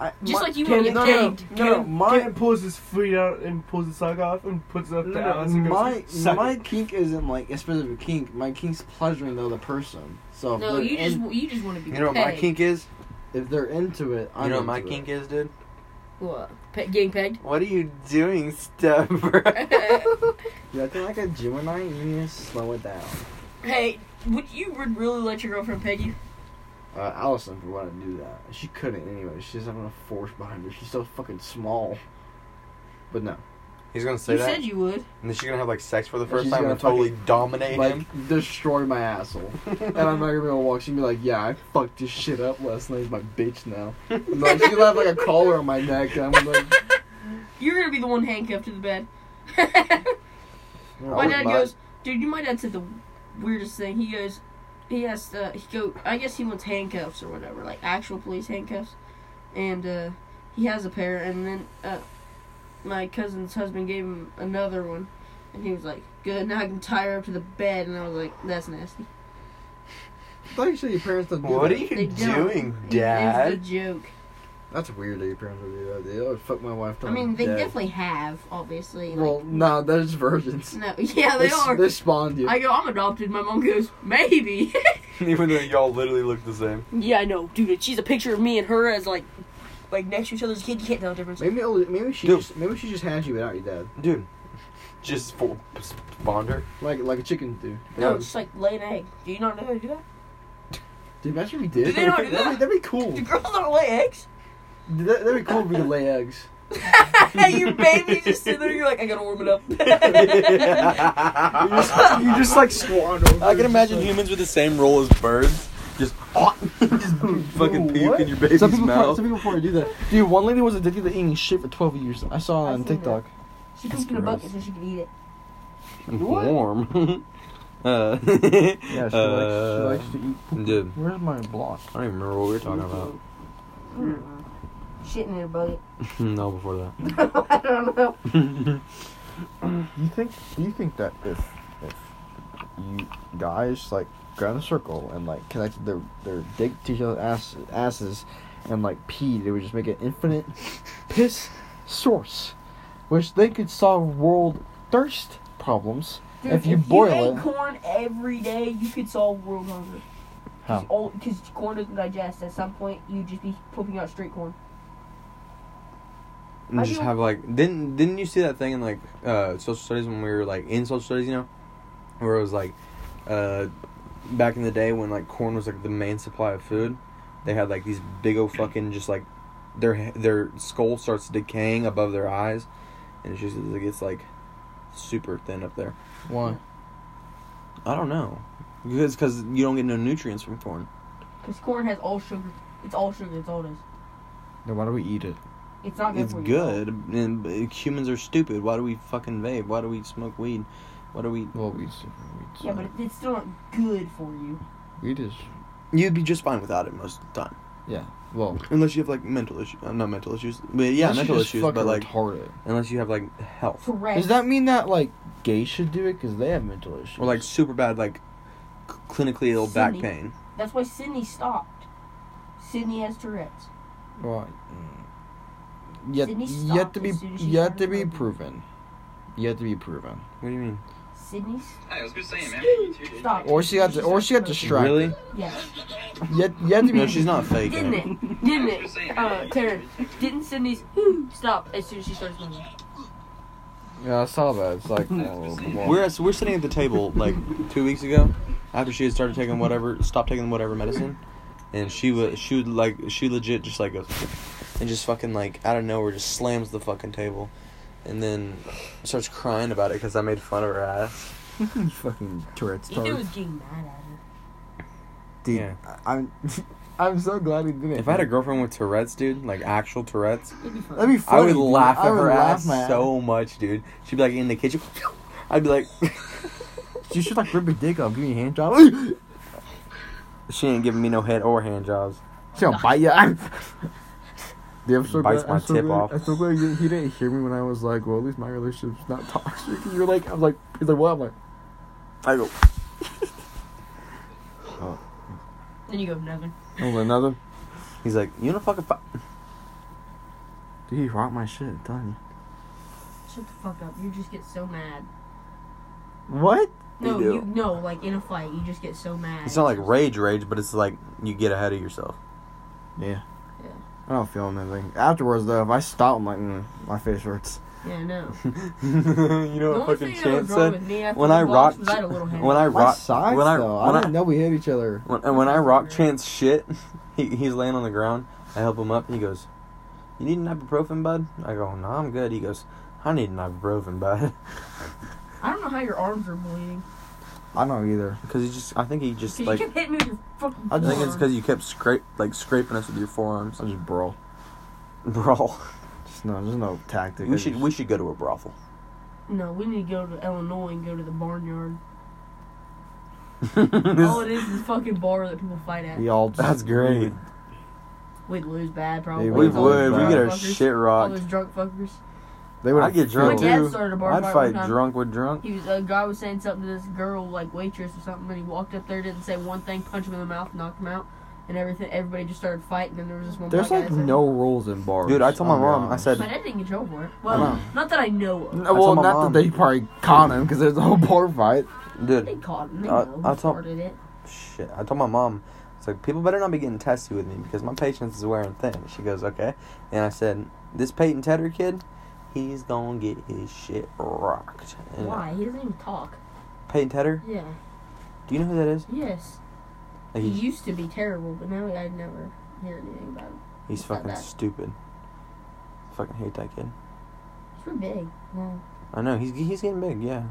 [SPEAKER 3] I,
[SPEAKER 2] Just like you
[SPEAKER 4] Ken-
[SPEAKER 2] want to
[SPEAKER 4] no,
[SPEAKER 2] get
[SPEAKER 4] no,
[SPEAKER 2] gagged.
[SPEAKER 4] no, no,
[SPEAKER 3] Ken-
[SPEAKER 4] mine
[SPEAKER 3] Ken-
[SPEAKER 4] pulls his feet out and pulls his sock off and puts it up to
[SPEAKER 3] No,
[SPEAKER 4] Alice
[SPEAKER 3] no,
[SPEAKER 4] and goes,
[SPEAKER 3] my
[SPEAKER 4] "Suck
[SPEAKER 3] my
[SPEAKER 4] it."
[SPEAKER 3] kink isn't like a specific kink. My kink's pleasuring the other person. So if,
[SPEAKER 2] No,
[SPEAKER 3] they're,
[SPEAKER 2] you
[SPEAKER 3] in-
[SPEAKER 2] just you just want to be.
[SPEAKER 5] You know what my
[SPEAKER 2] pegged.
[SPEAKER 5] kink is?
[SPEAKER 3] if they're into it, I'm
[SPEAKER 5] You know what
[SPEAKER 3] into
[SPEAKER 5] my
[SPEAKER 3] it.
[SPEAKER 5] kink is, dude?
[SPEAKER 2] What? Pe- getting pegged?
[SPEAKER 5] What are you doing, Stubber?
[SPEAKER 3] Yeah, I think like a Gemini, you need to slow it down.
[SPEAKER 2] hey, would you would really let your girlfriend peg you?
[SPEAKER 3] Uh, Allison for wanting to do that. She couldn't anyway. She doesn't have enough force behind her. She's so fucking small. But no.
[SPEAKER 5] He's gonna say
[SPEAKER 2] you
[SPEAKER 5] that,
[SPEAKER 2] said you would.
[SPEAKER 5] and then she's gonna have like sex for the
[SPEAKER 3] And
[SPEAKER 5] first
[SPEAKER 3] she's
[SPEAKER 5] time
[SPEAKER 3] gonna
[SPEAKER 5] and totally dominate him.
[SPEAKER 3] Like, destroy my asshole. and I'm not gonna be able to walk. She'd be like, yeah, I fucked this shit up last night. He's my bitch now. And, like, she'll have like a collar on my neck. And I'm like,
[SPEAKER 2] You're gonna be the one handcuffed to the bed.
[SPEAKER 3] "Oh,
[SPEAKER 2] my dad
[SPEAKER 3] my-"
[SPEAKER 2] goes, dude. You my dad said the weirdest thing. He goes, he asked, uh, he go. I guess he wants handcuffs or whatever, like actual police handcuffs, and uh, he has a pair. And then uh, my cousin's husband gave him another one, and he was like, good. Now I can tie her up to the bed. And I was like, that's nasty.
[SPEAKER 3] I thought you said your parents don't do
[SPEAKER 5] What are
[SPEAKER 3] that.
[SPEAKER 5] you
[SPEAKER 2] They don't.
[SPEAKER 5] doing,
[SPEAKER 2] It
[SPEAKER 5] Dad?
[SPEAKER 2] was a joke.
[SPEAKER 3] That's weird that your parents would do that. They would fuck my wife. till
[SPEAKER 2] I
[SPEAKER 3] I'm
[SPEAKER 2] mean, they
[SPEAKER 3] dead.
[SPEAKER 2] definitely have, obviously. Like,
[SPEAKER 3] Well, no, there's virgins.
[SPEAKER 2] no, yeah, they
[SPEAKER 3] s-
[SPEAKER 2] are.
[SPEAKER 3] They spawned you.
[SPEAKER 2] I go, I'm adopted. My mom goes, maybe.
[SPEAKER 5] Even though y'all literally look the same.
[SPEAKER 6] Yeah, I know, dude. She's a picture of me and her as like
[SPEAKER 2] like next to each other's kid, you can't tell the difference.
[SPEAKER 3] Maybe it'll- maybe she
[SPEAKER 5] Dude.
[SPEAKER 3] just maybe she just has you without your dad,
[SPEAKER 5] Dude, just for bonder.
[SPEAKER 3] like like a chicken do.
[SPEAKER 2] No, it's just like lay an egg. Do you not know how to do that?
[SPEAKER 3] Dude, imagine if you did.
[SPEAKER 2] Do they know how to do
[SPEAKER 3] that'd, be, that'd be cool.
[SPEAKER 2] Do girls don't lay eggs?
[SPEAKER 3] Dude, that, that'd be cool if we could lay eggs.
[SPEAKER 2] Your baby just sitting there. You're like, I gotta warm it up.
[SPEAKER 3] You just, you just like squat over.
[SPEAKER 5] I can imagine humans with the same role as birds. Just, just fucking puke
[SPEAKER 3] What?
[SPEAKER 5] in your baby's
[SPEAKER 3] some people,
[SPEAKER 5] mouth.
[SPEAKER 3] some people probably do that. Dude, one lady was addicted to eating shit for 12 years. I saw that
[SPEAKER 2] I've
[SPEAKER 3] on
[SPEAKER 2] seen
[SPEAKER 3] TikTok.
[SPEAKER 2] she pooped in a bucket so she could eat it.
[SPEAKER 3] What?
[SPEAKER 5] Warm. uh,
[SPEAKER 3] Yeah, she,
[SPEAKER 5] uh,
[SPEAKER 3] likes, she likes to eat. poop.
[SPEAKER 5] dude.
[SPEAKER 3] Where's my block?
[SPEAKER 5] I don't even remember what we were talking about.
[SPEAKER 3] Hmm.
[SPEAKER 2] Shitting in a bucket.
[SPEAKER 5] no, before that.
[SPEAKER 2] I don't know.
[SPEAKER 3] You think? Do you think that if if you guys like got in a circle and like connected their their dick to each other's ass, asses and like peed, it would just make an infinite piss source, which they could solve world thirst problems
[SPEAKER 2] Dude,
[SPEAKER 3] if you boil
[SPEAKER 2] ate
[SPEAKER 3] it.
[SPEAKER 2] corn every day, you could solve world hunger.
[SPEAKER 3] How?
[SPEAKER 2] Because corn doesn't digest. At some point, you'd just be pooping out straight corn.
[SPEAKER 5] and
[SPEAKER 2] I
[SPEAKER 5] just
[SPEAKER 2] do-
[SPEAKER 5] have like didn't didn't you see that thing in like uh social studies when we were like in social studies you know where it was like uh back in the day when like corn was like the main supply of food they had like these big old fucking just like their he- their skull starts decaying above their eyes and it's just it gets like super thin up there
[SPEAKER 3] Why?
[SPEAKER 5] i don't know because cause you don't get no nutrients from corn
[SPEAKER 2] Because corn has all sugar. It's all sugar. It's all it is.
[SPEAKER 3] Then why do we eat it?
[SPEAKER 2] It's not good
[SPEAKER 5] it's
[SPEAKER 2] for you.
[SPEAKER 5] good and but humans are stupid why do we fucking vape why do we smoke weed why do we
[SPEAKER 3] Well, we
[SPEAKER 2] Yeah, but it- it's still not good for you.
[SPEAKER 3] we just
[SPEAKER 5] You'd be just fine without it most of the time,
[SPEAKER 3] well.
[SPEAKER 5] unless you have like mental issues. Uh, not mental issues, but yeah, mental issues. But like, unless you have like health
[SPEAKER 2] Correct.
[SPEAKER 3] Does that mean that like gays should do it because they have mental issues?
[SPEAKER 5] or like super bad, like c- clinically ill back
[SPEAKER 2] Sydney.
[SPEAKER 5] pain.
[SPEAKER 2] That's why Sydney stopped. Sydney has Tourette's.
[SPEAKER 3] Right. mm. Yet
[SPEAKER 2] Sydney
[SPEAKER 3] you have
[SPEAKER 2] stopped
[SPEAKER 3] to be
[SPEAKER 2] as soon as she
[SPEAKER 3] you have to
[SPEAKER 2] started
[SPEAKER 3] be
[SPEAKER 2] smoking.
[SPEAKER 3] proven. You have to be proven.
[SPEAKER 5] What do you mean?
[SPEAKER 2] Sydney
[SPEAKER 9] Hey, I was gonna say, man.
[SPEAKER 2] stopped.
[SPEAKER 3] Or she got
[SPEAKER 2] She
[SPEAKER 3] or she got
[SPEAKER 2] started
[SPEAKER 3] distracted.
[SPEAKER 5] Really?
[SPEAKER 2] smoking. Yes.
[SPEAKER 3] You have, you have to be.
[SPEAKER 5] No, she's not faking.
[SPEAKER 2] Didn't
[SPEAKER 5] it.
[SPEAKER 2] it? Didn't it? Uh, Terrence. Didn't Sydney's stop as soon as she started smoking?
[SPEAKER 3] Yeah, I saw that. It's like oh, come on.
[SPEAKER 5] We're at- we're sitting at the table like two weeks ago, after she had started taking whatever, stopped taking whatever medicine, and she was she would like she legit just like goes and just fucking like out of nowhere just slams the fucking table, and then starts crying about it because I made fun of her ass.
[SPEAKER 3] you fucking Tourette's
[SPEAKER 2] Ethan was
[SPEAKER 3] Dude,
[SPEAKER 2] getting mad at her.
[SPEAKER 5] Yeah.
[SPEAKER 3] I- I'm, I'm so glad he did it.
[SPEAKER 5] If I had a girlfriend with Tourette's, dude, like actual Tourette's,
[SPEAKER 2] It'd be fun.
[SPEAKER 3] That'd be
[SPEAKER 5] I
[SPEAKER 3] funny,
[SPEAKER 5] would
[SPEAKER 3] dude.
[SPEAKER 5] laugh
[SPEAKER 3] I
[SPEAKER 5] at
[SPEAKER 3] would
[SPEAKER 5] her
[SPEAKER 3] laugh
[SPEAKER 5] ass
[SPEAKER 3] my ass
[SPEAKER 5] so much, dude. She'd be like in the kitchen. I'd be like,
[SPEAKER 3] You should like rip your dick up, give me a hand job.
[SPEAKER 5] she ain't giving me no head or hand jobs.
[SPEAKER 3] She'll bite you. I'm, Dude, I'm so
[SPEAKER 5] Bites
[SPEAKER 3] glad,
[SPEAKER 5] my
[SPEAKER 3] I'm so
[SPEAKER 5] tip
[SPEAKER 3] glad-
[SPEAKER 5] off.
[SPEAKER 3] I'm so glad he, he didn't hear me when I was like, well, at least my relationship's not toxic. And you're like, I was like, he's like, what? I'm like, I go,
[SPEAKER 5] Oh.
[SPEAKER 2] Then you go nothing.
[SPEAKER 3] I was like, another.
[SPEAKER 5] He's like, you know, fucking. Fi-.
[SPEAKER 3] Dude, he rocked my shit, I'm telling you.
[SPEAKER 2] Shut the fuck up. You just get so mad.
[SPEAKER 3] What?
[SPEAKER 2] No,
[SPEAKER 5] do.
[SPEAKER 2] you no, like in a fight, you just get so mad.
[SPEAKER 5] It's not like rage, rage, but it's like you get ahead of yourself.
[SPEAKER 3] Yeah.
[SPEAKER 2] Yeah.
[SPEAKER 3] I don't feel nothing. Afterwards, though, if I stop, I'm like, mm, my face hurts.
[SPEAKER 2] Yeah, no.
[SPEAKER 5] you know what fucking Chance said?
[SPEAKER 2] me after
[SPEAKER 5] When
[SPEAKER 2] we
[SPEAKER 5] I
[SPEAKER 2] walked
[SPEAKER 5] rocked,
[SPEAKER 2] was I had a little hand.
[SPEAKER 5] when I
[SPEAKER 3] My
[SPEAKER 5] rocked,
[SPEAKER 3] sides,
[SPEAKER 5] when I
[SPEAKER 3] though. I
[SPEAKER 5] when
[SPEAKER 3] didn't know we hit each other.
[SPEAKER 5] When, and when I rock Chance shit, he, he's laying on the ground. I help him up. He goes, "You need an ibuprofen, bud?" I go, "No, I'm good." He goes, "I need an ibuprofen, bud,"
[SPEAKER 2] I don't know how your arms are bleeding.
[SPEAKER 3] I don't either.
[SPEAKER 5] because he just. I think he just
[SPEAKER 2] 'Cause
[SPEAKER 5] like.
[SPEAKER 2] you kept hitting me with your fucking.
[SPEAKER 3] I
[SPEAKER 5] I think it's
[SPEAKER 2] forearm.
[SPEAKER 5] because you kept scrape like scraping us with your forearms,
[SPEAKER 3] I just brawl.
[SPEAKER 5] bro.
[SPEAKER 3] Just no, there's no tactic.
[SPEAKER 5] We
[SPEAKER 3] I
[SPEAKER 5] should
[SPEAKER 3] just-
[SPEAKER 5] we should go to a brothel.
[SPEAKER 2] No, we need to go to Illinois and go to the barnyard. All Oh, it
[SPEAKER 5] This-
[SPEAKER 2] is is fucking bar that people fight at.
[SPEAKER 3] we all. Just,
[SPEAKER 5] That's great.
[SPEAKER 2] We'd lose bad, probably.
[SPEAKER 3] Yeah,
[SPEAKER 5] We
[SPEAKER 2] All those
[SPEAKER 5] would. We
[SPEAKER 2] drunk
[SPEAKER 5] get our
[SPEAKER 2] fuckers.
[SPEAKER 5] shit
[SPEAKER 2] All
[SPEAKER 5] rocked.
[SPEAKER 2] those drunk fuckers.
[SPEAKER 3] They would
[SPEAKER 5] I'd get
[SPEAKER 2] My
[SPEAKER 5] drunk
[SPEAKER 2] dad
[SPEAKER 5] too.
[SPEAKER 2] started a bar
[SPEAKER 5] I'd
[SPEAKER 2] fight
[SPEAKER 5] fight
[SPEAKER 2] one time.
[SPEAKER 5] drunk with drunk.
[SPEAKER 2] He was a guy was saying something to this girl, like waitress or something, and he walked up there, didn't say one thing, punched him in the mouth, knocked him out, and everything. Everybody just started fighting, and there was this one.
[SPEAKER 3] There's
[SPEAKER 2] black
[SPEAKER 3] like
[SPEAKER 2] guy that
[SPEAKER 3] no rules in bars.
[SPEAKER 5] Dude, I told my
[SPEAKER 3] I'll be
[SPEAKER 5] mom. I
[SPEAKER 3] honest.
[SPEAKER 2] said-
[SPEAKER 5] said,
[SPEAKER 2] My dad didn't get in trouble for it. Well,
[SPEAKER 3] know.
[SPEAKER 2] not that I know of.
[SPEAKER 3] No, well,
[SPEAKER 5] told my
[SPEAKER 3] not
[SPEAKER 5] mom.
[SPEAKER 3] that they probably caught him because there's a whole bar fight.
[SPEAKER 2] They
[SPEAKER 5] dude,
[SPEAKER 2] caught him. They
[SPEAKER 5] I-
[SPEAKER 2] know.
[SPEAKER 5] I
[SPEAKER 2] who
[SPEAKER 5] told-
[SPEAKER 2] started it.
[SPEAKER 5] Shit, I told my mom, it's like people better not be getting testy with me because my patience is wearing thin. She goes, okay, and I said, this Peyton Tedder kid, he's gonna get his shit rocked. And
[SPEAKER 2] Why? He doesn't even talk.
[SPEAKER 5] Peyton Tedder?
[SPEAKER 2] Yeah.
[SPEAKER 5] Do you know who that is?
[SPEAKER 2] Yes.
[SPEAKER 5] Like,
[SPEAKER 2] He
[SPEAKER 5] he's,
[SPEAKER 2] used to be terrible, but now I never hear anything about him.
[SPEAKER 5] he's
[SPEAKER 2] he's not
[SPEAKER 5] fucking
[SPEAKER 2] that.
[SPEAKER 5] stupid. Fucking hate that kid.
[SPEAKER 2] He's pretty big. No.
[SPEAKER 5] I know he's he's getting big. Yeah,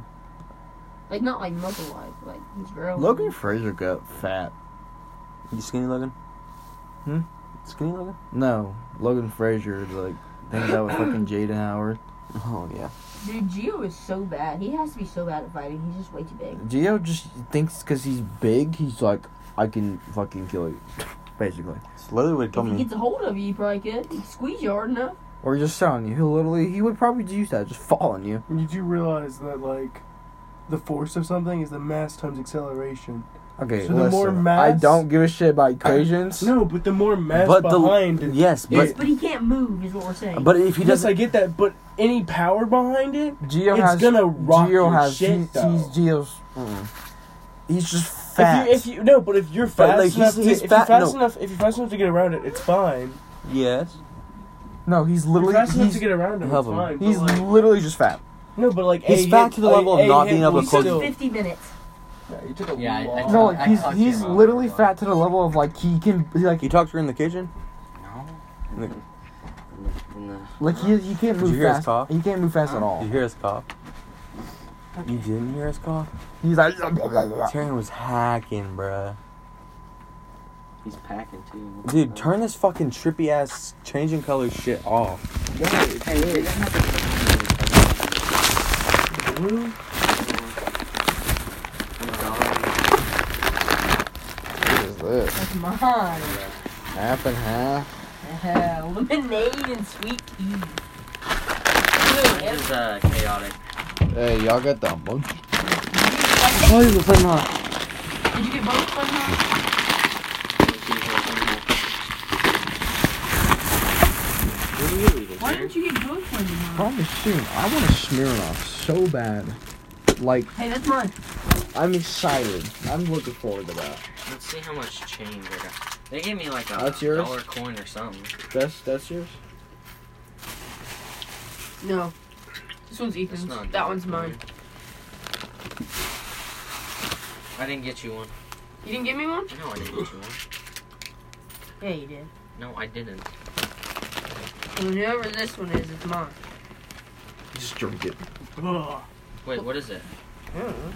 [SPEAKER 2] Like not like muscle wise, like he's growing.
[SPEAKER 3] Logan Fraser got fat.
[SPEAKER 5] you skinny Logan.
[SPEAKER 3] Hmm?
[SPEAKER 5] Skinny Logan?
[SPEAKER 3] No, Logan Fraser like hangs out with fucking Jaden Howard.
[SPEAKER 5] Oh yeah.
[SPEAKER 2] Dude, Gio is so bad. He has to be so bad at fighting. He's just way too big.
[SPEAKER 3] Gio just thinks because he's big, he's like, I can fucking kill you, basically.
[SPEAKER 5] So Leatherwood told
[SPEAKER 2] if he
[SPEAKER 5] me.
[SPEAKER 2] gets a hold of you, he probably could. He could squeeze you hard enough.
[SPEAKER 3] Or just sit on you. He'll literally, he would probably use that, just fall on you.
[SPEAKER 4] You do realize that like the force of something is the mass times acceleration.
[SPEAKER 3] Okay,
[SPEAKER 4] So the
[SPEAKER 3] listen.
[SPEAKER 4] more
[SPEAKER 3] I
[SPEAKER 4] mass-
[SPEAKER 3] don't give a shit about equations.
[SPEAKER 4] No, but the more mass
[SPEAKER 5] but
[SPEAKER 4] behind
[SPEAKER 5] the
[SPEAKER 4] it.
[SPEAKER 5] yes,
[SPEAKER 2] Yes,
[SPEAKER 5] but
[SPEAKER 2] but he can't move, is what we're saying.
[SPEAKER 5] but if he
[SPEAKER 4] He yes,
[SPEAKER 5] doesn't,
[SPEAKER 4] I get that, but any power behind it,
[SPEAKER 3] Gio
[SPEAKER 4] It's
[SPEAKER 3] has.
[SPEAKER 4] gonna rock
[SPEAKER 3] Gio
[SPEAKER 4] your
[SPEAKER 3] has.
[SPEAKER 4] shit,
[SPEAKER 3] he's,
[SPEAKER 4] though.
[SPEAKER 3] he's Gio's. mm-mm. He's just fat.
[SPEAKER 4] If you, if you no, but if you're
[SPEAKER 5] But,
[SPEAKER 4] fast
[SPEAKER 5] like, he's-
[SPEAKER 4] enough, to,
[SPEAKER 5] he's
[SPEAKER 4] if
[SPEAKER 5] fat-
[SPEAKER 4] you're fast
[SPEAKER 5] no.
[SPEAKER 4] enough, if you're fast enough to get around it, it's fine.
[SPEAKER 5] yes,
[SPEAKER 3] no, he's
[SPEAKER 4] If you're
[SPEAKER 3] literally.
[SPEAKER 4] fast enough
[SPEAKER 3] He's,
[SPEAKER 4] to get around it, it's
[SPEAKER 5] Help him.
[SPEAKER 4] fine. but,
[SPEAKER 3] he's
[SPEAKER 4] like,
[SPEAKER 3] literally just fat.
[SPEAKER 4] no, but like
[SPEAKER 5] He's
[SPEAKER 4] a
[SPEAKER 5] back to
[SPEAKER 4] hit-
[SPEAKER 5] the
[SPEAKER 4] a-
[SPEAKER 5] level of
[SPEAKER 4] a
[SPEAKER 5] not
[SPEAKER 4] hit
[SPEAKER 5] being able
[SPEAKER 4] will
[SPEAKER 5] to
[SPEAKER 2] he took
[SPEAKER 5] close-
[SPEAKER 4] still-
[SPEAKER 2] fifty minutes.
[SPEAKER 4] Yeah, he took a
[SPEAKER 9] Yeah, I- I-
[SPEAKER 4] long-
[SPEAKER 3] No, like he's
[SPEAKER 9] talked to
[SPEAKER 3] he's
[SPEAKER 9] him about
[SPEAKER 3] literally
[SPEAKER 9] it a lot.
[SPEAKER 3] fat to the level of like he can like
[SPEAKER 5] you talked to her in the kitchen.
[SPEAKER 9] No.
[SPEAKER 5] Look.
[SPEAKER 9] No.
[SPEAKER 3] like he he can't
[SPEAKER 5] you
[SPEAKER 3] move
[SPEAKER 5] hear us
[SPEAKER 3] fast.
[SPEAKER 5] cough?
[SPEAKER 3] He can't move fast at
[SPEAKER 5] Did
[SPEAKER 3] all.
[SPEAKER 5] you hear us cough? You didn't hear us cough.
[SPEAKER 3] He's like
[SPEAKER 5] Taryn was hacking, bruh.
[SPEAKER 9] He's packing too.
[SPEAKER 5] Dude, turn this fucking trippy ass changing color shit off.
[SPEAKER 9] Hey, it doesn't have
[SPEAKER 4] Blue?
[SPEAKER 9] to
[SPEAKER 3] What is this?
[SPEAKER 2] That's mine.
[SPEAKER 3] Half and half.
[SPEAKER 2] Yeah, lemonade and sweet tea. Ew,
[SPEAKER 9] This
[SPEAKER 2] ev-
[SPEAKER 9] is uh, chaotic.
[SPEAKER 3] Hey, y'all got the monkey.
[SPEAKER 5] Oh, you were playing hot.
[SPEAKER 2] Did you get both fun hot?
[SPEAKER 9] What are you eating?
[SPEAKER 2] Why didn't you get both fun hot?
[SPEAKER 3] Probably soon. I want a Smirnoff so bad. Like
[SPEAKER 2] Hey, that's mine.
[SPEAKER 3] I'm excited. I'm looking forward to that.
[SPEAKER 9] Let's see how much change I got. They gave me like a
[SPEAKER 3] That's yours?
[SPEAKER 9] dollar coin or something.
[SPEAKER 3] That's that's yours.
[SPEAKER 2] No. This one's
[SPEAKER 9] That's
[SPEAKER 2] Ethan's.
[SPEAKER 9] not a
[SPEAKER 2] That
[SPEAKER 9] dollar
[SPEAKER 2] one's
[SPEAKER 9] coin.
[SPEAKER 2] mine.
[SPEAKER 9] I didn't get you one.
[SPEAKER 2] You didn't give me one?
[SPEAKER 9] No, I didn't get you one.
[SPEAKER 2] Yeah, you did.
[SPEAKER 9] No, I didn't.
[SPEAKER 2] Whoever this one is, it's mine.
[SPEAKER 3] Just drink it.
[SPEAKER 4] Ugh.
[SPEAKER 9] Wait, what is it?
[SPEAKER 2] I don't
[SPEAKER 4] Hmm?
[SPEAKER 2] know.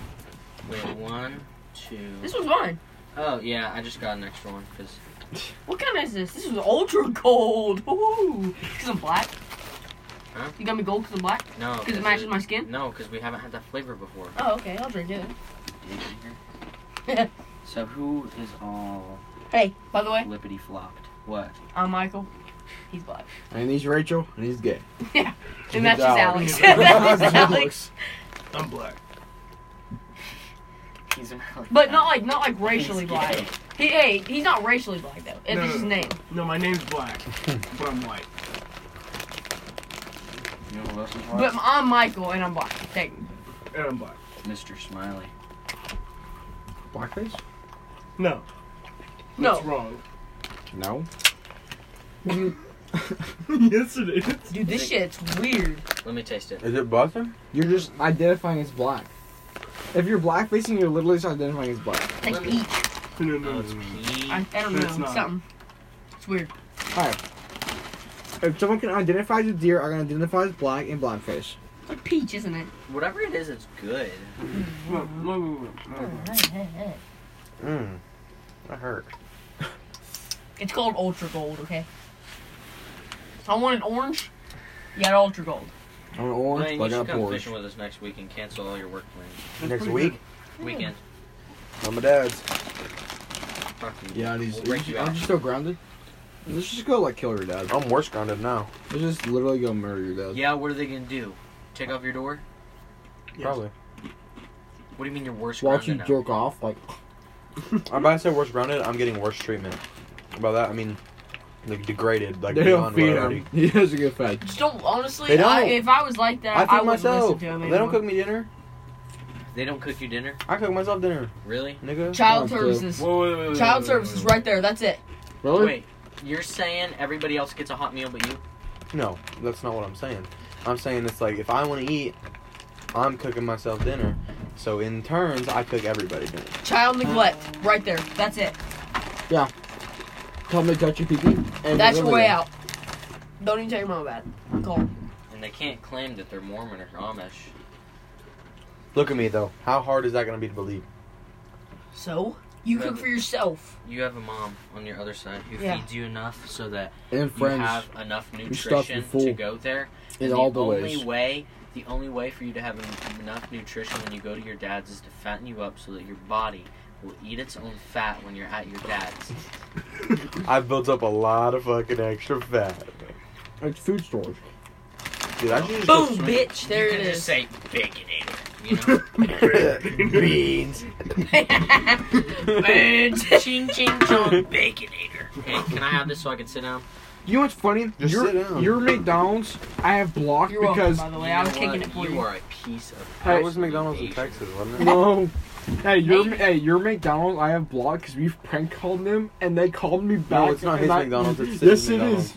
[SPEAKER 9] Wait, one, two.
[SPEAKER 2] This was mine.
[SPEAKER 9] Oh yeah, I just got an extra one because
[SPEAKER 2] What kind is this? This is ultra gold. Woohoo! Because I'm black.
[SPEAKER 9] Huh?
[SPEAKER 2] You got me gold because I'm black?
[SPEAKER 9] no.
[SPEAKER 2] Because it matches my skin?
[SPEAKER 9] No, because we haven't had that flavor before.
[SPEAKER 2] Oh, okay. I'll drink it.
[SPEAKER 9] so who is all
[SPEAKER 2] Hey, by the way,
[SPEAKER 9] lippity flopped? What?
[SPEAKER 2] I'm Michael. He's black.
[SPEAKER 3] And he's Rachel, and he's gay.
[SPEAKER 2] And that's just Alex.
[SPEAKER 3] Alex.
[SPEAKER 2] that's just Alex.
[SPEAKER 4] I'm black.
[SPEAKER 9] He's
[SPEAKER 2] But not like not like racially black. He hey, he's not racially black though. It's
[SPEAKER 4] No,
[SPEAKER 2] just his
[SPEAKER 4] no, no.
[SPEAKER 2] name.
[SPEAKER 4] No, my name's Black, but I'm white.
[SPEAKER 9] You know who else is
[SPEAKER 2] But
[SPEAKER 9] white?
[SPEAKER 2] I'm Michael and I'm black. Technically.
[SPEAKER 4] And I'm black.
[SPEAKER 9] Mr. Smiley.
[SPEAKER 3] Blackface?
[SPEAKER 4] No.
[SPEAKER 2] No.
[SPEAKER 4] That's wrong.
[SPEAKER 3] No.
[SPEAKER 4] yes, it is.
[SPEAKER 2] Dude, this shit's weird.
[SPEAKER 9] Let me taste it.
[SPEAKER 5] Is it Boston?
[SPEAKER 3] You're just identifying as black. If you're blackfacing, you're literally just identifying as black.
[SPEAKER 2] It's
[SPEAKER 9] Let
[SPEAKER 2] like
[SPEAKER 9] me-
[SPEAKER 2] peach.
[SPEAKER 4] No,
[SPEAKER 9] Oh,
[SPEAKER 4] no,
[SPEAKER 9] it's
[SPEAKER 4] no, no.
[SPEAKER 9] pea.
[SPEAKER 2] I, I don't
[SPEAKER 4] No,
[SPEAKER 2] know.
[SPEAKER 4] it's not.
[SPEAKER 2] Something. It's weird.
[SPEAKER 3] If someone can identify as a deer, I can identify as black and blackface.
[SPEAKER 2] It's like peach, isn't it?
[SPEAKER 9] Whatever it is, it's good.
[SPEAKER 4] Whoa, whoa, whoa, whoa, whoa.
[SPEAKER 5] Mmm. That hurt.
[SPEAKER 2] It's called ultra gold, okay? I want an orange. You got ultra gold.
[SPEAKER 3] I'm an orange,
[SPEAKER 9] Lane,
[SPEAKER 3] but
[SPEAKER 9] you
[SPEAKER 3] I
[SPEAKER 9] should
[SPEAKER 3] got
[SPEAKER 9] come
[SPEAKER 3] orange.
[SPEAKER 9] fishing with us next week and cancel all your work plans.
[SPEAKER 4] That's
[SPEAKER 5] Next
[SPEAKER 4] pretty
[SPEAKER 5] week,
[SPEAKER 9] Weekend.
[SPEAKER 5] I'm my dad's.
[SPEAKER 9] Fuck you.
[SPEAKER 3] Yeah, these.
[SPEAKER 9] We'll break you
[SPEAKER 3] I'm
[SPEAKER 9] out.
[SPEAKER 3] just so grounded. Let's just go like kill your dad.
[SPEAKER 5] I'm worse grounded now.
[SPEAKER 3] Let's just literally go murder your dad.
[SPEAKER 9] Yeah, what are they gonna do? Take off your door?
[SPEAKER 4] Yes.
[SPEAKER 5] Probably.
[SPEAKER 9] What do you mean your worst?
[SPEAKER 3] Watch you
[SPEAKER 9] grounded now?
[SPEAKER 3] jerk off like.
[SPEAKER 5] I'm about to say worse grounded. I'm getting worse treatment. By that I mean, like degraded, like
[SPEAKER 3] They don't
[SPEAKER 5] beyond what I
[SPEAKER 3] feed
[SPEAKER 5] already.
[SPEAKER 3] him. He doesn't get fed.
[SPEAKER 2] Just don't. Honestly,
[SPEAKER 5] They don't.
[SPEAKER 2] I, if I was like that,
[SPEAKER 5] I feed
[SPEAKER 2] I, wouldn't listen
[SPEAKER 5] myself.
[SPEAKER 2] to
[SPEAKER 5] They
[SPEAKER 2] him
[SPEAKER 5] don't cook me dinner.
[SPEAKER 9] They don't cook you dinner,
[SPEAKER 5] I cook myself dinner,
[SPEAKER 9] really?
[SPEAKER 5] nigga.
[SPEAKER 2] Child
[SPEAKER 3] Oh, dude.
[SPEAKER 2] services.
[SPEAKER 4] Whoa, wait, wait, wait,
[SPEAKER 2] Child
[SPEAKER 4] wait,
[SPEAKER 2] services,
[SPEAKER 4] wait,
[SPEAKER 2] right there. That's it.
[SPEAKER 3] Really?
[SPEAKER 9] Wait, you're saying everybody else gets a hot meal but you?
[SPEAKER 5] No, that's not what I'm saying. I'm saying it's like if I want to eat, I'm cooking myself dinner. So in turns, I cook everybody dinner.
[SPEAKER 2] Child neglect, right there. That's it.
[SPEAKER 3] Tell me to touch your pee pee.
[SPEAKER 2] That's your way out. Don't even tell your mom about it. Call her.
[SPEAKER 9] And they can't claim that they're Mormon or Amish.
[SPEAKER 5] Look at me though. How hard is that gonna be to believe?
[SPEAKER 2] So you cook
[SPEAKER 9] Right.
[SPEAKER 2] for yourself.
[SPEAKER 9] You have a mom on your other side who
[SPEAKER 2] Yeah.
[SPEAKER 9] feeds you enough so that
[SPEAKER 3] And
[SPEAKER 9] you
[SPEAKER 3] friends
[SPEAKER 9] have enough
[SPEAKER 3] stuff you
[SPEAKER 9] nutrition to
[SPEAKER 3] fool.
[SPEAKER 9] go there.
[SPEAKER 3] in
[SPEAKER 9] And
[SPEAKER 3] all the
[SPEAKER 9] only
[SPEAKER 3] ways.
[SPEAKER 9] way, the only way for you to have en- enough nutrition when you go to your dad's is to fatten you up so that your body will eat its own fat when you're at your dad's.
[SPEAKER 5] I've built up a lot of fucking extra fat.
[SPEAKER 3] It's food stores.
[SPEAKER 5] Dude, I should just go
[SPEAKER 2] Boom, bitch. There
[SPEAKER 9] you
[SPEAKER 2] it
[SPEAKER 9] can
[SPEAKER 2] is.
[SPEAKER 9] just say bacon it, you know?
[SPEAKER 5] Beans.
[SPEAKER 2] Birds.
[SPEAKER 9] ching ching chong baconator. Hey, can I have this so I can sit down?
[SPEAKER 3] You know what's funny?
[SPEAKER 5] Just
[SPEAKER 3] your,
[SPEAKER 5] sit down.
[SPEAKER 3] your McDonald's, I have blocked
[SPEAKER 2] You're welcome,
[SPEAKER 3] because
[SPEAKER 2] by the way. I was
[SPEAKER 9] You know
[SPEAKER 2] Oh, taking
[SPEAKER 9] what?
[SPEAKER 2] it for
[SPEAKER 9] you.
[SPEAKER 2] you.
[SPEAKER 9] are a piece of.
[SPEAKER 5] That was McDonald's in
[SPEAKER 9] absolute
[SPEAKER 5] Texas, wasn't it?
[SPEAKER 3] no. Hey, your hey, your McDonald's, I have blocked because we've prank called them and they called me back.
[SPEAKER 5] it's not
[SPEAKER 3] and
[SPEAKER 5] his
[SPEAKER 3] I-
[SPEAKER 5] McDonald's, it's
[SPEAKER 3] yes,
[SPEAKER 5] Sidney's
[SPEAKER 3] it is.
[SPEAKER 5] McDonald's.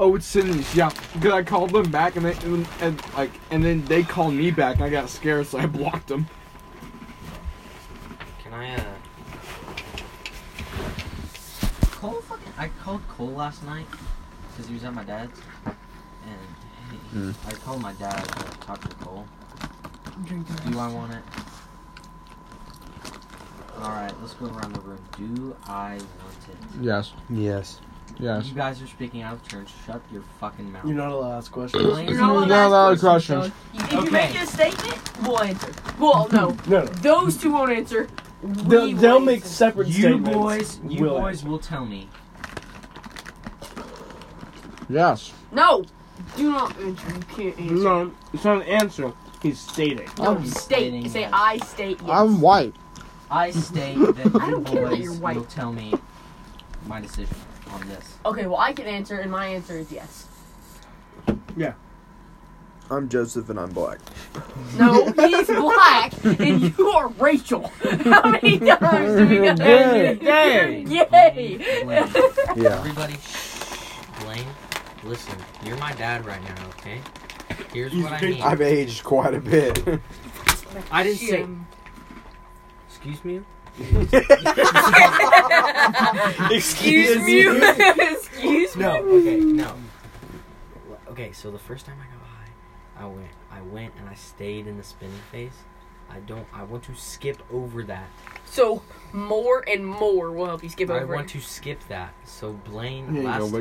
[SPEAKER 3] Oh, it's Sydney's. Yeah, because I called them back and they and, and like and then they called me back and I got scared, so I blocked them.
[SPEAKER 9] Can I, uh. Cole fucking. I called Cole last night because he was at my dad's. And he, I called my dad to talk to Cole. Do I want it? Alright, let's go around the room. Do I want
[SPEAKER 3] Yes,
[SPEAKER 5] Yes.
[SPEAKER 9] it? You guys are speaking out of turn. Shut your fucking mouth.
[SPEAKER 4] You're not allowed to ask questions.
[SPEAKER 9] You're
[SPEAKER 2] You're not allowed to
[SPEAKER 3] not allowed
[SPEAKER 2] ask
[SPEAKER 3] questions.
[SPEAKER 2] If you
[SPEAKER 9] Okay.
[SPEAKER 2] make a statement, we'll answer. Well, no.
[SPEAKER 4] no, no.
[SPEAKER 2] Those two won't answer. We
[SPEAKER 4] They'll,
[SPEAKER 2] will
[SPEAKER 4] they'll make
[SPEAKER 2] answer.
[SPEAKER 4] separate
[SPEAKER 9] you
[SPEAKER 4] statements.
[SPEAKER 9] boys, you
[SPEAKER 4] Will
[SPEAKER 9] boys
[SPEAKER 4] I?
[SPEAKER 9] will tell me.
[SPEAKER 3] yes.
[SPEAKER 2] No. Do not answer. You can't answer.
[SPEAKER 4] No, it's not an answer. He's stating.
[SPEAKER 2] No,
[SPEAKER 9] I'm
[SPEAKER 2] state.
[SPEAKER 9] stating
[SPEAKER 2] Say,
[SPEAKER 9] yes.
[SPEAKER 2] I state yes.
[SPEAKER 3] white.
[SPEAKER 9] I state that
[SPEAKER 2] I
[SPEAKER 9] you
[SPEAKER 2] don't care that
[SPEAKER 9] boys
[SPEAKER 2] you're white.
[SPEAKER 9] will tell me my decision on this.
[SPEAKER 2] Okay, well, I can answer, and my answer is yes.
[SPEAKER 5] I'm Joseph and I'm black.
[SPEAKER 2] No, he's black, and you are Rachel. How many times do we got
[SPEAKER 3] Yay.
[SPEAKER 2] that? Yay!
[SPEAKER 9] Blaine,
[SPEAKER 5] Yeah.
[SPEAKER 9] everybody, shh. Blaine, listen, you're my dad right now, okay? Here's what I mean.
[SPEAKER 5] I've aged quite a bit.
[SPEAKER 9] I didn't say.
[SPEAKER 2] Shit.
[SPEAKER 9] Excuse me.
[SPEAKER 2] Excuse me. Excuse me.
[SPEAKER 9] No, okay, no. Okay, so the first time I got high, I went, I went, and I stayed in the spinning phase. I don't. I want to skip over that.
[SPEAKER 2] So more and more will help you skip
[SPEAKER 9] I
[SPEAKER 2] over.
[SPEAKER 9] want
[SPEAKER 2] it.
[SPEAKER 9] to skip that. So Blaine,
[SPEAKER 3] There you
[SPEAKER 9] last
[SPEAKER 3] go, Wiggy.